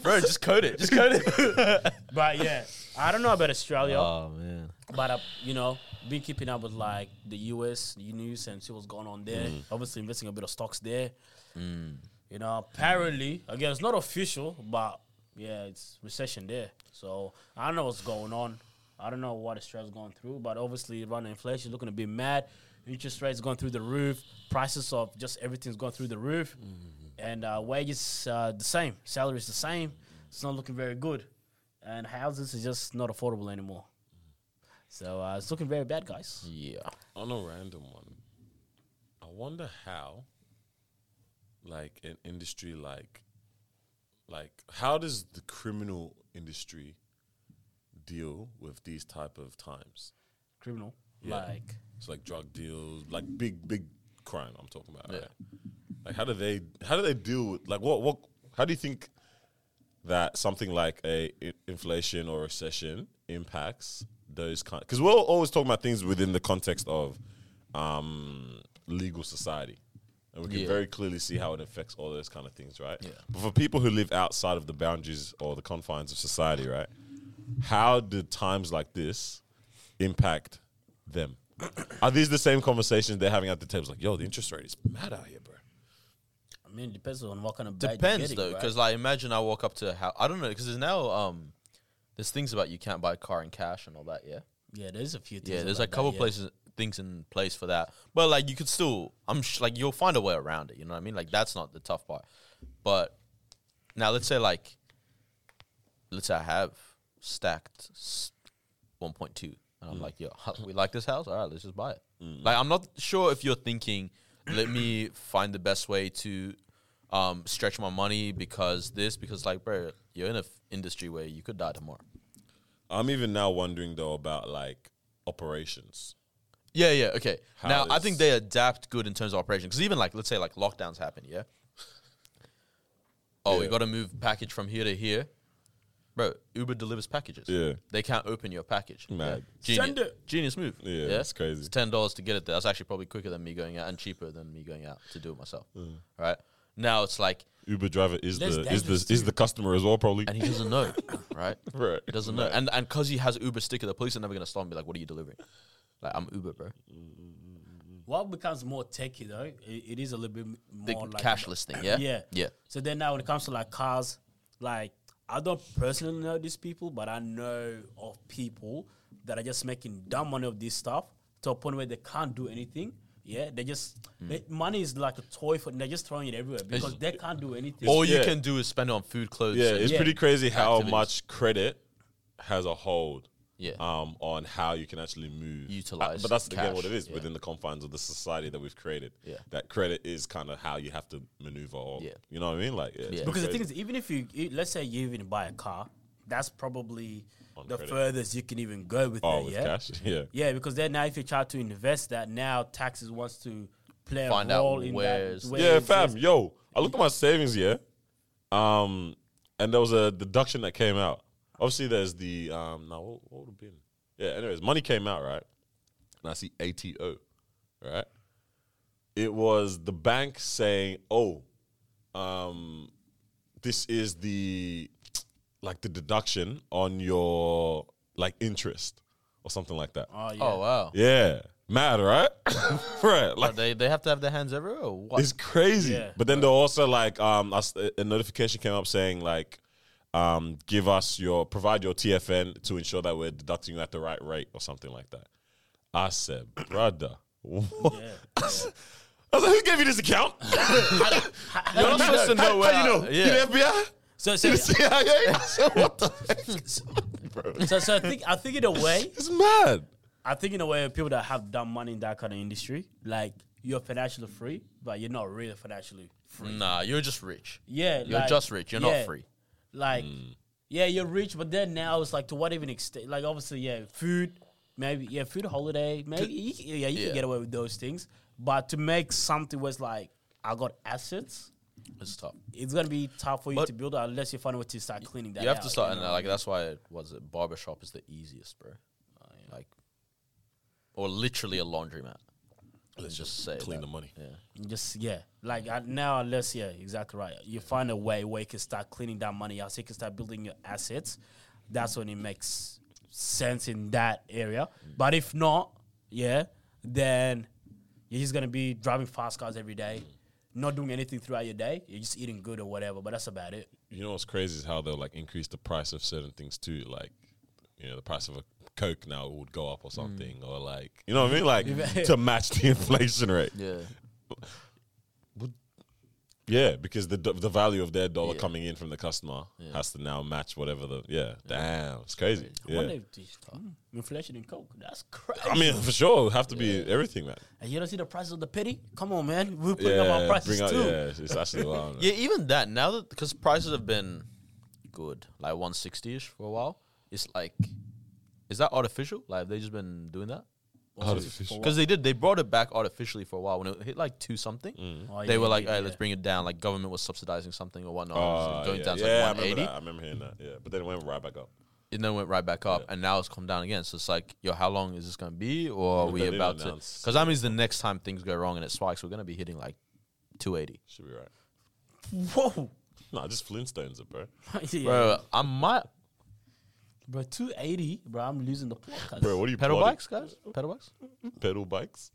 S1: bro, just code it. Just
S3: [laughs]
S1: code it.
S3: but yeah, I don't know about Australia,
S1: oh man.
S3: but uh, you know, been keeping up with like the US news and see what's going on there. Obviously, investing a bit of stocks there. You know, apparently, again, it's not official, but yeah, it's recession there. So I don't know what's going on. I don't know what Australia's going through, but obviously, running inflation looking to be mad. Interest rates going through the roof. Prices of just everything's going through the roof, and uh, wages uh, the same. Salary's the same. It's not looking very good, and houses is just not affordable anymore. So uh, it's looking very bad, guys.
S1: Yeah.
S2: On a random one, I wonder how, like, an industry like, like, how does the criminal industry deal with these type of times?
S3: criminal.
S2: Yeah.
S3: Like
S2: It's like drug deals, like big big crime. I'm talking about.
S1: Yeah.
S2: Right? Like how do they how do they deal with like what what how do you think that something like a i- inflation or recession impacts those kind? Because we're always talking about things within the context of um, legal society, and we can
S1: Yeah.
S2: very clearly see how it affects all those kind of things, right?
S1: Yeah.
S2: But for people who live outside of the boundaries or the confines of society, right? How do times like this impact them? Are these the same conversations they're having at the tables? Like, yo, the interest rate is mad out here, bro.
S3: I mean, it depends on what kind of bag you're
S1: Depends
S3: getting,
S1: though,
S3: right?
S1: because like imagine I walk up to a house. I don't know because there's now um, there's things about you can't buy a car in cash and all that. Yeah,
S3: yeah, there's a few things.
S1: yeah. There's
S3: like
S1: a couple
S3: that, yeah.
S1: places things in place for that, but like you could still, I'm sh- like you'll find a way around it. You know what I mean? Like that's not the tough part. But now let's say like, let's say I have stacked s- 1.2, and I'm
S3: Mm.
S1: like, yo, [laughs] we like this house. All right, let's just buy it. Like I'm not sure if you're thinking, let me find the best way to um, stretch my money because this because like, bro, you're in a f- industry where you could die tomorrow.
S2: I'm even now wondering though about like operations.
S1: Yeah, yeah, okay.
S2: How
S1: now I
S2: is-
S1: think they adapt good in terms of operation because even like let's say like lockdowns happen, yeah. Oh,
S2: Yeah.
S1: you got to move package from here to here, bro. Uber delivers packages.
S2: Yeah.
S1: they can't open your package.
S2: Mad.
S1: Genius,
S3: Send it.
S1: genius move.
S2: Yeah, that's crazy.
S1: It's ten dollars to get it there. That's actually probably quicker than me going out and cheaper than me going out to do it myself. Right now it's like,
S2: Uber driver is
S3: Less
S2: the is
S3: dangerous,
S2: the is the customer as well, probably.
S1: and he doesn't know, [coughs] right?
S2: [laughs] Right.
S1: He [laughs] doesn't know, and and because he has Uber sticker, the police are never gonna stop me. Like, what are you delivering? Like, I'm Uber, bro.
S3: What becomes more techy though, i- it is a little bit m-
S1: The
S3: more like
S1: cashless thing, yeah,
S3: Yeah.
S1: yeah.
S3: So then now when it comes to like cars, like I don't personally know these people, but I know of people that are just making dumb money of this stuff to a point where they can't do anything. Yeah, they just
S1: Mm.
S3: they- money is like a toy for. They're just throwing it everywhere because they can't do anything.
S1: All you
S2: yeah.
S1: can do is spend it on food, clothes.
S2: yeah,
S1: and-
S2: it's
S3: Yeah.
S2: pretty crazy how
S1: Activities.
S2: much credit has a hold.
S1: Yeah.
S2: Um, on how you can actually move, Uh,
S1: Utilize
S2: but that's again what
S1: cash,
S2: it is
S1: yeah.
S2: within the confines of the society that we've created.
S1: Yeah.
S2: That credit is kind of how you have to maneuver. Or,
S1: Yeah.
S2: You know what I mean? Like, yeah. it's
S1: Yeah.
S2: pretty
S3: Because the
S2: crazy.
S3: thing is, even if you i- let's say you even buy a car, that's probably
S2: On
S3: the
S2: credit.
S3: furthest you can even go with
S2: oh,
S3: it.
S2: with
S3: yeah,
S2: cash, [laughs] yeah.
S3: yeah, because then now if you try to invest that, now taxes wants to play
S1: Find
S3: a
S1: out
S3: role in
S1: where's-
S3: that. where
S2: Yeah,
S3: it
S2: fam.
S3: is.
S2: Yo, I looked at my savings, yeah. Um, and there was a deduction that came out. Obviously, there's the um. Now what, what would have been? Yeah. Anyways, money came out right, and I see ATO, right. It was the bank saying, "Oh, um, this is the like the deduction on your like interest or something like that."
S3: Oh yeah.
S1: Oh wow!
S2: Yeah, mad, right? [laughs] right, like
S1: But they they have to have their hands everywhere. Or what?
S2: it's crazy.
S3: Yeah.
S2: But then they're also like, um, us- a a notification came up saying like, um, give us your provide your TFN to ensure that we're deducting you at the right rate or something like that. I said, brother. what?" [laughs] I said, who gave you
S1: [laughs]
S2: this account?
S1: You're not supposed to know where.
S2: How you know?
S1: Yeah.
S2: You the FBI?
S3: So
S2: You [laughs]
S3: so,
S2: the CIA? I said,
S1: [laughs]
S2: what the heck? Bro, [laughs]
S3: so so I think I think in a way
S2: it's mad.
S3: I think in a way people that have dumb money in that kind of industry, like you're financially free, but you're not really financially free.
S1: Nah, you're just rich.
S3: Yeah,
S1: Mm. You're
S3: like-
S1: just rich. You're not
S3: yeah.
S1: free.
S3: Like,
S1: Mm.
S3: yeah, you're rich, but then now it's like to what even extent? Like, obviously, yeah, food, maybe, yeah, food holiday, maybe, you, c- yeah, you
S1: Yeah.
S3: can get away with those things. But to make something where it's like, I got assets,
S1: It's tough.
S3: it's gonna be tough for you
S1: But-
S3: to build it unless you find a way to start cleaning that.
S1: You have
S3: out,
S1: to start, and
S3: know?
S1: like that's why it was it barbershop is the easiest, bro. Like, or literally a laundromat. Let's just say
S2: Clean
S1: that.
S2: the money.
S3: just yeah, like I, now unless yeah, exactly right. You find a way where you can start cleaning that money out, so you can start building your assets. That's when it makes sense in that area. But if not, yeah, then you're just gonna be driving fast cars every day, not doing anything throughout your day. You're just eating good or whatever. But that's about it.
S2: you know what's crazy is how they'll like increase the price of certain things too. Like, you know, the price of a Coke now would go
S1: Mm.
S2: up or something, or like, you know what I mean?
S1: [laughs]
S2: Like, to match the inflation rate.
S1: Yeah.
S2: Yeah, because the do- the value of their dollar
S1: Yeah.
S2: coming in from the customer has to now match whatever the. Yeah, damn, it's crazy.
S3: I wonder
S2: Yeah.
S3: if this- mm, inflation in coke. That's crazy.
S2: I mean, for sure, it'll have to be everything, man.
S3: and you don't see the prices of the pity? Come on, man. We're putting
S2: Yeah,
S3: up our prices
S2: bring out,
S3: too.
S2: yeah, it's- it's
S1: [laughs]
S2: actually wild. man.
S1: Yeah, even that now that because prices have been good, like 160 ish for a while. It's like Is that artificial? Like, have they just been doing that?
S2: Artificial.
S1: Because they did, they brought it back artificially for a while. When it hit like two something,
S2: Mm.
S3: Oh,
S1: they
S3: yeah,
S1: were like,
S3: yeah,
S1: "All right,
S3: yeah.
S1: let's bring it down." Like government was subsidizing something or whatnot, it was,
S2: Uh,
S1: like, going
S2: yeah,
S1: down to
S2: yeah,
S1: like
S2: I remember
S1: 180.
S2: that. I remember hearing that. Yeah, but then it went right back up.
S1: and then went right back up, and now it's come down again. So it's like, yo, how long is this gonna be, or are
S2: But
S1: we
S2: they didn't
S1: about to?
S2: announce.
S1: Because that means the next time things go wrong and it spikes, we're gonna be hitting like 280.
S2: Should be right.
S3: [laughs] Whoa,
S2: Nah, just Flintstones it, bro.
S3: yeah. bro,
S1: Bro, I might
S3: two eighty, bro. I'm losing the podcast.
S2: Bro, what are you
S1: pedal
S2: plotting?
S1: bikes, guys. Pedal bikes.
S2: Pedal bikes.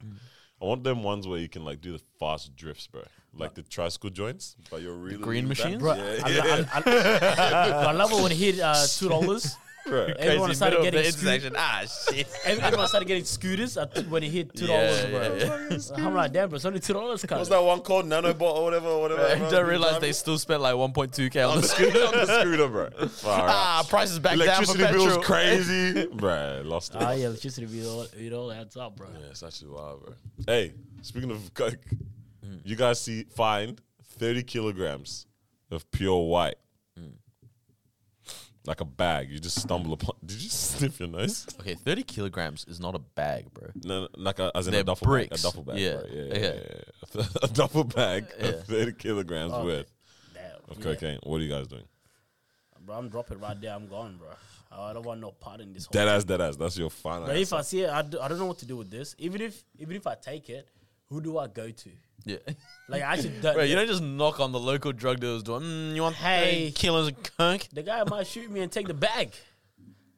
S2: I want them ones where you can like do the fast drifts, bro. Like the tricycle joints, but you're really
S1: green
S2: leaning
S1: machines?
S2: back.
S3: Bro,
S2: Yeah,
S3: I, lo- I, I- I love it when it hit uh, two dollars.
S2: bro.
S3: Everyone started
S1: middle of the
S3: getting scooters.
S1: intersection. Ah, [laughs] shit.
S3: Everyone started getting scooters at two- when it hit two dollars,
S1: Yeah,
S3: bro.
S1: yeah,
S3: I'm like, damn, bro, it's only two dollars.
S2: What's that one called? Nanobot or whatever,
S1: [laughs]
S2: or whatever.
S1: I
S2: everyone's been
S1: didn't realize
S2: driving? [laughs]
S1: they still spent like 1.2k on
S2: on
S1: the
S2: the
S1: scooter.
S2: scooter, on the scooter,
S1: [laughs]
S2: bro. Far out.
S1: Ah, prices back down for
S2: Electricity
S1: petrol. [laughs]
S2: bill's crazy, bro. Lost it.
S3: Ah, yeah, electricity bill, it all adds up, bro.
S2: Yeah, it's actually wild, bro. Hey, speaking of coke,
S1: Mm.
S2: you guys see find thirty kilograms of pure white,
S1: Mm.
S2: like a bag. You just stumble upon. Did you [laughs] sniff your nose?
S1: Okay, 30 kilograms is not a bag, bro.
S2: No, no, like a, as in a
S1: They're
S2: duffel bag.
S1: bricks.
S2: A duffel bag.
S1: Yeah,
S2: right, yeah, yeah,
S1: okay.
S2: yeah, [laughs] yeah. a duffel bag
S1: Yeah. Oh,
S2: of thirty kilograms
S3: Okay.
S2: worth
S3: Damn.
S2: of
S3: yeah.
S2: cocaine. What are you guys doing?
S3: Bro, I'm dropping right there. I'm gone, bro. I don't want no part in this. Whole
S2: Dead ass, dead ass. That's your final.
S3: But if I see it, I, d- I don't know what to do with this. Even if even if I take it, who do I go to?
S1: Yeah.
S3: Like I actually don't.
S1: [laughs] Bro, you don't just knock on the local drug dealer's door. Mm, you want
S3: Hey.
S1: 30 kilos of coke?
S3: the guy might shoot me and take the bag.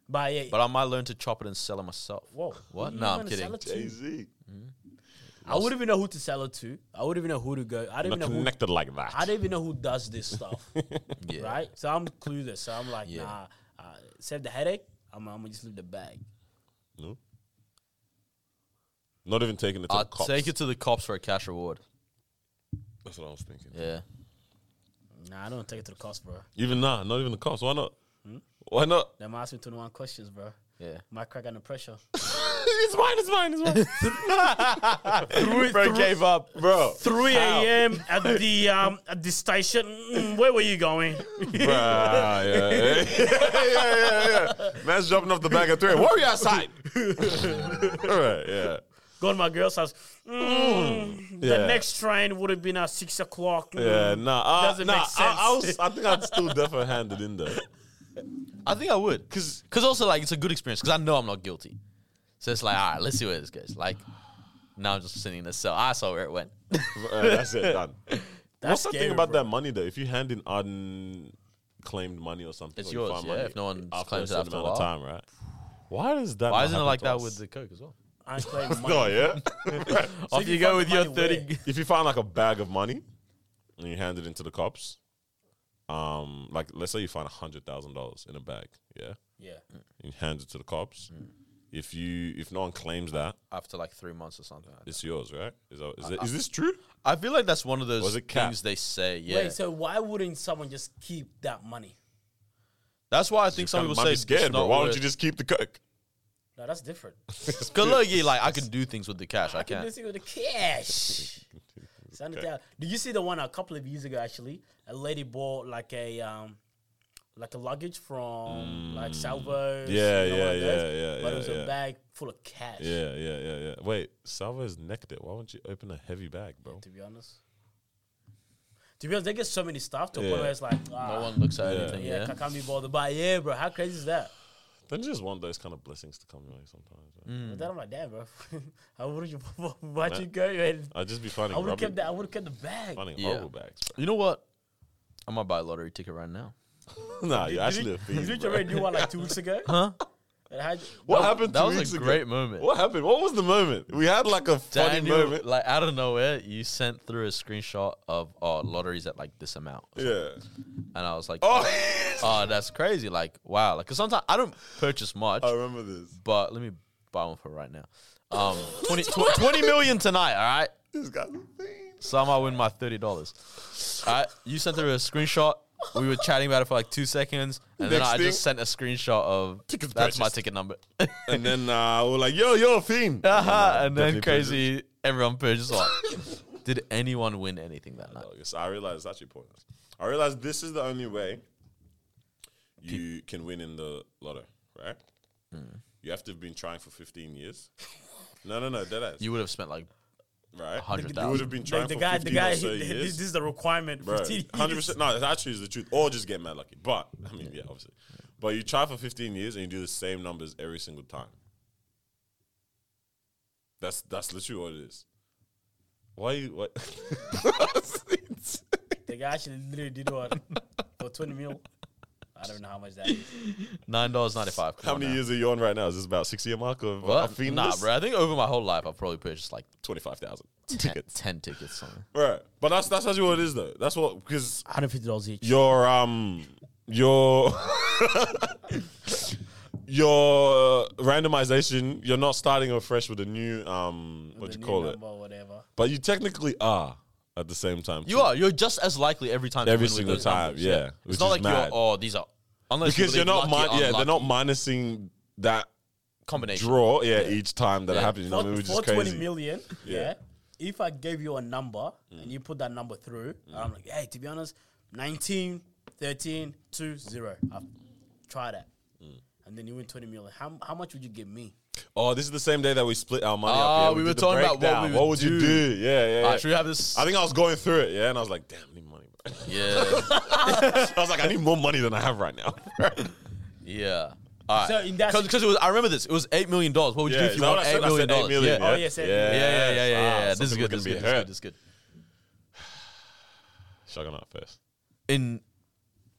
S3: But yeah,
S1: But I might learn to chop it and sell it myself.
S3: whoa,
S1: What?
S3: who
S1: Nah,
S3: you
S1: I'm
S3: gonna sell
S1: kidding.
S3: it to?
S2: Jay Z.
S3: I wouldn't even know who to sell it to. I wouldn't even know who to go. I don't
S2: Not
S3: even know. Who,
S2: connected like that.
S3: I don't even know who does this [laughs] stuff,
S1: Yeah.
S3: right? So I'm clueless. So I'm like,
S1: Yeah.
S3: nah. Uh, save the headache. I'm, I'm gonna just leave the bag.
S2: No. Not even taking it to
S1: I'll
S2: the cops.
S1: take it to the cops for a cash reward.
S2: That's what I was thinking.
S1: Yeah.
S3: Nah, I don't take it to the cost, bro.
S2: Even nah, not even the cops. Why not?
S1: Hmm?
S2: Why not? [laughs]
S3: They might ask me 21 questions, bro.
S1: Yeah.
S3: Might crack under pressure.
S2: it's mine. It's mine. It's mine.
S1: [laughs]
S2: [laughs]
S1: Bro gave up.
S2: Bro,
S3: 3
S2: How?
S3: a.m. at [laughs] the um, at the station. Mm, where were you going?
S2: Bruh, yeah, yeah,
S1: [laughs]
S2: yeah, yeah, yeah. Man's jumping off the back of three. Why are
S1: [laughs]
S2: you outside? All right, yeah.
S3: Go to my girl's house. Mm,
S2: Yeah.
S3: The next train would have been at six o'clock. Mm.
S2: Yeah, nah, uh,
S3: Doesn't
S2: nah.
S3: make
S2: I, I,
S3: sense.
S2: was, I think I'd still definitely hand it in there.
S1: I think I would. Cause, Cause also like it's a good experience because I know I'm not guilty. So it's like, all right, let's see where this goes. Like now I'm just sitting in the cell. I saw where it went.
S2: Uh, that's it,
S3: [laughs]
S2: done. What's the
S3: scary,
S2: thing about
S3: bro.
S2: that money though? If you hand in unclaimed money or something,
S1: It's
S2: or you
S1: yours,
S2: find
S1: yeah,
S2: money
S1: if no one
S2: after
S1: claims it
S2: certain
S1: after a
S2: amount of
S1: while.
S2: time, right? Why does that?
S1: Why
S2: not
S1: isn't it
S2: happen
S1: like
S2: to
S1: that
S2: us?
S1: with the coke as well?
S3: Unclaimed money.
S2: Oh yeah. [laughs]
S1: Off
S3: if
S1: you,
S3: you
S1: go
S3: find
S1: with
S3: the
S1: your
S3: money,
S1: thirty.
S2: if you find like a bag of money and you hand it into the cops, um, like let's say you find a hundred thousand dollars in a bag, yeah,
S3: Yeah.
S2: you hand it to the cops. If you if no one claims that,
S1: After like three months or something. Like that.
S2: it's yours, right? Is that, is, it, is this true?
S1: I feel like that's one of those
S2: Was it cap?
S1: things they say. Yeah,
S3: Wait, so why wouldn't someone just keep that money?
S1: that's why I think some
S2: Kinda
S1: people
S2: might
S1: say
S2: be scared, but why don't you just keep the coke?
S3: No, that's different.
S1: Cause look, yeah, like I
S2: [laughs]
S1: can do things with the cash. I
S3: I can
S1: can't.
S3: this with the cash. Send it out. Did you see the one a couple of years ago? Actually, a lady bought like a um, like a luggage from like Salvo's.
S2: Mm. Yeah,
S3: you know,
S2: yeah,
S3: one of those,
S2: yeah, yeah,
S3: But
S2: yeah,
S3: it was
S2: yeah.
S3: a bag full of cash.
S2: Yeah, yeah, yeah, yeah. Wait, Salvo's necked it. Why wouldn't you open a heavy bag, bro?
S3: To be honest. To be honest, they get so many stuff to a point
S2: Yeah.
S3: where it's like, ah,
S1: No one looks at
S2: Yeah.
S1: anything.
S3: yeah,
S1: Yeah.
S3: I can't be bothered. But yeah, bro, how crazy is that?
S2: Don't you just want those kind of blessings to come your way sometimes? Right?
S3: But then I'm like, damn, bro, [laughs] I would you [laughs] watch you go and
S2: I'd just be finding
S3: I would have
S2: rubbish,
S3: kept that. I would have kept the bag.
S2: finding
S1: Yeah.
S2: horrible bags.
S1: You know what? I might buy a lottery ticket right now.
S2: Bro. nah, you're actually a
S3: Did
S2: thief.
S3: [laughs] you
S2: bro.
S3: already do one like two weeks ago?
S1: Huh?
S3: And how'd-
S2: What happened?
S1: That
S2: two
S1: was
S2: weeks
S1: a
S2: ago?
S1: great moment.
S2: What happened? What was the moment? We had like a funny
S1: Daniel,
S2: moment.
S1: like out of nowhere, you sent through a screenshot of oh lotteries at like this amount,
S2: yeah.
S1: and I was like, oh,
S2: Oh, [laughs]
S1: that's crazy. Like wow, like because sometimes I don't purchase much,
S2: I remember this.
S1: but let me buy one for right now.
S2: [laughs]
S1: Um, 20, tw- 20 million tonight. All right,
S2: This guy's a fiend.
S1: so I might win my thirty dollars. All right, you sent through a screenshot. We were chatting about it for like two seconds, and then
S2: Next
S1: I
S2: thing-
S1: just sent a screenshot of
S2: Tickets
S1: that's my
S2: purchased."
S1: ticket [laughs] number.
S2: And then uh, we're like, "Yo, you're
S1: [laughs]
S2: a fiend."
S1: Aha, and then
S2: Definitely
S1: crazy, everyone purchased one. Did anyone win anything that night?
S2: Oh, yes, I realized it's actually pointless. I realized this is the
S1: Mm.
S2: only way you can win in the lotto, right? you have to have been trying for 15 years. No, no, no, that is
S1: You would have spent like
S2: right. You
S1: 100,000.
S2: would have been trying
S3: Like the
S2: for
S3: guy, the
S2: 15
S3: guy,
S2: or so
S3: this
S2: years.
S3: is the requirement.
S2: Bro,
S3: 15 years.
S2: 100%. No, that actually is the truth. Or just get mad lucky. But, I mean, yeah, obviously. But you try for 15 years and you do the same numbers every single time. That's that's literally what it is. Why you. What?
S3: The guy actually literally did what [laughs] for 20 mil. I don't know how much that is.
S1: nine dollars ninety five.
S2: How many years are you on right now? Is this about 60 a mark of
S1: What?
S2: of Phoenix?
S1: Nah, bro. I think over my whole life, I've probably purchased like
S2: 25,000
S1: ten,
S2: tickets.
S1: 10 tickets. Something.
S2: Right. But that's that's actually what it is though. That's what because
S3: 150 dollars each.
S2: your um your [laughs] your uh, randomization, you're not starting afresh with a new um what do you call it?
S3: whatever.
S2: But you technically are at the same time.
S1: You
S2: too.
S1: are. You're just as likely every time. to
S2: every
S1: win with
S2: single
S1: those
S2: time,
S1: numbers,
S2: yeah. Which
S1: It's not
S2: is
S1: like
S2: mad.
S1: you're. Oh, these are. Unless
S2: because you're not
S1: lucky,
S2: min- yeah, they're not
S1: unlucky
S2: minusing that
S1: combination.
S2: draw, yeah, each time that
S1: Yeah.
S2: happens. You know,
S3: For,
S2: what I mean, which is
S3: for 20
S2: crazy.
S3: million, yeah.
S2: Yeah. Mm.
S3: If I gave you a number and you put that number through, and I'm like, hey, to be honest, 19, 13, 2, 0. I've tried that.
S2: Mm.
S3: And then you win 20 million. How, how much would you give me? [laughs]
S2: Oh, this is the same day that we split our money up.
S1: Ah,
S2: yeah.
S1: we were
S2: did the
S1: talking about what
S2: breakdown.
S1: we would
S2: What would you
S1: do.
S2: do? Yeah, yeah. yeah.
S1: Alright, should we have this?
S2: I think I was going through it, yeah, and I was like, damn, I need money, bro. [laughs]
S1: Yeah.
S2: I was like, I need more money than I have right now.
S1: Yeah. All right.
S3: So in that
S1: because it was, I remember this. It was eight million dollars. What would you do
S2: Yeah,
S1: if
S2: is
S1: you
S2: that
S1: won
S2: what I
S1: eight
S2: said? I
S1: million
S2: said
S1: dollars?
S2: eight million.
S1: Yeah.
S3: Oh, yes, eight million.
S1: Yeah, yeah, yeah, yeah, yeah.
S2: Ah,
S1: yeah.
S2: some
S1: This is
S2: people
S1: good.
S2: can
S1: This is
S2: be
S1: good. This is
S2: hurt.
S1: good. This is good.
S2: Shotgun up first.
S1: In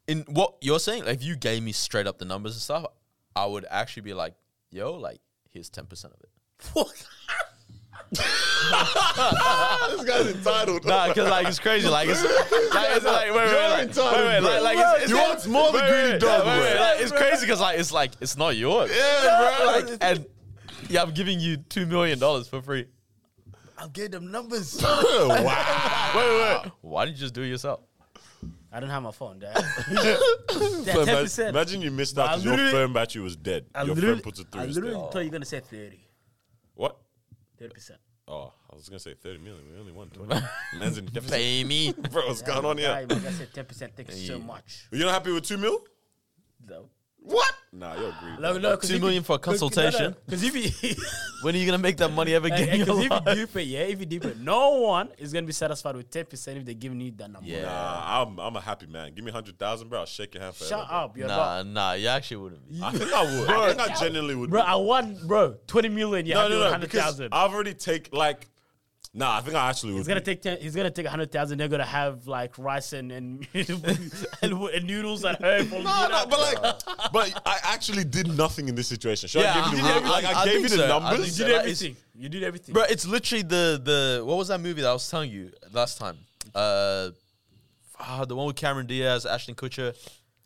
S1: in what you're saying, like, if you gave me straight up the numbers and stuff, I would actually be like, yo, like here's ten percent of it.
S2: This guy's entitled.
S1: Nah, because like it's crazy. Like it's like, [laughs] it's like wait, wait,
S2: [laughs] You're
S1: wait, like, wait,
S2: entitled,
S1: wait, like,
S2: bro.
S1: like it's,
S2: You
S1: it's
S2: want more than
S1: wait,
S2: greedy
S1: wait,
S2: dog,
S1: yeah, wait,
S2: bro.
S1: wait, like, It's crazy because like it's like it's not yours.
S2: yeah, bro.
S1: Like, and yeah, I'm giving you two million dollars for free.
S3: I gave them numbers.
S2: [laughs] wow.
S1: Wait, wait. Why didn't you just do it yourself?
S3: I don't have my phone. [laughs] Dad.
S2: So
S3: Ten
S2: ima-
S3: percent.
S2: Imagine you missed out
S3: I
S2: because your
S3: literally-
S2: phone battery was dead.
S3: I
S2: your
S3: literally,
S2: phone puts it through.
S3: I
S2: is
S3: literally
S2: dead.
S3: thought you were gonna say 30.
S2: What?
S3: 30 percent.
S2: Oh, I was gonna say thirty million. We only won twenty. Man's in deficit.
S1: Pay [laughs] me.
S2: Bro, what's going on
S3: Yeah.
S2: here?
S3: Like I said, 10 percent. Thank you so much.
S2: You're not happy with two mil?
S3: No,
S2: What? Nah, you're greedy.
S3: no, no 'cause
S1: Two
S3: if
S1: million
S3: you-
S1: for a
S3: 'cause- no, no,
S1: consultation.
S2: [laughs]
S3: 'cause if you, [laughs]
S1: When are you gonna make that money ever
S3: Hey,
S1: again?
S3: hey,
S1: in
S3: 'cause
S1: your
S3: if you
S1: life?
S3: deep it, yeah, if you deep it, no one is gonna be satisfied with 10 percent if they're giving you that number.
S1: Yeah.
S2: Nah, I'm I'm a happy man. Give me hundred thousand, bro. I'll shake your hand for
S3: Shut up, you're
S1: Nah, nah, you actually wouldn't. Be.
S2: I think I would. I think I genuinely would.
S3: Bro, I want, bro, 20 million. Yeah,
S2: no, no, no. Because
S3: 100,000.
S2: I've already take like. Nah, I think I actually would.
S3: He's gonna
S2: be.
S3: take ten, he's gonna take hundred thousand. They're gonna have like rice and and, [laughs] and, noodles at home. for
S2: No,
S3: dinner.
S2: no, but like, but I actually did nothing in this situation. Should
S1: Yeah,
S2: I give you
S1: I-
S2: the
S1: I-
S2: real- like I,
S1: I
S2: gave you
S1: think
S2: the
S1: so. I
S2: numbers?
S1: think
S3: you
S1: so.
S3: did
S1: like,
S3: everything. You did everything.
S1: Bro, it's literally the the what was that movie that I was telling you last time? Uh, ah, the one with Cameron Diaz, Ashton Kutcher.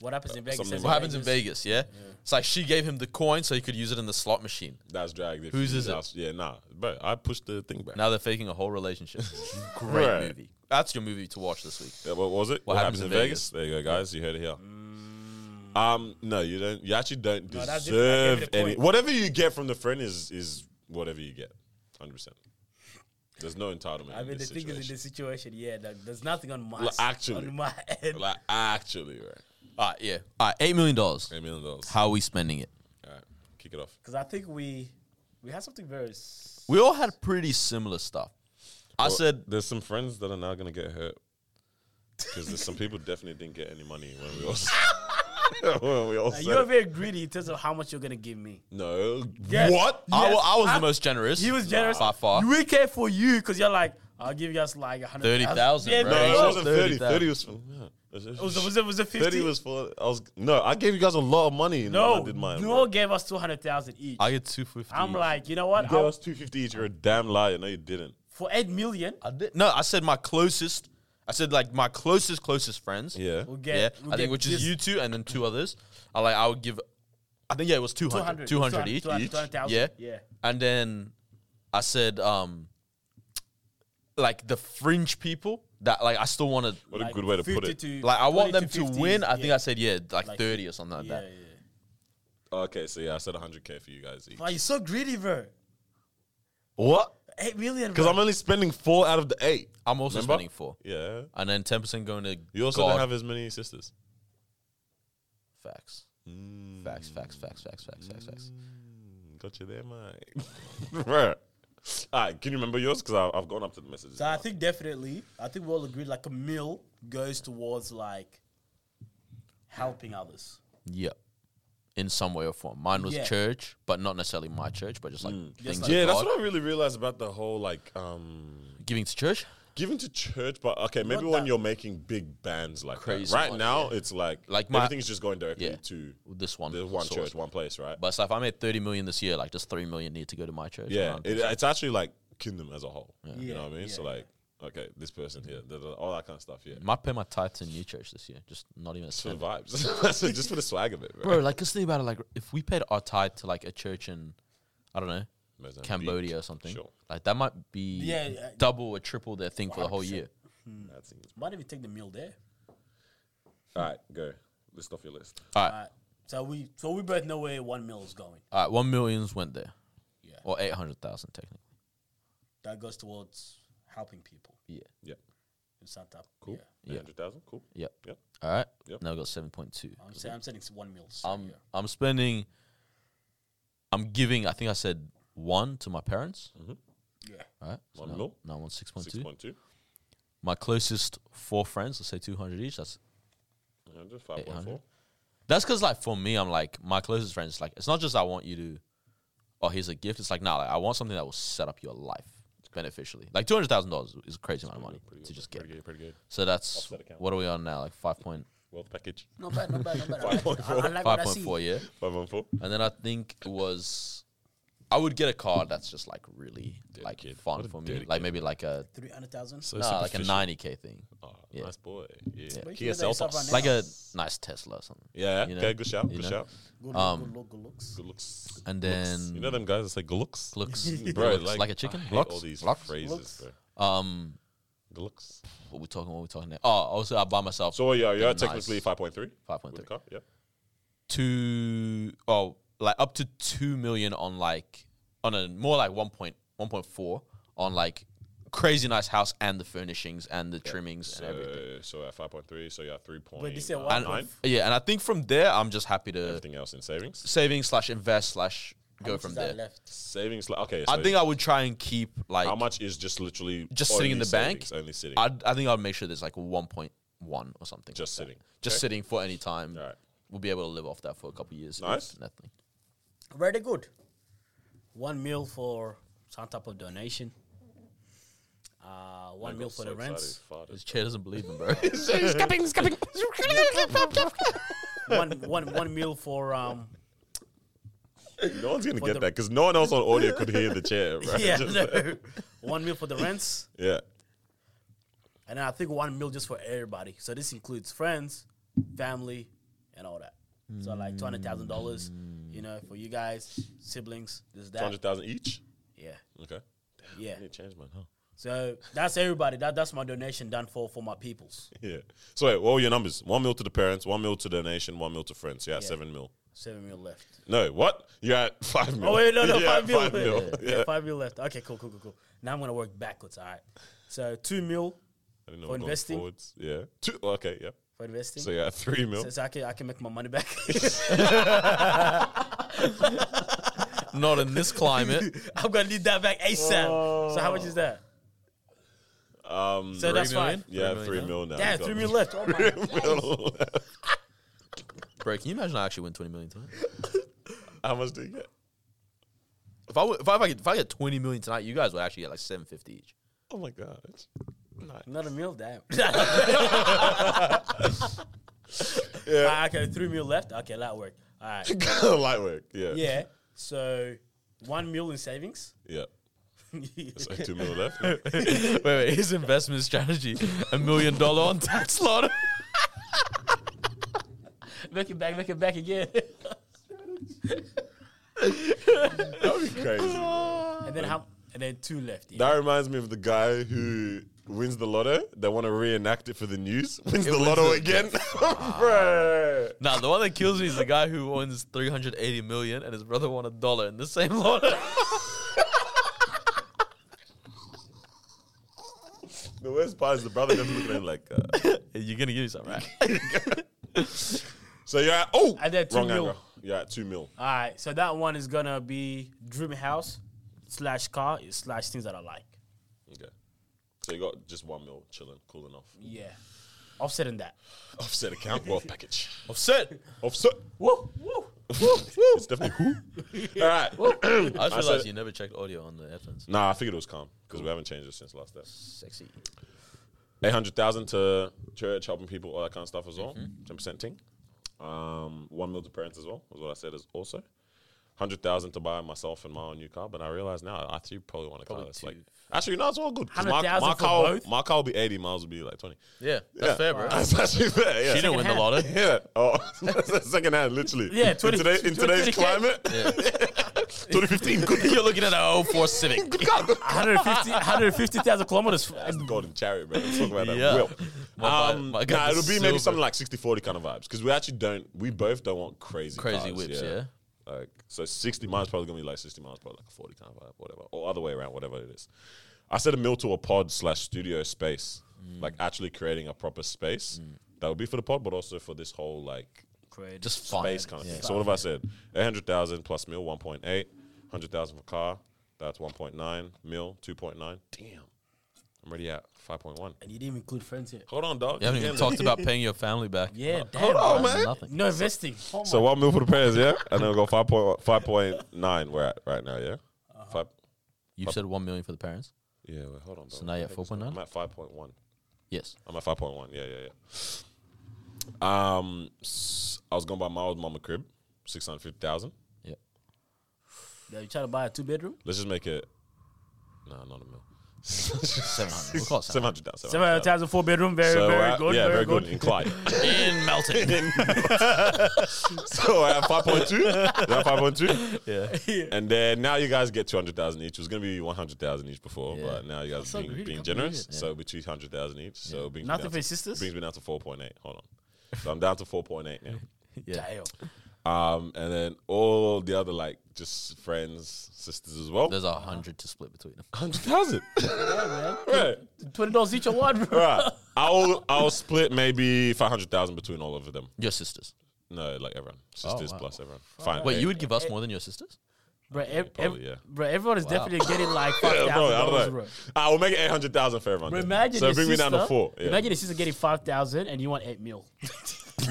S3: what happens in Vegas?
S2: something like
S3: stays
S1: What happens in Vegas? Yeah? it's like she gave him the coin so he could use it in the slot machine.
S2: That's drag. If
S1: Whose
S2: you-
S1: is it?
S2: that's- Yeah, nah, but I pushed the thing back.
S1: Now they're faking a whole
S3: [laughs]
S1: relationship. Great
S2: Right.
S1: movie. That's your movie to watch this week.
S2: Yeah, what was it? What, happens, in Vegas? There you go, guys. You heard it here. Um, no, you don't. You actually don't
S3: Mm. that's different. I
S2: deserve
S3: gave it a
S2: any.
S3: point.
S2: Whatever you get from the friend is is whatever you get. Hundred percent. There's no entitlement.
S3: I
S2: in
S3: mean, the
S2: this
S3: thing is, in
S2: situation.
S3: this situation, yeah, that there's nothing on my
S2: Like, actually.
S3: on my [laughs] head.
S2: like actually, right?
S1: All right, yeah. All right, eight million dollars.
S2: Eight million dollars.
S1: How are we spending it?
S2: All right, kick it off.
S3: Because I think we we had something very. s-
S1: We all had pretty similar stuff. I said
S2: There's some friends that are now gonna get hurt because there's some people definitely didn't get any money when we all. s- [laughs] when we all
S3: Now,
S2: said
S3: you're
S2: it.
S3: very greedy in terms of how much you're gonna give me.
S2: no.
S3: Yes.
S2: What?
S1: I,
S3: Yes,
S1: wa- I was
S3: I-
S1: the most generous.
S3: He was generous.
S1: by far.
S3: We care for you because you're like, I'll give you guys like a hundred
S1: 30,000,
S3: Yeah,
S1: bro.
S2: No,
S1: Right.
S2: it
S3: no.
S2: wasn't 30.
S1: 30,000.
S2: 30 was for. yeah.
S3: It was, was it was it
S2: 30
S3: fifty?
S2: was for. I was no. I gave you guys a lot of money. No,
S3: no,
S2: I did mine.
S3: no,
S2: bro.
S3: gave us two hundred thousand each.
S1: I get two fifty.
S3: I'm like, you know what?
S2: You gave
S3: I'll-
S2: us 250 each. You're a damn liar. No, you didn't.
S3: for eight million,
S1: I did no. I said my closest. I said like my closest closest friends.
S2: Yeah.
S3: we'll get.
S1: yeah.
S3: we'll
S1: I think
S3: get
S1: which is
S3: this
S1: you two and then two others. I like I would give. I think yeah, it was 200,
S3: 200,
S1: 200, each.
S3: 200,
S1: each.
S3: 200,000,
S1: yeah.
S3: yeah.
S1: And then I said um, like the fringe people that like I still want to.
S2: What
S3: like
S2: a good way to put
S3: 50
S2: it.
S3: to-
S1: Like I
S3: 20
S1: want them to
S3: 50,
S1: win. I
S3: yeah.
S1: think I said yeah, like,
S3: Like,
S1: thirty or something like
S3: yeah,
S1: that.
S3: yeah.
S2: Okay, so yeah, I said 100k for you guys each.
S3: Wow, you're so greedy, bro.
S2: What?
S3: Eight million.
S2: Because
S3: bro.
S2: I'm only spending four out of the eight.
S1: I'm also
S2: Remember?
S1: spending four,
S2: Yeah.
S1: and then ten percent going to
S2: You also
S1: God.
S2: don't have as many sisters. Mm.
S1: facts. Facts, facts, facts, facts, facts, facts, facts.
S2: Got you there, [laughs] mate. right. All right. Can you remember yours? Because I've gone up to the messages.
S3: So I think definitely, I think we all agree like a meal goes towards like helping others.
S1: Yeah. In some way or form. Mine was
S3: Yeah. Mm.
S1: church, but not necessarily my church, but just like things
S3: Just
S1: of
S3: like-
S2: yeah, that's
S1: God.
S2: what I really realized about the whole like um
S1: giving to church.
S2: giving to church. But okay, maybe
S3: Not
S2: when
S3: that-
S2: you're making big bands like that.
S1: Crazy
S2: Right
S1: one,
S2: now, it's like
S1: Like my-
S2: everything's just going directly
S1: Yeah.
S2: to
S1: This one,
S2: the one
S1: source.
S2: church, one place, right?
S1: But it's like if I made thirty million this year, like just three million need to go to my church.
S2: yeah,
S1: around
S2: it,
S1: things.
S2: it's actually like kingdom as a whole. You
S3: Yeah,
S2: know what I mean?
S3: yeah,
S2: so
S3: yeah.
S2: like, okay, this person here, da, da, da, all that kind of stuff. Yeah,
S1: might pay my tithe to new church this year. Just not even a
S2: just for the
S1: cent.
S2: vibes, [laughs] So just for the swag of it, bro.
S1: Bro, like just think about it. Like if we paid our tithe to like a church in, I don't know,
S2: Mozambique.
S1: Cambodia or something,
S2: Sure.
S1: like that might be
S3: Yeah, yeah.
S1: double or triple their thing for the whole year.
S2: That's it.
S3: Might even take the meal there.
S2: All right, go list off your list.
S1: All right,
S3: All right. So we so we both know where one meal is going.
S1: all right, one millions went there,
S3: Yeah.
S1: or eight hundred thousand technically.
S3: That goes towards helping people
S1: Yeah,
S2: Yeah,
S3: in Santa.
S2: cool.
S1: Yeah.
S2: Hundred thousand, cool.
S1: yep.
S2: Yep.
S1: All right,
S2: Yep.
S1: now we got seven point two.
S3: I'm saying I'm saying it's one meal. So
S1: I'm
S3: yeah.
S1: I'm spending. I'm giving. I think I said one to my parents.
S3: Yeah.
S1: All right, so
S2: Mm-hmm. One
S1: now,
S2: mil.
S1: now I'm on six point
S2: Six
S1: two.
S2: point two.
S1: my closest four friends, let's say 200 each. That's
S2: Hundred. Five point four.
S1: 800. that's because like for me, I'm like my closest friends. Like it's not just I want you to, oh here's a gift. It's like nah, like, I want something that will set up your life beneficially. Like two hundred thousand dollars is a crazy amount of money to just get.
S2: Pretty good. Pretty good.
S1: So that's
S2: Offset account.
S1: what are we on now? Like five point
S2: Wealth package.
S3: Not bad, not bad,
S1: [laughs]
S3: not bad. I like, it. I,
S2: 5.4.
S3: I like
S1: five
S3: what I
S1: point
S3: see.
S1: four, yeah.
S2: Five point four.
S1: And then I think it was, I would get a card that's just like really like
S2: kid.
S1: fun
S2: What a
S1: for me.
S2: dirty
S1: Like maybe like a
S3: Three hundred thousand.
S2: So
S1: nah, like a ninety k thing,
S2: Oh,
S1: Yeah.
S2: Nice boy. Yeah.
S1: Yeah.
S2: yeah.
S1: But
S2: Kia
S3: you know that
S2: Seltos.
S3: it's
S1: like a nice Tesla or something.
S2: Yeah.
S1: you know,
S2: okay. Good shout.
S1: you know.
S2: Good shout.
S3: Good,
S1: um,
S3: good look, good looks.
S2: Good looks.
S1: And
S2: Looks.
S1: then-
S2: you know them guys that say
S1: [laughs]
S2: good looks.
S1: Looks,
S2: [laughs] Bro,
S1: looks like, a chicken.
S2: I hate
S1: Looks?
S2: all these
S1: Looks?
S2: phrases,
S3: Looks?
S2: bro.
S1: Um,
S2: Good looks.
S1: what we talking? What we talking? There? Oh, also I buy myself
S2: So yeah, you're
S1: Nice.
S2: technically five point three.
S1: five point
S2: With the
S1: three
S2: car. Yeah.
S1: two. Oh, like up to two million on like on a more like one point one point four on like crazy nice house and the furnishings and the trimmings
S2: So,
S1: and everything.
S2: so at five point three, so you're at three point
S3: Wait, this is a
S2: nine.
S3: one
S1: And yeah, and I think from there I'm just happy to
S2: Everything else in savings.
S1: saving slash invest slash
S3: How
S1: go
S3: much
S1: from
S3: is that
S1: there.
S3: Left.
S2: Savings. Like, okay.
S1: I
S2: so
S1: think I would try and keep like
S2: how much is just literally
S1: just sitting in
S2: only
S1: the bank.
S2: savings, Only sitting.
S1: I'd, I think I'd make sure there's like one point one or something.
S2: Just
S1: like that.
S2: sitting.
S1: Just
S2: Okay.
S1: sitting for any time.
S2: Alright.
S1: We'll be able to live off that for a couple of years. if
S2: Nice.
S1: Nothing.
S3: Very good. One meal for some type of donation. Uh, one meal for the rents.
S1: His chair doesn't believe him,
S2: [laughs]
S1: bro.
S2: [laughs]
S3: one, one, one meal for um.
S2: No one's gonna
S3: For
S2: get
S3: the-
S2: that because no one else on audio could hear the
S3: [laughs]
S2: chair. Right? [laughs]
S3: Yeah,
S2: [laughs] Just-
S3: no. [laughs] one meal for the rents, [laughs]
S2: yeah.
S3: and then I think one meal just for everybody. So this includes friends, family, and all that. So like two hundred thousand dollars, you know, for you guys, siblings, this
S2: Two
S3: that.
S2: hundred thousand each.
S3: Yeah,
S2: Okay.
S3: yeah.
S2: I need to change mine, huh? [laughs]
S3: So that's everybody. That that's my donation done for for my peoples.
S2: Yeah. So wait, what were your numbers? One mil to the parents, one mil to the nation, one mil to friends. Yeah,
S3: Yeah.
S2: seven mil.
S3: Seven meal
S2: [laughs]
S3: left.
S2: No, what? You're at [laughs] five mil.
S3: Oh wait, no, no,
S2: You're
S3: five
S2: at
S3: mil.
S2: Five mil.
S3: Yeah,
S2: Yeah.
S3: five mil left. Okay, cool, cool, cool, cool. Now I'm gonna work backwards. All right. So two mil
S2: I didn't know
S3: For
S2: we're going
S3: investing?
S2: forwards. Yeah. Two. Okay. Yeah.
S3: for investing.
S2: So
S3: So,
S2: you're at three mil.
S3: so I can I can make my money back.
S1: [laughs]
S2: [laughs]
S3: [laughs]
S1: Not in this climate.
S3: I'm gonna need that back ASAP. So how much is that?
S2: Um.
S3: So that's fine.
S2: yeah, three mil now.
S3: Yeah,
S2: You got
S3: three
S2: me.
S3: mil left. Oh
S2: [laughs]
S3: my
S2: Three mil.
S1: Bro, can you imagine I actually win 20 million tonight?
S2: [laughs] How much do you get?
S1: If I, w- if I, if I, get, if I get 20 million tonight, you guys would actually get like 750
S2: [laughs]
S1: each. [laughs]
S2: Oh my god. Nice. [laughs]
S3: Not a meal, damn. [laughs]
S2: Yeah.
S3: Ah, okay, three mil left. Okay, that worked. All right.
S2: Light work. Yeah.
S3: Yeah. So one mil in savings.
S2: Yeah. So two mil [laughs] left.
S1: wait, wait, his investment strategy a million dollar on tax lotto.
S3: [laughs] make it back, make it back again.
S2: That'd be crazy. bro.
S3: and then how? And then two left.
S2: [laughs]
S3: Yeah.
S2: That reminds me of the guy who wins the lotto. They want to reenact it for the news. [laughs] Wins the lotto again. [laughs] Bro.
S1: Nah, the one that kills me is the guy who wins 380 million and his brother won a dollar in the same lotto.
S2: The worst part is the brother just looking at him like. Uh,
S1: You're going to give me something, right?
S2: so you're at, oh,
S3: And then two
S2: wrong
S3: mil.
S2: angle. You're at two mil.
S3: All right, so that one is gonna be dream house slash car slash things that I like.
S2: Okay. So you got just one mil chilling, cooling [laughs] off.
S3: Yeah, offsetting that.
S2: Offset account, wealth package.
S1: Offset.
S2: Offset.
S3: Whoa, whoa.
S2: it's definitely who. All right.
S1: I just
S2: said-
S1: realized you never checked audio on the headphones.
S2: Nah, I figured it was calm because we haven't changed it since last day.
S1: Sexy.
S2: Eight hundred thousand to church, helping people, all that kind of stuff as well.
S1: Mm-hmm.
S2: 10 percent thing. Um, one mil to parents as well was what I said is also. Hundred thousand to buy myself and my own new car, but I realize now I actually probably want a car
S1: Probably
S2: that's
S1: two.
S2: like actually no, it's all good. 'cause My,
S3: 100,000
S2: my
S3: for
S2: car,
S3: both?
S2: my car will be eighty, miles will be like twenty.
S1: Yeah, that's
S2: Yeah.
S1: fair, bro.
S2: [laughs] That's actually fair. Yeah,
S1: She didn't win the
S3: Secondhand.
S1: lottery.
S2: [laughs] yeah. Oh, [laughs] second hand, literally.
S3: Yeah, 20
S2: in, today, in
S3: 20
S2: today's climate, twenty fifteen.
S1: [laughs]
S2: Good
S1: You're looking at an 04 Civic.
S2: God, good
S3: 150 150,000 kilometers.
S2: That's the golden chariot, man. Let's talk about that.
S1: [laughs] Yeah.
S2: Will.
S1: My
S2: Um,
S1: guy- my guy
S2: nah,
S1: is
S2: it'll be maybe
S1: silver.
S2: something like 60 40 kind of vibes because we actually don't, we both don't want crazy
S1: Crazy
S2: cars,
S1: whips, yeah.
S2: Like, so 60 miles probably gonna be like 60 miles, probably like a 40 kind of vibe, whatever, or other way around, whatever it is. I said a mill to a pod slash studio space,
S1: Mm.
S2: like actually creating a proper space that would be for the pod, but also for this whole like
S1: Just fun.
S2: space kind of thing. So what have I said? 800,000 plus mil, 1.8. 100,000 for car, that's 1.9. Mil, 2.9. Damn. I'm already at 5.1.
S3: And you didn't include friends here.
S2: Hold on, dog.
S1: You haven't even
S2: Again,
S1: talked about paying your family back.
S3: Yeah, damn.
S2: on,
S3: bro.
S2: man.
S1: Nothing.
S3: No investing.
S2: [laughs]
S3: Oh
S2: So one mil for the prayers, yeah? And then we'll go 5.9 we're at right now, yeah?
S1: Uh-huh.
S2: Five,
S1: You've said 1 million for the parents?
S2: yeah, wait, hold on, dog.
S1: So now you're at
S2: I think so.
S1: 4.9?
S2: I'm at 5.1.
S1: Yes.
S2: I'm at 5.1. Yeah, yeah, yeah. Um, s- I was going to buy my old mama crib, 650,000.
S1: Yeah.
S3: my- Yeah, you trying to buy a two bedroom?
S2: Let's just make it. No, not a mil. [laughs]
S1: [laughs] 700. We'll call it 700.
S2: 700,000. 700,000.
S3: 700,000 four bedroom. Very,
S2: So we're
S3: very
S2: at-
S3: good.
S2: Yeah,
S3: very, good.
S1: [laughs]
S2: In Clyde.
S1: In Melton.
S2: [laughs] so uh, we're at 5.2. We're at 5.2.
S1: [laughs] yeah.
S2: And then now you guys get 200,000 each. It was going to be 100,000 each before,
S1: Yeah.
S2: but now you guys
S3: so
S2: being,
S3: greedy,
S2: being
S3: can't
S2: generous. So it'll be 200,000 each. So it brings, me
S3: Nothing
S2: down
S3: for
S2: to,
S3: your sisters?
S2: brings me down to 4.8. Hold on. So I'm down to
S1: [laughs]
S2: 4.8 now.
S1: Yeah.
S3: Damn.
S2: Um, and then all the other, like, just friends, sisters as well.
S1: There's a 100 to split between them. [laughs]
S2: 100,000. right.
S3: $20 each or what, bro?
S2: Right. I'll, I'll split maybe 500,000 between all of them.
S1: Your sisters.
S2: No, like everyone. Sisters
S1: Oh, wow.
S2: plus everyone. Fine.
S1: Wait,
S2: Hey.
S1: you would give us more than your sisters?
S3: Bro, ev-
S2: probably,
S3: ev-
S2: yeah.
S3: bro everyone is definitely getting like
S2: [laughs] Yeah, bro, ah, I don't
S3: $5,000,
S2: know.
S3: bro.
S2: I will make it 800,000 for everyone.
S3: Bro,
S2: then.
S3: imagine
S2: so
S3: your
S2: bring me
S3: sister,
S2: down to four. Yeah.
S3: Imagine your sister getting 5,000 and you want 8 mil. [laughs]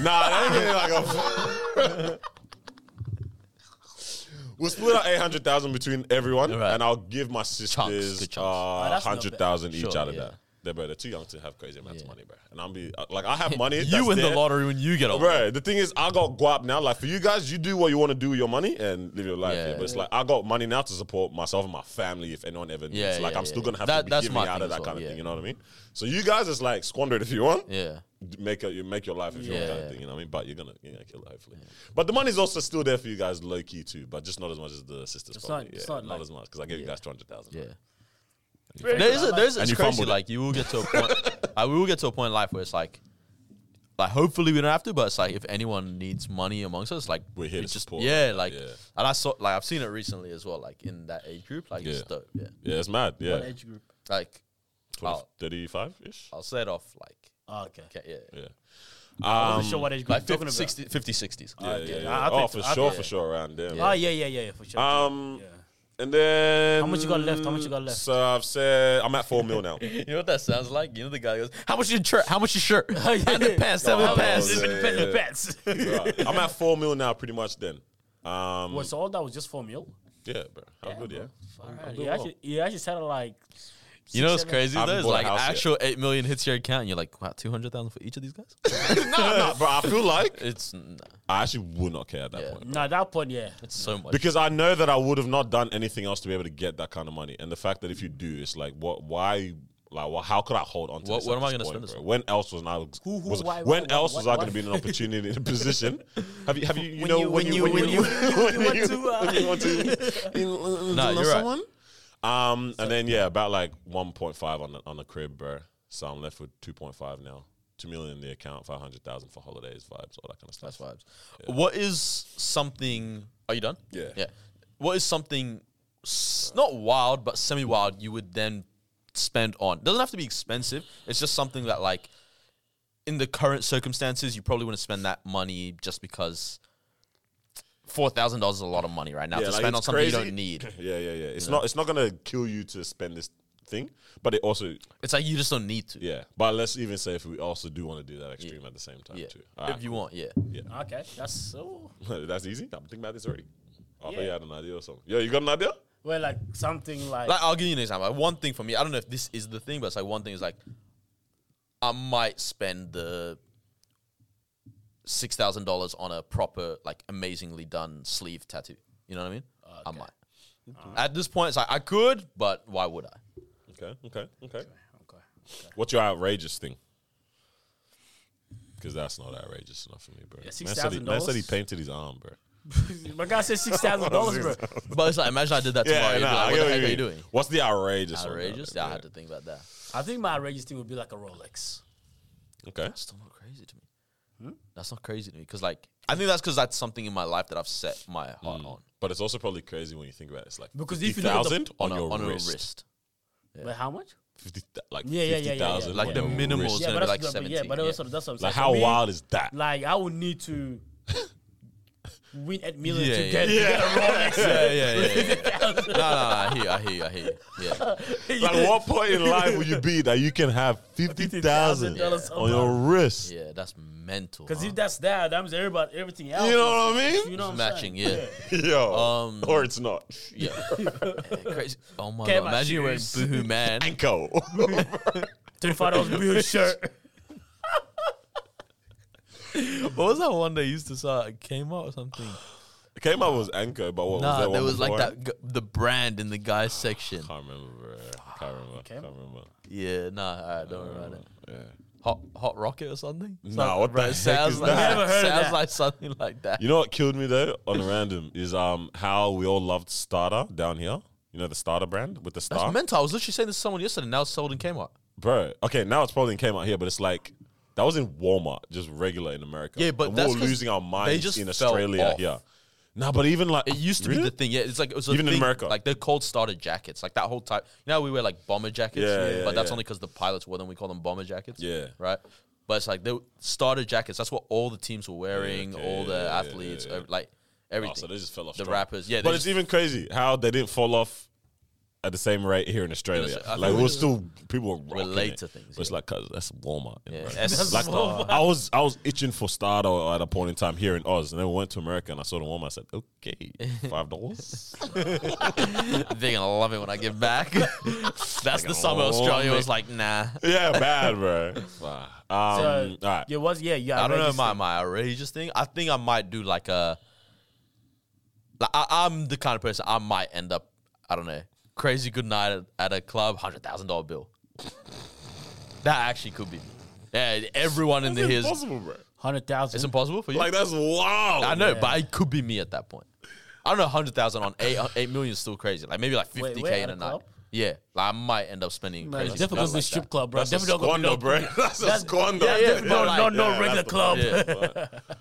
S2: Nah, that ain't really like a. oh,
S1: [laughs]
S2: [laughs] we'll split out eight hundred thousand between everyone,
S1: Alright.
S2: and I'll give my sisters
S1: good chunks. Ah,
S2: uh,
S3: that's not
S2: hundred thousand each
S1: Sure,
S2: out of
S1: yeah.
S2: that. They're, bro, they're too young to have crazy amounts of
S1: Yeah.
S2: money, bro. And I'll be uh, like,
S1: [laughs]
S2: I have money.
S1: you
S2: that's
S1: win
S2: there.
S1: the lottery when you get old.
S2: Bro, the thing is, I got guap now. Like for you guys, you do what you want to do with your money and live your life.
S1: Yeah.
S2: Yeah, but it's like I got money now to support myself and my family if anyone ever needs.
S1: Yeah,
S2: like
S1: yeah,
S2: I'm still
S1: yeah,
S2: gonna have
S1: that-
S2: to be
S1: that's
S2: giving
S1: my thing
S2: out of
S1: as
S2: that
S1: well,
S2: kind of
S1: yeah.
S2: thing. You know what I mean? So you guys is like squander it if you want
S1: Yeah.
S2: d- make your, you make your life if you want
S1: Yeah,
S2: kind of
S1: yeah.
S2: thing, you know what I mean? But you're gonna you're gonna kill it hopefully. But the money's also still there for you guys low key too, but just not as much as the sisters.
S3: It's
S2: probably.
S3: not- it's
S2: yeah,
S3: not
S2: not,
S3: like-
S2: as much because I gave you guys two hundred thousand.
S1: Yeah. There is a, there is a,
S2: And
S1: it's
S2: you
S1: crazy.
S2: fumbled it.
S1: Like you will get to a point. [laughs] I will get to a point in life where it's like, like hopefully we don't have to, but it's like if anyone needs money amongst us, like
S2: We're here
S1: we
S2: to support
S1: Yeah,
S2: them,
S1: like
S2: yeah.
S1: and I saw like I've seen it recently as well, like in that age group, like it's
S2: Yeah.
S1: dope. Yeah,
S2: Yeah, it's mad.
S3: What
S2: Yeah,
S3: age group?
S1: like I'll,
S2: 35 ish.
S1: I'll set off like
S3: Oh, okay.
S1: okay, yeah,
S2: Yeah.
S3: I wasn't sure what
S2: Um,
S3: age group
S1: like
S3: you're talking
S1: 50,
S3: about.
S1: 60, 50, 60s.
S2: Yeah, yeah,
S3: okay.
S2: yeah.
S3: I
S2: Oh,
S3: think-
S2: for
S3: I
S2: sure,
S3: think-
S2: for sure, around there.
S3: Oh, yeah, yeah, yeah, yeah, for sure.
S2: Um,
S3: yeah.
S2: and then
S3: How much you got left? How much you got left?
S2: So I've said I'm at four mil
S3: [laughs]
S2: now.
S1: You know what that sounds like? You know the guy goes, "How much your shirt? How much your shirt?
S3: Oh, [laughs] yeah.
S1: Underpants, seven
S2: Oh,
S1: pants."
S2: yeah.
S3: Independent bets. [laughs]
S2: Right. I'm at four mil now, pretty much. Then, um,
S3: Well, so all that was just for a meal?
S2: yeah, bro. How good, yeah.
S3: Alright, You actually, you actually sounded like.
S1: You know what's
S3: six, seven-
S1: crazy
S2: I
S1: though?
S2: haven't
S1: It's
S2: bought a
S1: like
S2: house yet.
S1: actual eight million hits your account, and you're like, "Wow, two hundred thousand for each of these guys."
S3: [laughs]
S2: no, no, bro. I feel like
S1: it's nah,
S2: I actually would not care at that
S1: Yeah.
S2: point.
S3: Nah, that point, yeah.
S1: it's so much.
S2: Because I know that I would have not done anything else to be able to get that kind of money, and the fact that if you do, it's like, what? Why? Like, well, how could I hold on to
S1: What-
S2: this?
S1: what
S2: at
S1: am I
S2: this
S1: gonna
S2: point,
S1: spend this
S2: bro?
S1: on?
S2: When else was I?
S3: Who- who-
S2: was-
S3: why-
S2: when
S3: why-
S2: else
S3: why-
S2: was I
S3: why?
S2: going to be in an opportunity in a position? Have you? Have you? You
S1: When
S2: know
S1: you-
S2: when
S1: when
S2: you
S1: you-
S2: when
S1: when
S2: you
S1: you-
S2: [laughs] when
S3: want
S2: you-
S3: to, uh,
S2: when you want to
S1: Nah,
S2: love
S1: you're right.
S2: someone. Um, and then yeah, about like 1.5 on the, on the crib, bro. So I'm left with 2.5 now. Two million in the account, five hundred thousand for holidays, vibes, all that kind of stuff.
S1: That's vibes. What is something? Are you done?
S2: Yeah.
S1: Yeah. What is something s- not wild but semi-wild you would then spend on? Doesn't have to be expensive. It's just something that like in the current circumstances you probably wouldn't spend that money just because four thousand dollars is a lot of money right now
S2: Yeah,
S1: to
S2: like,
S1: spend on
S2: it's
S1: something you
S2: crazy.
S1: don't
S2: [laughs]
S1: need.
S2: [clears throat] Yeah, yeah, yeah. It's not. It's not gonna kill you to spend this thing, but it also.
S1: It's like you just don't need to.
S2: Yeah, but let's even say if we also do want to do that extreme at the same time
S1: Yeah.
S2: too.
S1: if you want, yeah.
S3: Okay, that's so.
S2: want. [laughs] That's easy. I'm thinking about this already. I thought
S3: Yeah.
S2: you had an idea or something. Yo, you got an idea?
S3: Well, like something like,
S1: Like I'll give you an example. Like, One thing for me, I don't know if this is the thing, but it's like one thing is like I might spend the six thousand dollars on a proper, like amazingly done sleeve tattoo. You know what I mean?
S2: Oh,
S1: I might. At this point, it's like I could, but why would I?
S2: Okay, okay, okay.
S3: okay. [laughs]
S2: What's your outrageous thing? Because that's not outrageous enough for me, bro.
S3: Yeah,
S2: man, said he, man
S3: $6,000?
S2: said he painted his arm, bro.
S3: My guy said six thousand dollars, bro.
S1: But it's like imagine I did
S2: [laughs]
S1: that tomorrow. you'd be
S2: nah, I
S1: like, what
S2: get
S1: the heck
S2: you
S1: are you
S2: mean.
S1: doing?
S2: What's the outrageous? one, bro?
S1: Outrageous. Yeah, I had to think about that.
S3: I think my outrageous thing would be like a Rolex.
S2: Okay.
S1: That's still not crazy to me.
S2: Hmm?
S1: That's not crazy to me because, like, I think that's because that's something in my life that I've set my
S2: Hmm.
S1: heart on
S2: But it's also probably crazy when you think about it. It's like
S3: Because if you look at the-
S2: 50,000 on,
S1: on, a,
S2: your
S1: on
S2: wrist.
S1: a wrist.
S3: But how much?
S2: 50, like
S3: Yeah, yeah, yeah, yeah, yeah.
S2: 50,000
S1: Like
S2: on
S1: the
S2: your
S1: minimal
S2: wrist.
S1: is gonna be like
S3: that's good, but yeah,
S1: 17,
S3: but
S1: yeah.
S3: also that's what I'm saying.
S2: Like,
S3: For
S2: how
S3: me,
S2: wild is that?
S3: Like I would need to win at million
S1: Yeah,
S3: to
S1: yeah.
S3: get to get a Rolex.
S1: Yeah, yeah, yeah. yeah, yeah. no, no, no, I hear, you, I hear, you, I hear. you. Yeah,
S2: Like,
S3: [laughs]
S2: what point in life will you [laughs] be that you can have 50,000
S3: $50,000
S2: on your wrist?
S1: yeah, that's mental.
S3: Because
S1: huh?
S3: if that's that, that means everybody, everything else.
S2: You know what I
S3: you
S2: mean?
S3: know what I'm
S1: matching,
S3: saying?
S1: yeah,
S2: [laughs] Yo.
S1: Um,
S2: or it's not.
S1: yeah,
S3: [laughs]
S1: Yeah, crazy. Oh my god,
S3: Care about
S1: imagine you're wearing
S3: shoes.
S1: Boohoo Man.
S2: [laughs] Anko.
S3: Twenty-five dollars blue shirt.
S1: what was that one they used to sell? It came out or something?
S2: Came out was Anko, but what was
S1: Nah, there
S2: that one
S1: was like
S2: before?
S1: that g- the brand in the guys section.
S2: Can't remember, bro.
S3: Ah,
S2: Can't remember. Can't remember.
S1: Yeah, nah, all right, don't worry about it.
S2: Oh, Yeah.
S1: Hot, hot rocket or something?
S2: Nah, what the
S1: It
S2: heck
S1: sounds
S2: is
S1: like
S2: that?
S3: Never heard of
S1: sounds
S3: that.
S1: like something like that.
S2: You know what killed me though on a random is um how we all loved Starter down here. You know the Starter brand with the
S1: That's
S2: star,
S1: mental. I was literally saying this to someone yesterday. Now it's sold in Kmart.
S2: bro. Okay, now it's probably came out here, but it's like that was in Walmart, just regular in America.
S1: Yeah, but
S2: And
S1: that's
S2: we were
S1: 'cause
S2: losing our minds
S1: they just
S2: in
S1: fell
S2: Australia
S1: off.
S2: here. Nah, but even like Oh,
S1: It used to be the thing. Yeah, it's like it was a
S2: Even in
S1: thing-
S2: America.
S1: Like they're called starter jackets. Like that whole type. You know, how we wear like bomber jackets.
S2: Yeah, yeah,
S1: but that's
S2: yeah.
S1: only because the pilots wore them. We call them bomber jackets.
S2: Yeah.
S1: Right. But it's like they were- starter jackets. That's what all the teams were wearing.
S2: okay,
S1: all the
S2: yeah, yeah,
S1: athletes,
S2: yeah, yeah.
S1: uh, like everything.
S2: Oh, so they just fell off.
S1: the
S2: strong.
S1: rappers. Yeah. they
S2: but
S1: just-
S2: it's even crazy how they didn't fall off at the same rate here in Australia.
S1: Australia. I
S2: like
S1: think
S2: we're
S1: we-
S2: still people were rocking
S1: late
S2: it.
S1: to things,
S2: But it's
S1: yeah.
S2: like cause [laughs] that's Walmart. in
S1: Yeah,
S2: America.
S1: that's
S2: like
S1: Walmart.
S2: I was I was itching for starter at a point in time here in Oz, and then we went to America and I saw the Walmart. I said,
S1: [laughs]
S2: okay, five dollars.
S1: [laughs]
S2: [laughs]
S1: they're gonna love it when I get back. [laughs] that's the summer
S2: love
S1: Australia
S2: it.
S1: was like, nah.
S2: yeah, bad, bro. Wow. Um,
S3: So,
S2: all right.
S3: Yeah, was yeah, yeah.
S1: I don't know
S3: outrageous
S1: my
S3: thing.
S1: my outrageous thing. I think I might do like a. Like I, I'm the kind of person I might end up. I don't know. Crazy good night at, at a club, hundred thousand dollar bill. that actually could be. me. Yeah, everyone in the
S2: It's
S1: his.
S2: impossible, bro.
S3: Hundred thousand.
S1: It's impossible for you.
S2: Like that's wild.
S1: I know, but it could be me at that point. I don't know. Hundred thousand on eight eight million is still crazy. Like maybe like
S3: Wait,
S1: fifty
S3: wait,
S1: k in
S3: at a
S1: a night.
S3: club?
S1: Yeah, like I might end up spending
S3: Man,
S1: crazy.
S3: definitely
S1: stuff
S3: goes to the
S1: like
S3: strip
S1: that.
S3: club, bro.
S2: That's a
S3: Definitely not gonna be
S2: squander,
S3: no-
S2: bro. [laughs] That's a
S3: That's-
S2: squander.
S1: yeah, yeah,
S3: No,
S1: but like-
S3: no, no
S2: yeah,
S3: regular
S2: that's the-
S3: club.
S1: Yeah.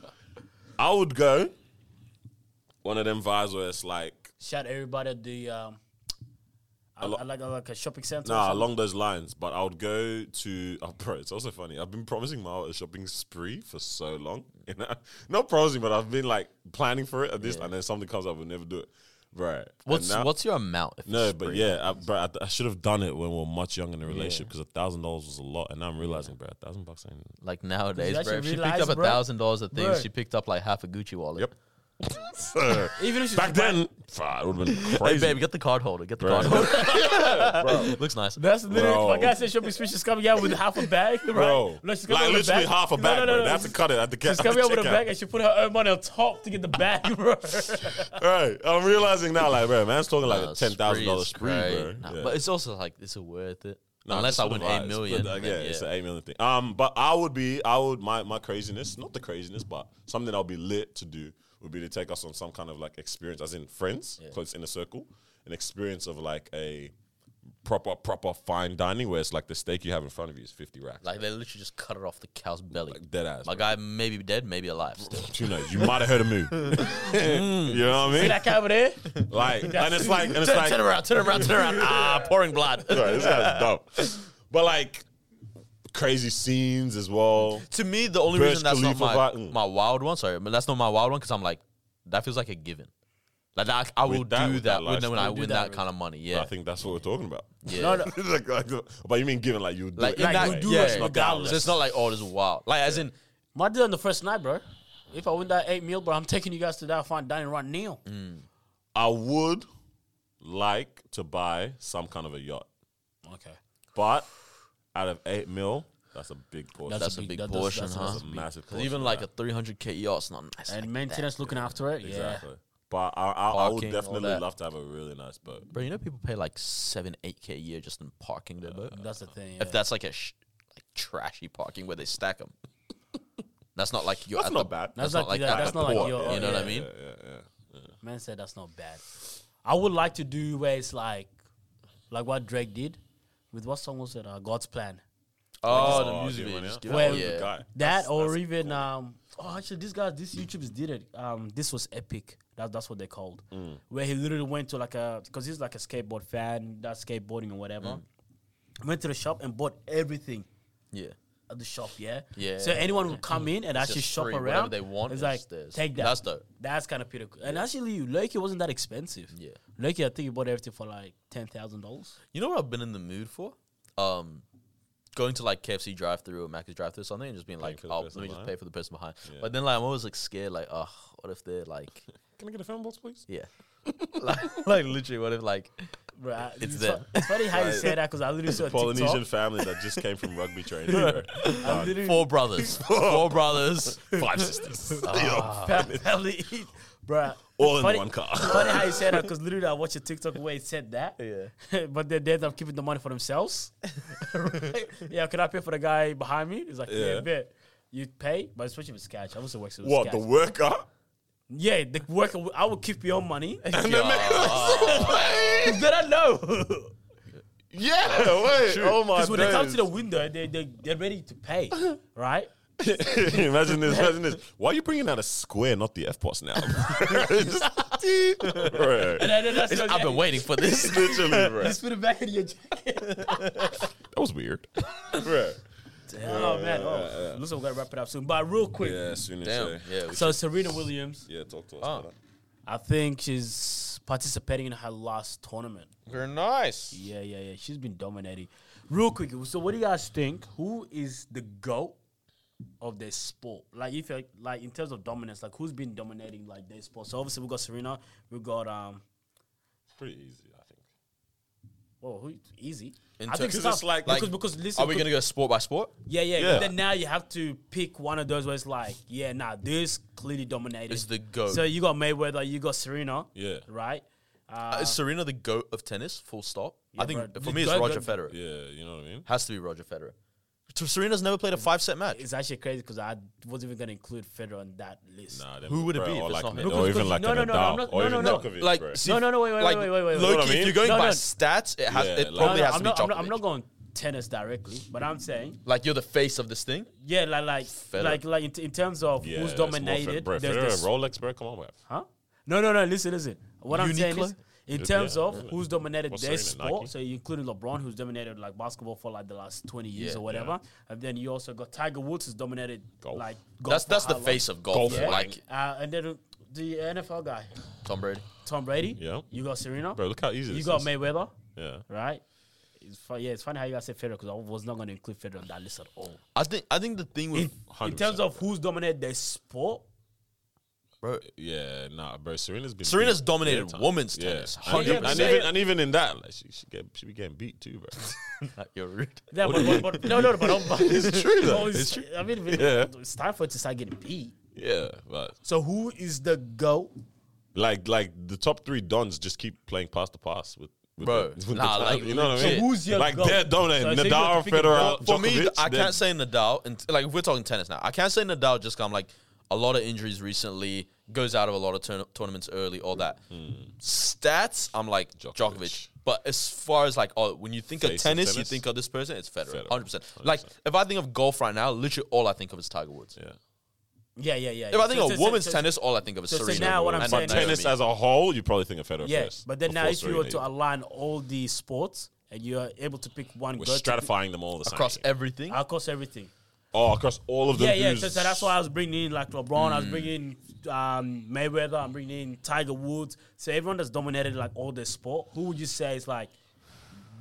S2: I would go one of them vibes where it's like
S3: Shout everybody at the um, I,
S2: lo-
S3: I like I like a shopping center. or
S2: Nah,
S3: something.
S2: along those lines. But I would go to. Oh, bro, it's also funny. I've been promising Mao a shopping spree for so long. [laughs] You know, not promising, but I've been like planning for it at this, and then something comes up, we'll never do it, bro. and
S1: What's
S2: now-
S1: what's your amount? if
S2: No,
S1: it's
S2: but
S1: free?
S2: yeah, I, bro, I, I should have done it when we were much younger in a relationship because a thousand dollars was a lot, and now I'm realizing, bro, a thousand bucks
S3: [laughs]
S2: ain't.
S1: Like nowadays,
S3: Did you
S1: bro. If
S3: actually
S1: she picked
S3: realize,
S1: up a
S3: bro?
S1: thousand dollars of things,
S3: Bro.
S1: she picked up like half a Gucci wallet.
S2: Yep. So,
S3: Even if she's
S2: back then, it would have been
S1: Hey,
S2: crazy.
S1: babe, get the card holder. Get the
S2: Bro.
S1: card
S2: [laughs]
S1: holder. Looks nice.
S3: That's literally
S2: Bro.
S3: my guy said shopping speech. She's coming out with half a bag, [laughs] right?
S2: bro,
S3: No, she's coming
S2: like
S3: out with
S2: literally
S3: bag.
S2: half a
S3: No,
S2: bag,
S3: no,
S2: bro.
S3: no,
S2: They
S3: no.
S2: have to cut it at the ca-
S3: She's
S2: at [laughs] the
S3: coming out with a
S2: checkout.
S3: bag and she put her own money on top to get the bag, [laughs] bro.
S2: Right, I'm realizing now, like, bro, man's talking like
S1: Uh,
S2: a ten thousand
S1: spree
S2: dollar
S1: is
S2: spree,
S1: great.
S2: bro.
S1: Nah,
S2: Yeah.
S1: But it's also like, is it worth it?
S2: Nah,
S1: Unless
S2: just
S1: I
S2: for the
S1: win eight
S2: vibes.
S1: million.
S2: But, uh,
S1: then
S2: yeah, it's an eight million thing. Um, but I would be, I would my my craziness, not the craziness, but something I'll be lit to do would be to take us on some kind of like experience, as in friends, close in a circle, an experience of like a proper proper fine dining where it's like the steak you have in front of you is fifty racks.
S1: Like they literally just cut it off the cow's belly.
S2: Like, dead ass.
S1: My
S2: bro.
S1: guy may be dead, maybe alive. Still.
S2: Who knows? You might have heard of
S1: [laughs]
S2: me. [laughs] you know what I mean?
S3: that guy over there.
S2: Like, and it's like, and
S1: [laughs]
S2: it's
S1: turn,
S2: like,
S1: turn around, turn around, turn around.
S2: [laughs]
S1: ah, pouring blood.
S2: Sorry, this guy's dumb. But like crazy scenes as well.
S1: [laughs] to me, the only
S2: Burj
S1: reason that's not
S2: Khalifa
S1: my,
S2: vi- mm.
S1: my wild one, sorry, but that's not my wild one because I'm like, that feels like a given. Like that, I will
S2: With that-
S1: do
S2: with
S1: that,
S2: that
S1: when, when
S2: lifestyle.
S1: I
S2: We'll
S3: do
S1: win
S3: that
S1: that, kind of money. Yeah,
S2: I think that's what we're talking about.
S1: yeah.
S3: No, no.
S2: [laughs] Like, like, but you mean given like you do
S1: Like,
S2: it
S1: in
S3: Like,
S1: that,
S3: you do
S1: yeah,
S3: it
S1: yeah.
S3: regardless.
S1: So it's not like oh, this is wild. Like as in,
S3: My deal on the first night, bro. If I win that eight meal, bro, I'm taking you guys to that fine dining right now.
S2: Mm. I would like to buy some kind of a yacht,
S3: Okay.
S2: but out of eight mil, that's a big portion.
S1: that's,
S3: a
S1: a
S3: big-
S1: big
S3: that- that's-
S1: portion,
S3: that's-
S1: huh?
S2: that's a massive
S1: 'Cause
S2: portion
S1: even
S2: of
S1: like
S2: that.
S1: a 300k yacht's E not nice.
S3: And
S1: like
S3: maintenance looking after it.
S2: exactly. But I, I, I would
S1: Parking, all
S2: definitely
S1: that.
S2: love to have a really nice boat.
S1: Bro, you know people pay like seven, eight k a year just in parking their boat.
S3: Yeah. That's the thing.
S1: If that's like a sh- like trashy parking where they stack them, that's not like you're.
S2: That's
S1: at
S2: not
S1: the-
S2: bad.
S1: That's,
S3: That's
S1: not
S3: not-
S1: like
S3: yeah,
S1: at
S3: that's
S1: the
S3: not like
S1: port,
S3: your-
S1: You know what
S3: yeah.
S1: I mean?
S3: Man said that's not bad. I would like to do where it's like, like what Drake did with what song was it? Uh, God's Plan.
S1: Oh, the
S2: Oh,
S1: music
S2: yeah,
S1: video.
S2: right
S1: just
S2: now.
S1: give
S3: Well,
S1: it-
S2: The
S1: yeah.
S2: guy.
S3: That
S2: That's-
S3: or
S2: that's
S3: even
S2: cool.
S3: um. Oh, actually, these guys, these YouTubers did it. Um, this was epic. That, that's what they called.
S2: Mm.
S3: Where he literally went to like a because he's like a skateboard fan, that skateboarding or whatever.
S2: Mm.
S3: Went to the shop and bought everything.
S1: yeah.
S3: at the shop, yeah?
S1: Yeah.
S3: So anyone would come in and actually
S1: just
S3: shop
S1: free,
S3: around.
S1: whatever they want
S3: It's
S1: is
S3: like,
S1: theirs.
S3: take that.
S1: That's dope.
S3: That's kind of pretty cool. And actually, Loki wasn't that expensive.
S1: Yeah.
S3: Loki, I think you bought everything for like $10,000.
S1: You know what I've been in the mood for? Um, going to like KFC drive through or Mac's drive through or something and just being like,
S2: for the
S1: oh, let
S2: person
S1: me just
S2: behind.
S1: pay for the person behind. But then like I'm always like scared, like, oh, what if they're like,
S2: Can I get a phone box,
S3: [laughs]
S2: please?
S1: yeah, [laughs] like, like literally, what if like,
S3: Bro, I-
S1: It's
S3: fu-
S1: them.
S3: It's
S1: [laughs]
S3: funny how you say that because I literally saw a
S2: Polynesian
S3: TikTok.
S2: family that just came from rugby training.
S3: [laughs]
S2: bro.
S3: I literally [laughs]
S1: four brothers, four brothers,
S2: Five [laughs] sisters.
S3: fam- family eat.
S1: [laughs]
S3: Bro,
S2: All in
S3: Ah. funny,
S2: one car.
S3: funny how you say that because literally I watched a TikTok where it said that.
S1: [laughs] Yeah.
S3: [laughs] but then they end up keeping the money for
S1: [laughs]
S3: themselves. [laughs] Right? Yeah, can I pay for the guy behind me? He's like, yeah,
S2: Yeah.
S3: bet. You pay, but especially with it's cash. I also work
S2: [laughs]
S3: with
S2: What,
S3: cash.
S2: the worker?
S3: Yeah, the worker. I would keep your [laughs] money. Did
S2: [laughs] Yeah,
S3: I [laughs] know?
S2: wait. Oh my
S3: Because when they come to
S2: god.
S3: the window, they they they're ready to [laughs] pay, right?
S2: [laughs] imagine this, imagine this. Why are you bringing out a square, not the F boss now? [laughs] Just, Bro.
S3: And then that's
S1: I've been waiting for
S3: [laughs]
S1: this.
S2: Literally, bro.
S3: Just put it back in your jacket.
S2: That was weird. Bro.
S3: oh man, oh, looks like we gotta wrap it up soon. But real quick,
S2: Yeah, soon as
S1: Damn, yeah, we
S3: so Serena Williams,
S2: Yeah, talk to us.
S1: Oh.
S2: about it.
S3: I think she's participating in her last tournament.
S1: You're nice.
S3: Yeah, yeah, yeah. She's been dominating. Real quick, so what do you guys think? Who is the goat of their sport? Like, if you're, like in terms of dominance, like who's been dominating like their sport? So obviously we got Serena, we got um,
S2: Pretty easy, I think.
S3: well, who, easy.
S1: In
S3: I think
S1: terms- 'Cause
S3: Steph-
S2: it's like-
S3: because
S1: like,
S3: because listen,
S1: Are we gonna go sport by sport?
S3: yeah, yeah.
S2: Yeah.
S3: But then now you have to pick one of those where it's like, yeah, nah, this clearly dominated.
S1: Is the goat?
S3: so you got Mayweather, you got Serena,
S2: Yeah.
S3: right?
S1: Uh, is Serena the goat of tennis? Full stop. I think
S3: bro,
S1: for
S3: the
S1: me it's
S3: goat-
S1: Roger
S3: goat-
S1: Federer.
S2: Yeah, you know what I mean?
S1: Has to be Roger Federer. Serena's never played a five set match.
S3: It's actually crazy because I wasn't even gonna include Federer on that list.
S2: Nah,
S1: Who would it be if it's not him?
S2: Or even
S3: Because- because-
S2: like
S3: no,
S2: an
S3: no, no, no, I'm
S2: Nadal,
S3: not-
S2: or
S3: no,
S2: even
S3: no, no.
S2: Djokovic,
S1: like
S2: bro.
S1: see-
S3: No, no, no, wait, wait,
S1: like,
S3: wait, wait, wait, wait.
S1: Loki,
S2: You know what I
S1: if you're
S2: mean?
S1: going
S3: No,
S1: by
S3: no.
S1: stats, it has
S2: Yeah,
S1: it
S2: like-
S1: probably
S3: no,
S1: has
S3: I'm
S1: to
S3: not,
S1: be
S3: I'm
S1: Djokovic.
S3: not, I'm not going tennis directly, but I'm saying,
S1: like you're the face of this thing.
S3: yeah, like, like, like, like in, in terms of
S2: Yeah,
S3: who's
S2: it's more fair-
S3: dominated,
S2: Bro,
S3: there's
S2: Federer,
S3: this-
S2: Rolex, bro. Come on, bro.
S3: huh? No, no, no. Listen, listen. What I'm saying
S1: Uniqlo?
S3: is, in terms
S2: yeah,
S3: of
S2: really.
S3: who's dominated
S2: What's
S3: their
S2: Serena,
S3: sport,
S2: Nike?
S3: so you including LeBron, who's dominated like basketball for like the last 20 years
S1: Yeah,
S3: or whatever, and then you also got Tiger Woods, who's dominated
S2: Golf.
S3: like
S1: That's
S3: for
S1: that's
S3: how
S1: the
S3: long?
S1: face of golf.
S2: Golf,
S1: yeah.
S2: yeah.
S1: Like
S3: Uh, and then the NFL guy,
S1: Tom Brady.
S3: Tom Brady.
S2: Yeah.
S3: You got Serena.
S2: Bro, look how easy
S3: you
S2: this
S3: got
S2: is.
S3: Mayweather.
S2: Yeah.
S3: right? It's fun, yeah, it's funny how you guys said Federer because I was not going to include Federer on that list at all.
S1: I think I think the thing with
S3: [laughs] In, in terms of who's dominated the sport,
S1: bro,
S2: Yeah, nah, bro. Serena's been
S1: Serena's
S2: beat
S1: dominated
S2: big time.
S1: women's
S2: Yeah.
S1: tennis.
S2: And,
S1: Hundred
S2: even- and
S1: percent.
S2: even and even in that, like she she, get, she be getting beat too, bro. [laughs]
S1: You're [laughs] rude.
S3: yeah, but, but, but, no, no, but, but
S2: It's true, though.
S3: but
S2: It's
S3: I mean,
S2: Yeah.
S3: it's time for it to start getting beat.
S2: yeah, but
S3: So who is the goat?
S2: like like the top three dons just keep playing pass to pass with. with
S1: Bro,
S2: the- with the
S1: nah,
S2: top,
S1: like,
S2: you know what I mean?
S1: legit. So
S3: who's your
S2: like
S3: goat?
S2: they're dominating.
S3: So I think you have
S2: Nadal,
S3: to pick a
S2: Federer,
S3: goat.
S1: Uh, For me,
S2: Djokovic,
S1: I
S2: they're-
S1: can't say Nadal. And like, if we're talking tennis now, I can't say Nadal just 'cause I'm like a lot of injuries recently, goes out of a lot of tourna- tournaments early, all that. Stats, I'm like Djokovic.
S2: Djokovic.
S1: But as far as like, oh, when you think
S2: Face
S1: of
S2: of
S1: tennis, you
S2: tennis?
S1: think of this person. It's Federer,
S2: Federer,
S1: hundred percent. Like, if I think of golf right now, literally all I think of is Tiger Woods.
S2: Yeah.
S3: Yeah, yeah, yeah.
S1: If I think
S3: So-
S1: of
S3: so- so-
S1: women's
S3: so-
S1: tennis, all I think of is
S3: so- so
S1: Serena.
S3: now what I'm
S1: and
S3: saying is-
S1: Naomi.
S2: Tennis as a whole, you probably think of Federer
S3: yeah,
S2: first.
S3: but then now
S2: before
S3: if you were to
S2: Serena.
S3: align all the sports and you're able to pick one
S2: we're
S3: goat to pick-
S2: stratifying them all the same.
S1: across everything,
S3: across everything,
S2: Oh, across all of them.
S3: Yeah, yeah.
S2: dudes.
S3: So, so that's why I was bringing in like LeBron. I
S2: Hmm.
S3: was bringing in um, Mayweather. I'm bringing in Tiger Woods. So everyone that's dominated like all the sport, who would you say is like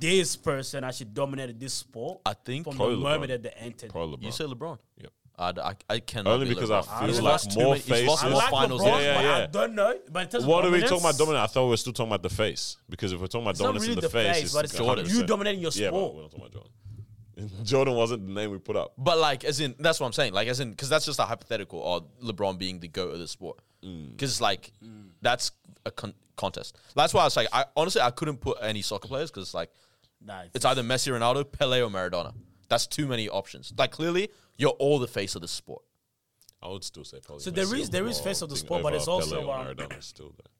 S3: this person actually dominated this sport?
S1: I think
S3: from
S2: Probably
S3: the moment
S2: LeBron.
S3: that they entered.
S2: Probably
S1: you
S2: LeBron.
S1: say LeBron.
S2: Yep.
S1: I, d- I, I cannot
S2: Only
S1: be
S2: because
S1: LeBron.
S2: I
S1: He's
S2: feel
S1: lost
S2: like
S1: too
S2: more
S1: many- He's lost
S2: faces-
S1: more
S3: I like
S1: finals.
S3: LeBron,
S1: than-
S2: yeah,
S3: but
S2: yeah.
S3: I don't know. But in terms of
S2: What are we
S3: dominance,
S2: talking about dominant? I thought we were still talking about the face because if we're talking about
S3: It's not
S2: dominance
S3: really
S2: in
S3: the face,
S2: it's
S3: but it's
S2: 100%.
S3: you dominating your
S2: Yeah, but
S3: sport.
S2: we're not talking about Jordan. [laughs] Jordan wasn't the name we put up.
S1: But like, as in, that's what I'm saying. Like, as in, because that's just a hypothetical. Or LeBron being the goat of the sport.
S2: Mm.
S1: Because like, that's a con- contest. That's why I was like, I honestly I couldn't put any soccer players because like,
S3: Nah,
S1: it's either Messi, Ronaldo, Pele, or Maradona. That's too many options. Like clearly, you're all the face of the sport.
S2: I would still say probably.
S3: So there
S2: Messi
S3: is- there
S2: or
S3: is face of the
S2: thing
S3: sport, but
S2: over
S3: it's also,
S2: Pele or
S3: um,
S2: Maradona still there.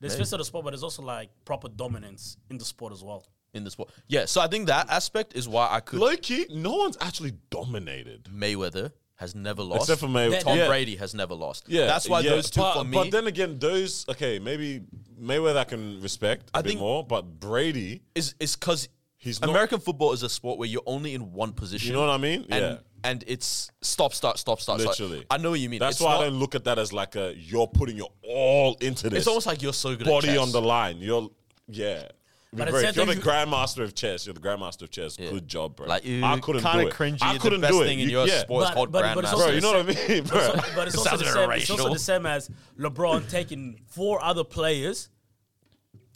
S3: there's face of the sport, but there's also like proper dominance in the sport as well.
S1: in the sport. Yeah, so I think that aspect is why I could.
S2: Low key, no one's actually dominated.
S1: Mayweather has never lost,
S2: Except for Mayweather.
S1: Tom
S2: Yeah.
S1: Brady has never lost.
S2: Yeah,
S1: that's why
S2: yeah,
S1: those two
S2: but,
S1: for me.
S2: But then again, those okay, maybe Mayweather I can respect a
S1: I
S2: bit
S1: think-
S2: more, but Brady,
S1: is is because
S2: He's not-
S1: American football is a sport where you're only in one position.
S2: you know what I mean?
S1: And,
S2: yeah,
S1: and it's stop, start, stop, start. start.
S2: literally.
S1: I know what you mean.
S2: That's
S1: It's
S2: why
S1: not-
S2: I don't look at that as like a you're putting your all into this.
S1: It's almost like you're so good.
S2: body
S1: at chess.
S2: on the line. You're yeah. It'd be
S3: But it
S2: great.
S3: said
S2: If you're
S3: that
S2: the
S3: you-
S2: grandmaster of chess. You're the grandmaster of chess. Good job, bro.
S1: Like you
S2: I couldn't do
S1: kinda
S2: it.
S1: Cringy.
S2: I couldn't
S1: the best
S2: do it.
S1: thing in
S2: You-
S1: your
S2: yeah.
S1: sport is
S3: But-
S1: called
S3: but- but it's
S1: grandmaster.
S3: also
S2: bro. You know what I mean, [laughs] bro?
S3: So- but it's also,
S1: Sounds
S3: the same, it's also
S1: irrational.
S3: the same as LeBron taking four other players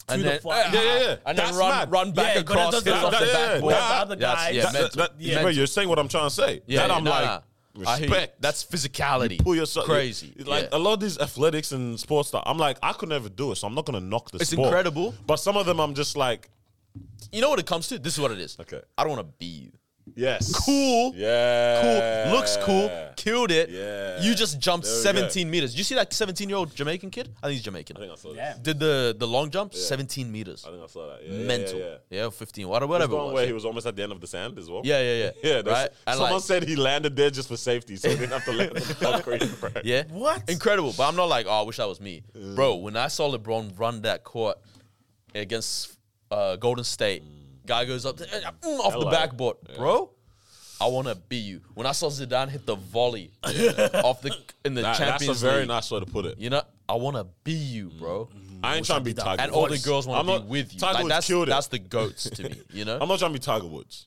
S3: to
S1: and
S3: the
S1: then,
S3: fi-
S1: yeah, yeah,
S2: yeah.
S1: And
S2: That's
S1: then run,
S2: mad.
S1: run back
S3: Yeah, but it
S1: across.
S3: doesn't-
S1: hit it off
S2: that-
S1: the
S2: yeah, yeah,
S1: back wall.
S2: that-
S3: the other
S1: That's-
S3: guys-
S1: yeah,
S3: That-
S1: mental.
S2: That-
S1: Yeah.
S2: bro, you're saying what I'm trying to say. that I'm
S1: nah,
S2: like
S1: nah. I hear you.
S2: respect.
S1: That's physicality.
S2: Pull yourself
S1: crazy.
S2: Like
S1: Yeah.
S2: a lot of these athletics and sports stuff, I'm like, I could never do it, so I'm not gonna knock the
S1: It's
S2: sport.
S1: incredible.
S2: But some of them, I'm just like,
S1: you know what it comes to? This is what it is.
S2: Okay.
S1: I don't want to be you.
S2: yes,
S1: Cool.
S2: yeah,
S1: cool, looks cool, killed it.
S2: Yeah.
S1: You just jumped
S2: There we
S1: 17 meters. You see that 17 year old Jamaican kid? I think he's Jamaican.
S2: I think I saw
S3: Yeah.
S2: that.
S1: Did the, the long jump? 17 meters.
S2: I think I saw that. Yeah, yeah,
S1: Mental.
S2: Yeah,
S1: Yeah,
S2: yeah.
S1: or 15, whatever.
S2: There's
S1: whatever it
S2: one
S1: was.
S2: where he was almost at the end of the sand as well.
S1: yeah, yeah, yeah.
S2: [laughs] Yeah, that's,
S1: right? And
S2: someone
S1: like,
S2: said he landed there just for safety, so he didn't have to land on
S1: [laughs]
S2: the concrete. bro.
S1: yeah.
S3: What?
S1: Incredible. But I'm not like, oh, I wish that was me. Bro, when I saw LeBron run that court against uh, Golden State, guy goes up there, eh, mm, off
S2: Hello.
S1: the backboard. Bro. I want to be you. When I saw Zidane hit the
S2: [laughs]
S1: volley off the in the
S2: That- that's
S1: Champions
S2: a very
S1: League,
S2: nice way to put it.
S1: You know, I want to be you, bro.
S2: Mm-hmm. I ain't trying to be Tiger.
S1: And all the
S2: Woods.
S1: girls
S2: I'm
S1: want to
S2: not-
S1: be with you.
S2: Tiger
S1: Like,
S2: Woods
S1: that's
S2: killed it.
S1: that's the goats to me. You know,
S2: [laughs] I'm not trying to be Tiger Woods.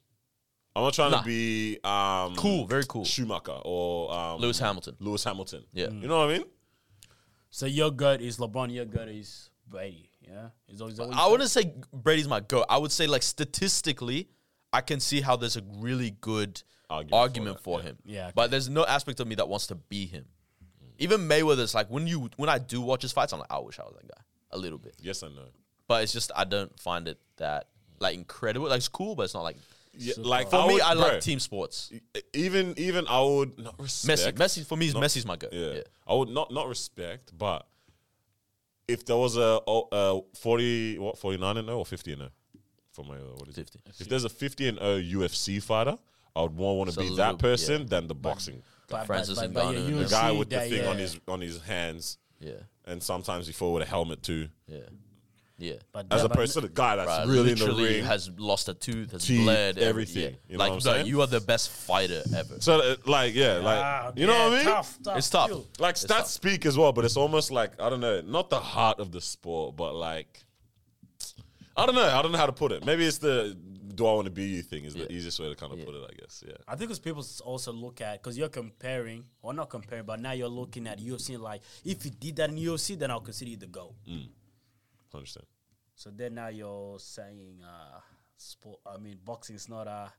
S2: I'm not trying
S1: Nah.
S2: to be um,
S1: Cool, very cool.
S2: Schumacher or um,
S1: Lewis Hamilton.
S2: Lewis Hamilton.
S1: Yeah.
S2: you know what I mean.
S3: So your gut is LeBron, your gut is Brady. Yeah, is that, is that what you
S1: I
S3: said?
S1: wouldn't say Brady's my goat. I would say like statistically, I can see how there's a really good
S2: Argument
S1: argument,
S2: for that,
S1: for,
S2: yeah.
S1: him.
S3: Yeah,
S1: but there's no aspect of me that wants to be him.
S2: Mm.
S1: Even Mayweather's like when you when I do watch his fights, I'm like, I wish I was that guy a little bit.
S2: Yes and no.
S1: But it's just I don't find it that like incredible. Like it's cool, but it's not like
S2: Yeah, like
S1: for me.
S2: would-
S1: I
S2: bro,
S1: like team sports.
S2: Even even I would not
S1: Messi,
S2: respect.
S1: Messi for me, is
S2: not-
S1: Messi's my goat.
S2: Yeah.
S1: yeah.
S2: I would not not respect, but if there was a oh, uh, forty what forty nine and zero or fifty and zero for my uh, what is
S1: 50.
S2: it? If there's a fifty and oh zero UFC fighter, I would more want to
S1: So
S2: be
S1: a little-
S2: that
S1: yeah.
S2: person than the boxing
S3: But- but-
S1: Francis
S3: but-
S1: Ngannou
S3: but
S1: and
S3: you
S1: the
S3: see
S2: guy with the
S3: that,
S2: thing on
S3: yeah.
S2: his on his hands,
S1: Yeah,
S2: and sometimes he fought with a helmet too.
S1: yeah, yeah.
S3: But
S2: As
S3: yeah, but-
S2: opposed to the guy that's
S1: Right,
S2: really in the
S1: literally
S2: ring.
S1: has lost a tooth, has
S2: Teeth,
S1: bled, every-
S2: everything. You know
S1: like,
S2: what I'm
S1: bro,
S2: saying?
S1: you are the best fighter ever.
S2: so uh, like yeah, like
S3: Ah,
S2: you know
S3: yeah,
S2: what I mean?
S3: Tough, tough,
S1: It's tough.
S3: feel.
S2: Like
S1: It's
S2: stats
S1: tough.
S2: speak as well, but it's almost like I don't know, not the heart of the sport, but like I don't know, I don't know how to put it. Maybe it's the do I want to be you thing is the
S1: Yeah.
S2: easiest way to kind of put it, I guess. Yeah.
S3: I think it's people s- also look at because you're comparing or not comparing, but now you're looking at UFC like if you did that in UFC, then I'll consider you the goat.
S2: I understand.
S3: So then now you're saying uh sport. I mean, boxing's not uh, a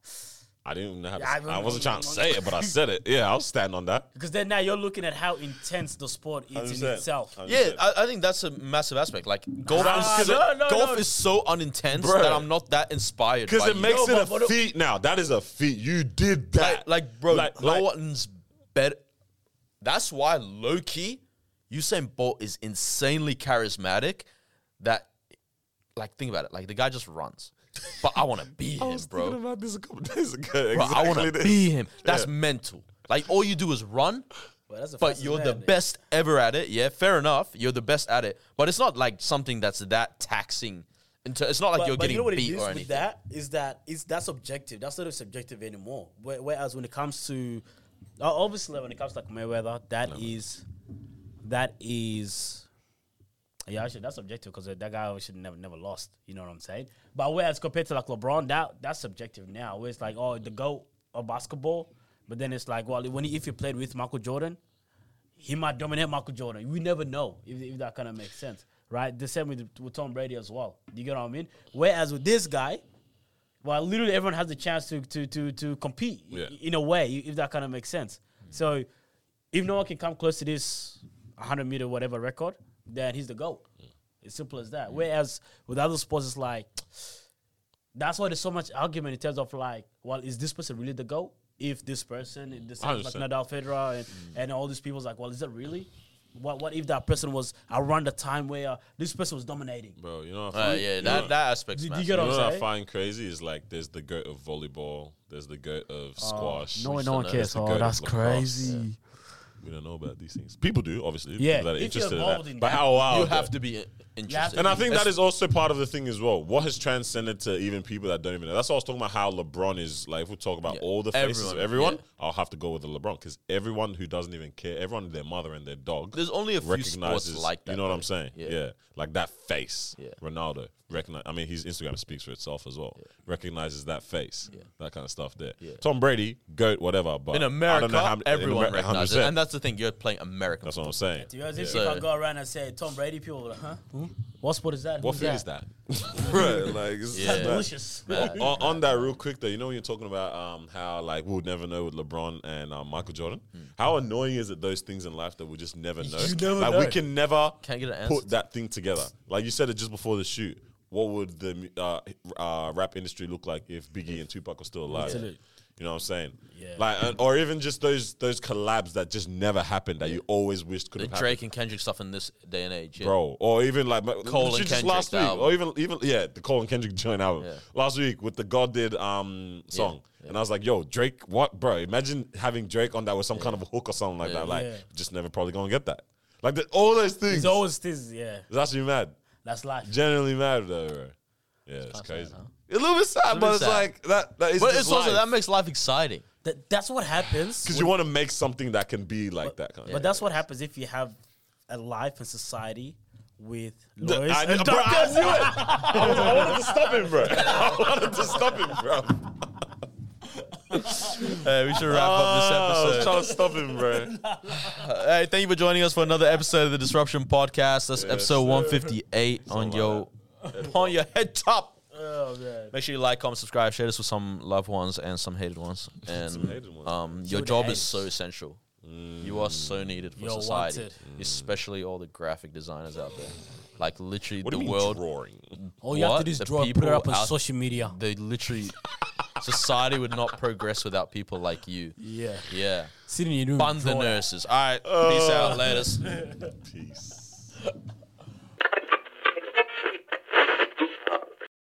S2: I didn't even know how to,
S3: Yeah, I
S2: I,
S3: don't know.
S2: wasn't trying to say it, but I said it. Yeah, I'll stand on that.
S3: because then now you're looking at how intense the sport is in
S2: 100%.
S3: itself.
S1: Yeah, I, I think that's a massive aspect. Like golf,
S2: Ah,
S1: is,
S2: no,
S3: no,
S1: golf
S3: no.
S1: is so unintense
S2: Bruh.
S1: that I'm not that inspired.
S2: Because
S1: by
S2: it makes
S3: No,
S2: it
S3: but-
S2: a feat now. That is a feat. You did that.
S1: like, like bro,
S2: Like-
S1: no
S2: like-
S1: one's better. That's why low key, Usain Bolt is insanely charismatic. That, like, think about it. Like the guy just runs, but I want to be
S2: [laughs] I
S1: him,
S2: was
S1: bro.
S2: thinking about this a couple [laughs] days ago.
S1: Bro, I want
S2: Exactly
S1: to be
S2: this.
S1: him. That's
S2: Yeah.
S1: mental. Like all you do is run,
S3: Well, that's the
S1: but
S3: fastest
S1: you're the
S3: man.
S1: best ever at it. Yeah, fair enough. You're the best at it, but it's not like something that's that taxing In ter- it's not like
S3: but,
S1: you're
S3: but
S1: getting
S3: you know what it
S1: beat
S3: is
S1: or
S3: with
S1: anything.
S3: that is that is that's objective. That's not subjective anymore. Where- Whereas when it comes to uh, obviously when it comes to like Mayweather, that is that is yeah, actually that's subjective because that guy should never never lost. You know what I'm saying? But whereas compared to like LeBron, that that's subjective now. Where it's like oh the goat of basketball, but then it's like well when he, if he played with Michael Jordan, he might dominate Michael Jordan. We never know if, if that kind of makes sense, right? The same with, with Tom Brady as well. You get what I mean? Whereas with this guy, well, literally everyone has the chance to to to to compete i-
S2: Yeah.
S3: in a way, if that kind of makes sense. So, if no one can come close to this 100 meter whatever record, then he's the goat. It's simple as that. Whereas with other sports, it's like that's why there's so much argument in terms of like, well, is this person really the goat? If this person, if this like
S2: 100%.
S3: Nadal, Federer, and, and all these people's like, well, is that really? What what if that person was around the time where uh, this person was dominating?
S2: bro. You know, what I
S1: Uh,
S2: find-
S1: yeah,
S2: you know-
S1: that, that aspect's
S3: Do you
S1: massive.
S3: get what
S2: You know
S3: I'm
S2: what I
S3: saying?
S2: find crazy is like there's the goat of volleyball, there's the goat of squash.
S3: No,
S1: Which
S3: no one
S1: the-
S3: cares.
S2: the
S3: Oh,
S2: goat
S3: that's
S2: of lacrosse.
S3: crazy.
S2: We don't know about these things. People do, obviously.
S3: Yeah,
S2: people that are
S3: if you're
S2: interested
S3: involved
S2: in
S3: in
S2: that. But
S3: that,
S2: how wild?
S1: you have
S2: though.
S1: to be i- interested.
S3: to
S2: And I think that
S1: That's-
S2: is also part of the thing as well. What has transcended to even people that don't even know? That's what I was talking about. How LeBron is like. If we talk about
S1: Yeah.
S2: all the faces
S1: Everyone,
S2: of everyone,
S1: yeah.
S2: I'll have to go with the LeBron because everyone who doesn't even care, everyone their mother and their dog.
S1: There's only a few sports
S2: recognizes
S1: like that.
S2: You know what
S1: though.
S2: I'm saying? Yeah.
S1: Yeah.
S2: Like that face.
S1: Yeah.
S2: Ronaldo recognize I mean his Instagram speaks for itself as well. Recognizes that face. That kind of stuff there. Tom Brady, goat, whatever, but
S1: In
S2: I
S1: America,
S2: don't know how, in
S1: everyone
S2: Amer-
S1: recognizes it.
S2: 100%.
S1: And that's the thing, you're playing American.
S2: That's what I'm saying.
S3: Do you guys if
S1: Yeah.
S3: I go around and say Tom Brady, people, will be like, huh? Hmm? What sport is that?
S2: What
S3: Who's
S2: food is
S3: [laughs]
S2: that? Bruh, like it's
S1: Yeah.
S3: That's
S2: like-
S3: delicious.
S2: on, on- on that real quick though, you know when you're talking about um, how like we'll never know with LeBron and um, Michael Jordan, how annoying is it those things in life that we just never know?
S3: You never
S2: like
S3: know.
S2: we can never
S1: Can't get an answer
S2: put
S1: to
S2: that thing together. Like you said it just before the shoot. What would the uh, uh, rap industry look like if Biggie and Tupac were still alive?
S3: Absolutely.
S2: You know what I'm saying?
S3: Yeah.
S2: Like, and, or even just those those collabs that just never happened that you always wished could
S1: The
S2: have happened
S1: Drake and Kendrick stuff in this day and age. yeah.
S2: bro. Or even like
S1: Cole
S2: Cole
S1: and
S2: just
S1: Kendrick
S2: last week,
S1: album.
S2: or even even yeah, the Cole and Kendrick joint album
S1: Yeah.
S2: last week with the God did um song, and I was like, yo, Drake, what, bro? Imagine having Drake on that with some kind of hook or something like that. Like,
S3: Yeah.
S2: just never probably gonna get that. Like the, all those things.
S3: It's always this, yeah.
S2: it's actually mad.
S3: That's life.
S2: Generally mad though. Bro. Yeah, it's,
S1: kinda
S2: crazy.
S1: sad, huh?
S2: a little bit sad,
S1: It's a
S2: but
S1: bit
S2: it's
S1: sad.
S2: like that. That is
S1: But
S2: just
S1: it's also, that
S2: life.
S1: makes life exciting.
S3: That, that's what happens.
S2: because you want to make something that can be like that kind
S3: But
S2: of.
S3: that's what happens if you have a life in society with
S2: I,
S3: lawyers
S2: I,
S3: and
S2: bro, I
S3: doctors.
S2: knew it. I, was- I wanted to stop him, bro. [laughs] I wanted to stop him, bro.
S1: Hey, we should wrap
S2: Oh,
S1: up this episode.
S2: I was trying to stop him, bro.
S1: Hey, thank you for joining us for another episode of the Disruption Podcast. That's episode
S2: sir.
S1: 158 on
S2: like
S1: your [laughs] on your head top.
S3: Oh, man.
S1: Make sure you like, comment, subscribe, share this with some loved ones and some hated
S2: [laughs]
S1: ones. And
S2: hated ones. Mm.
S1: um, your
S3: the
S1: job
S3: haters.
S1: is so essential. You are so needed for
S3: You're
S1: society,
S3: wanted.
S1: especially all the graphic designers out there. Like literally,
S2: What
S1: the
S2: do you mean
S1: world.
S2: drawing?
S3: All you have to
S1: What
S3: do is
S1: the
S3: draw it, put it
S1: people
S3: up on
S1: out-
S3: social media.
S1: They literally,
S2: [laughs]
S1: society would not progress without people like you.
S3: Yeah.
S1: Yeah,
S3: Sit in your room.
S1: fund the
S3: draw it.
S2: Uh.
S1: nurses. All right, peace out, latest.
S2: Peace.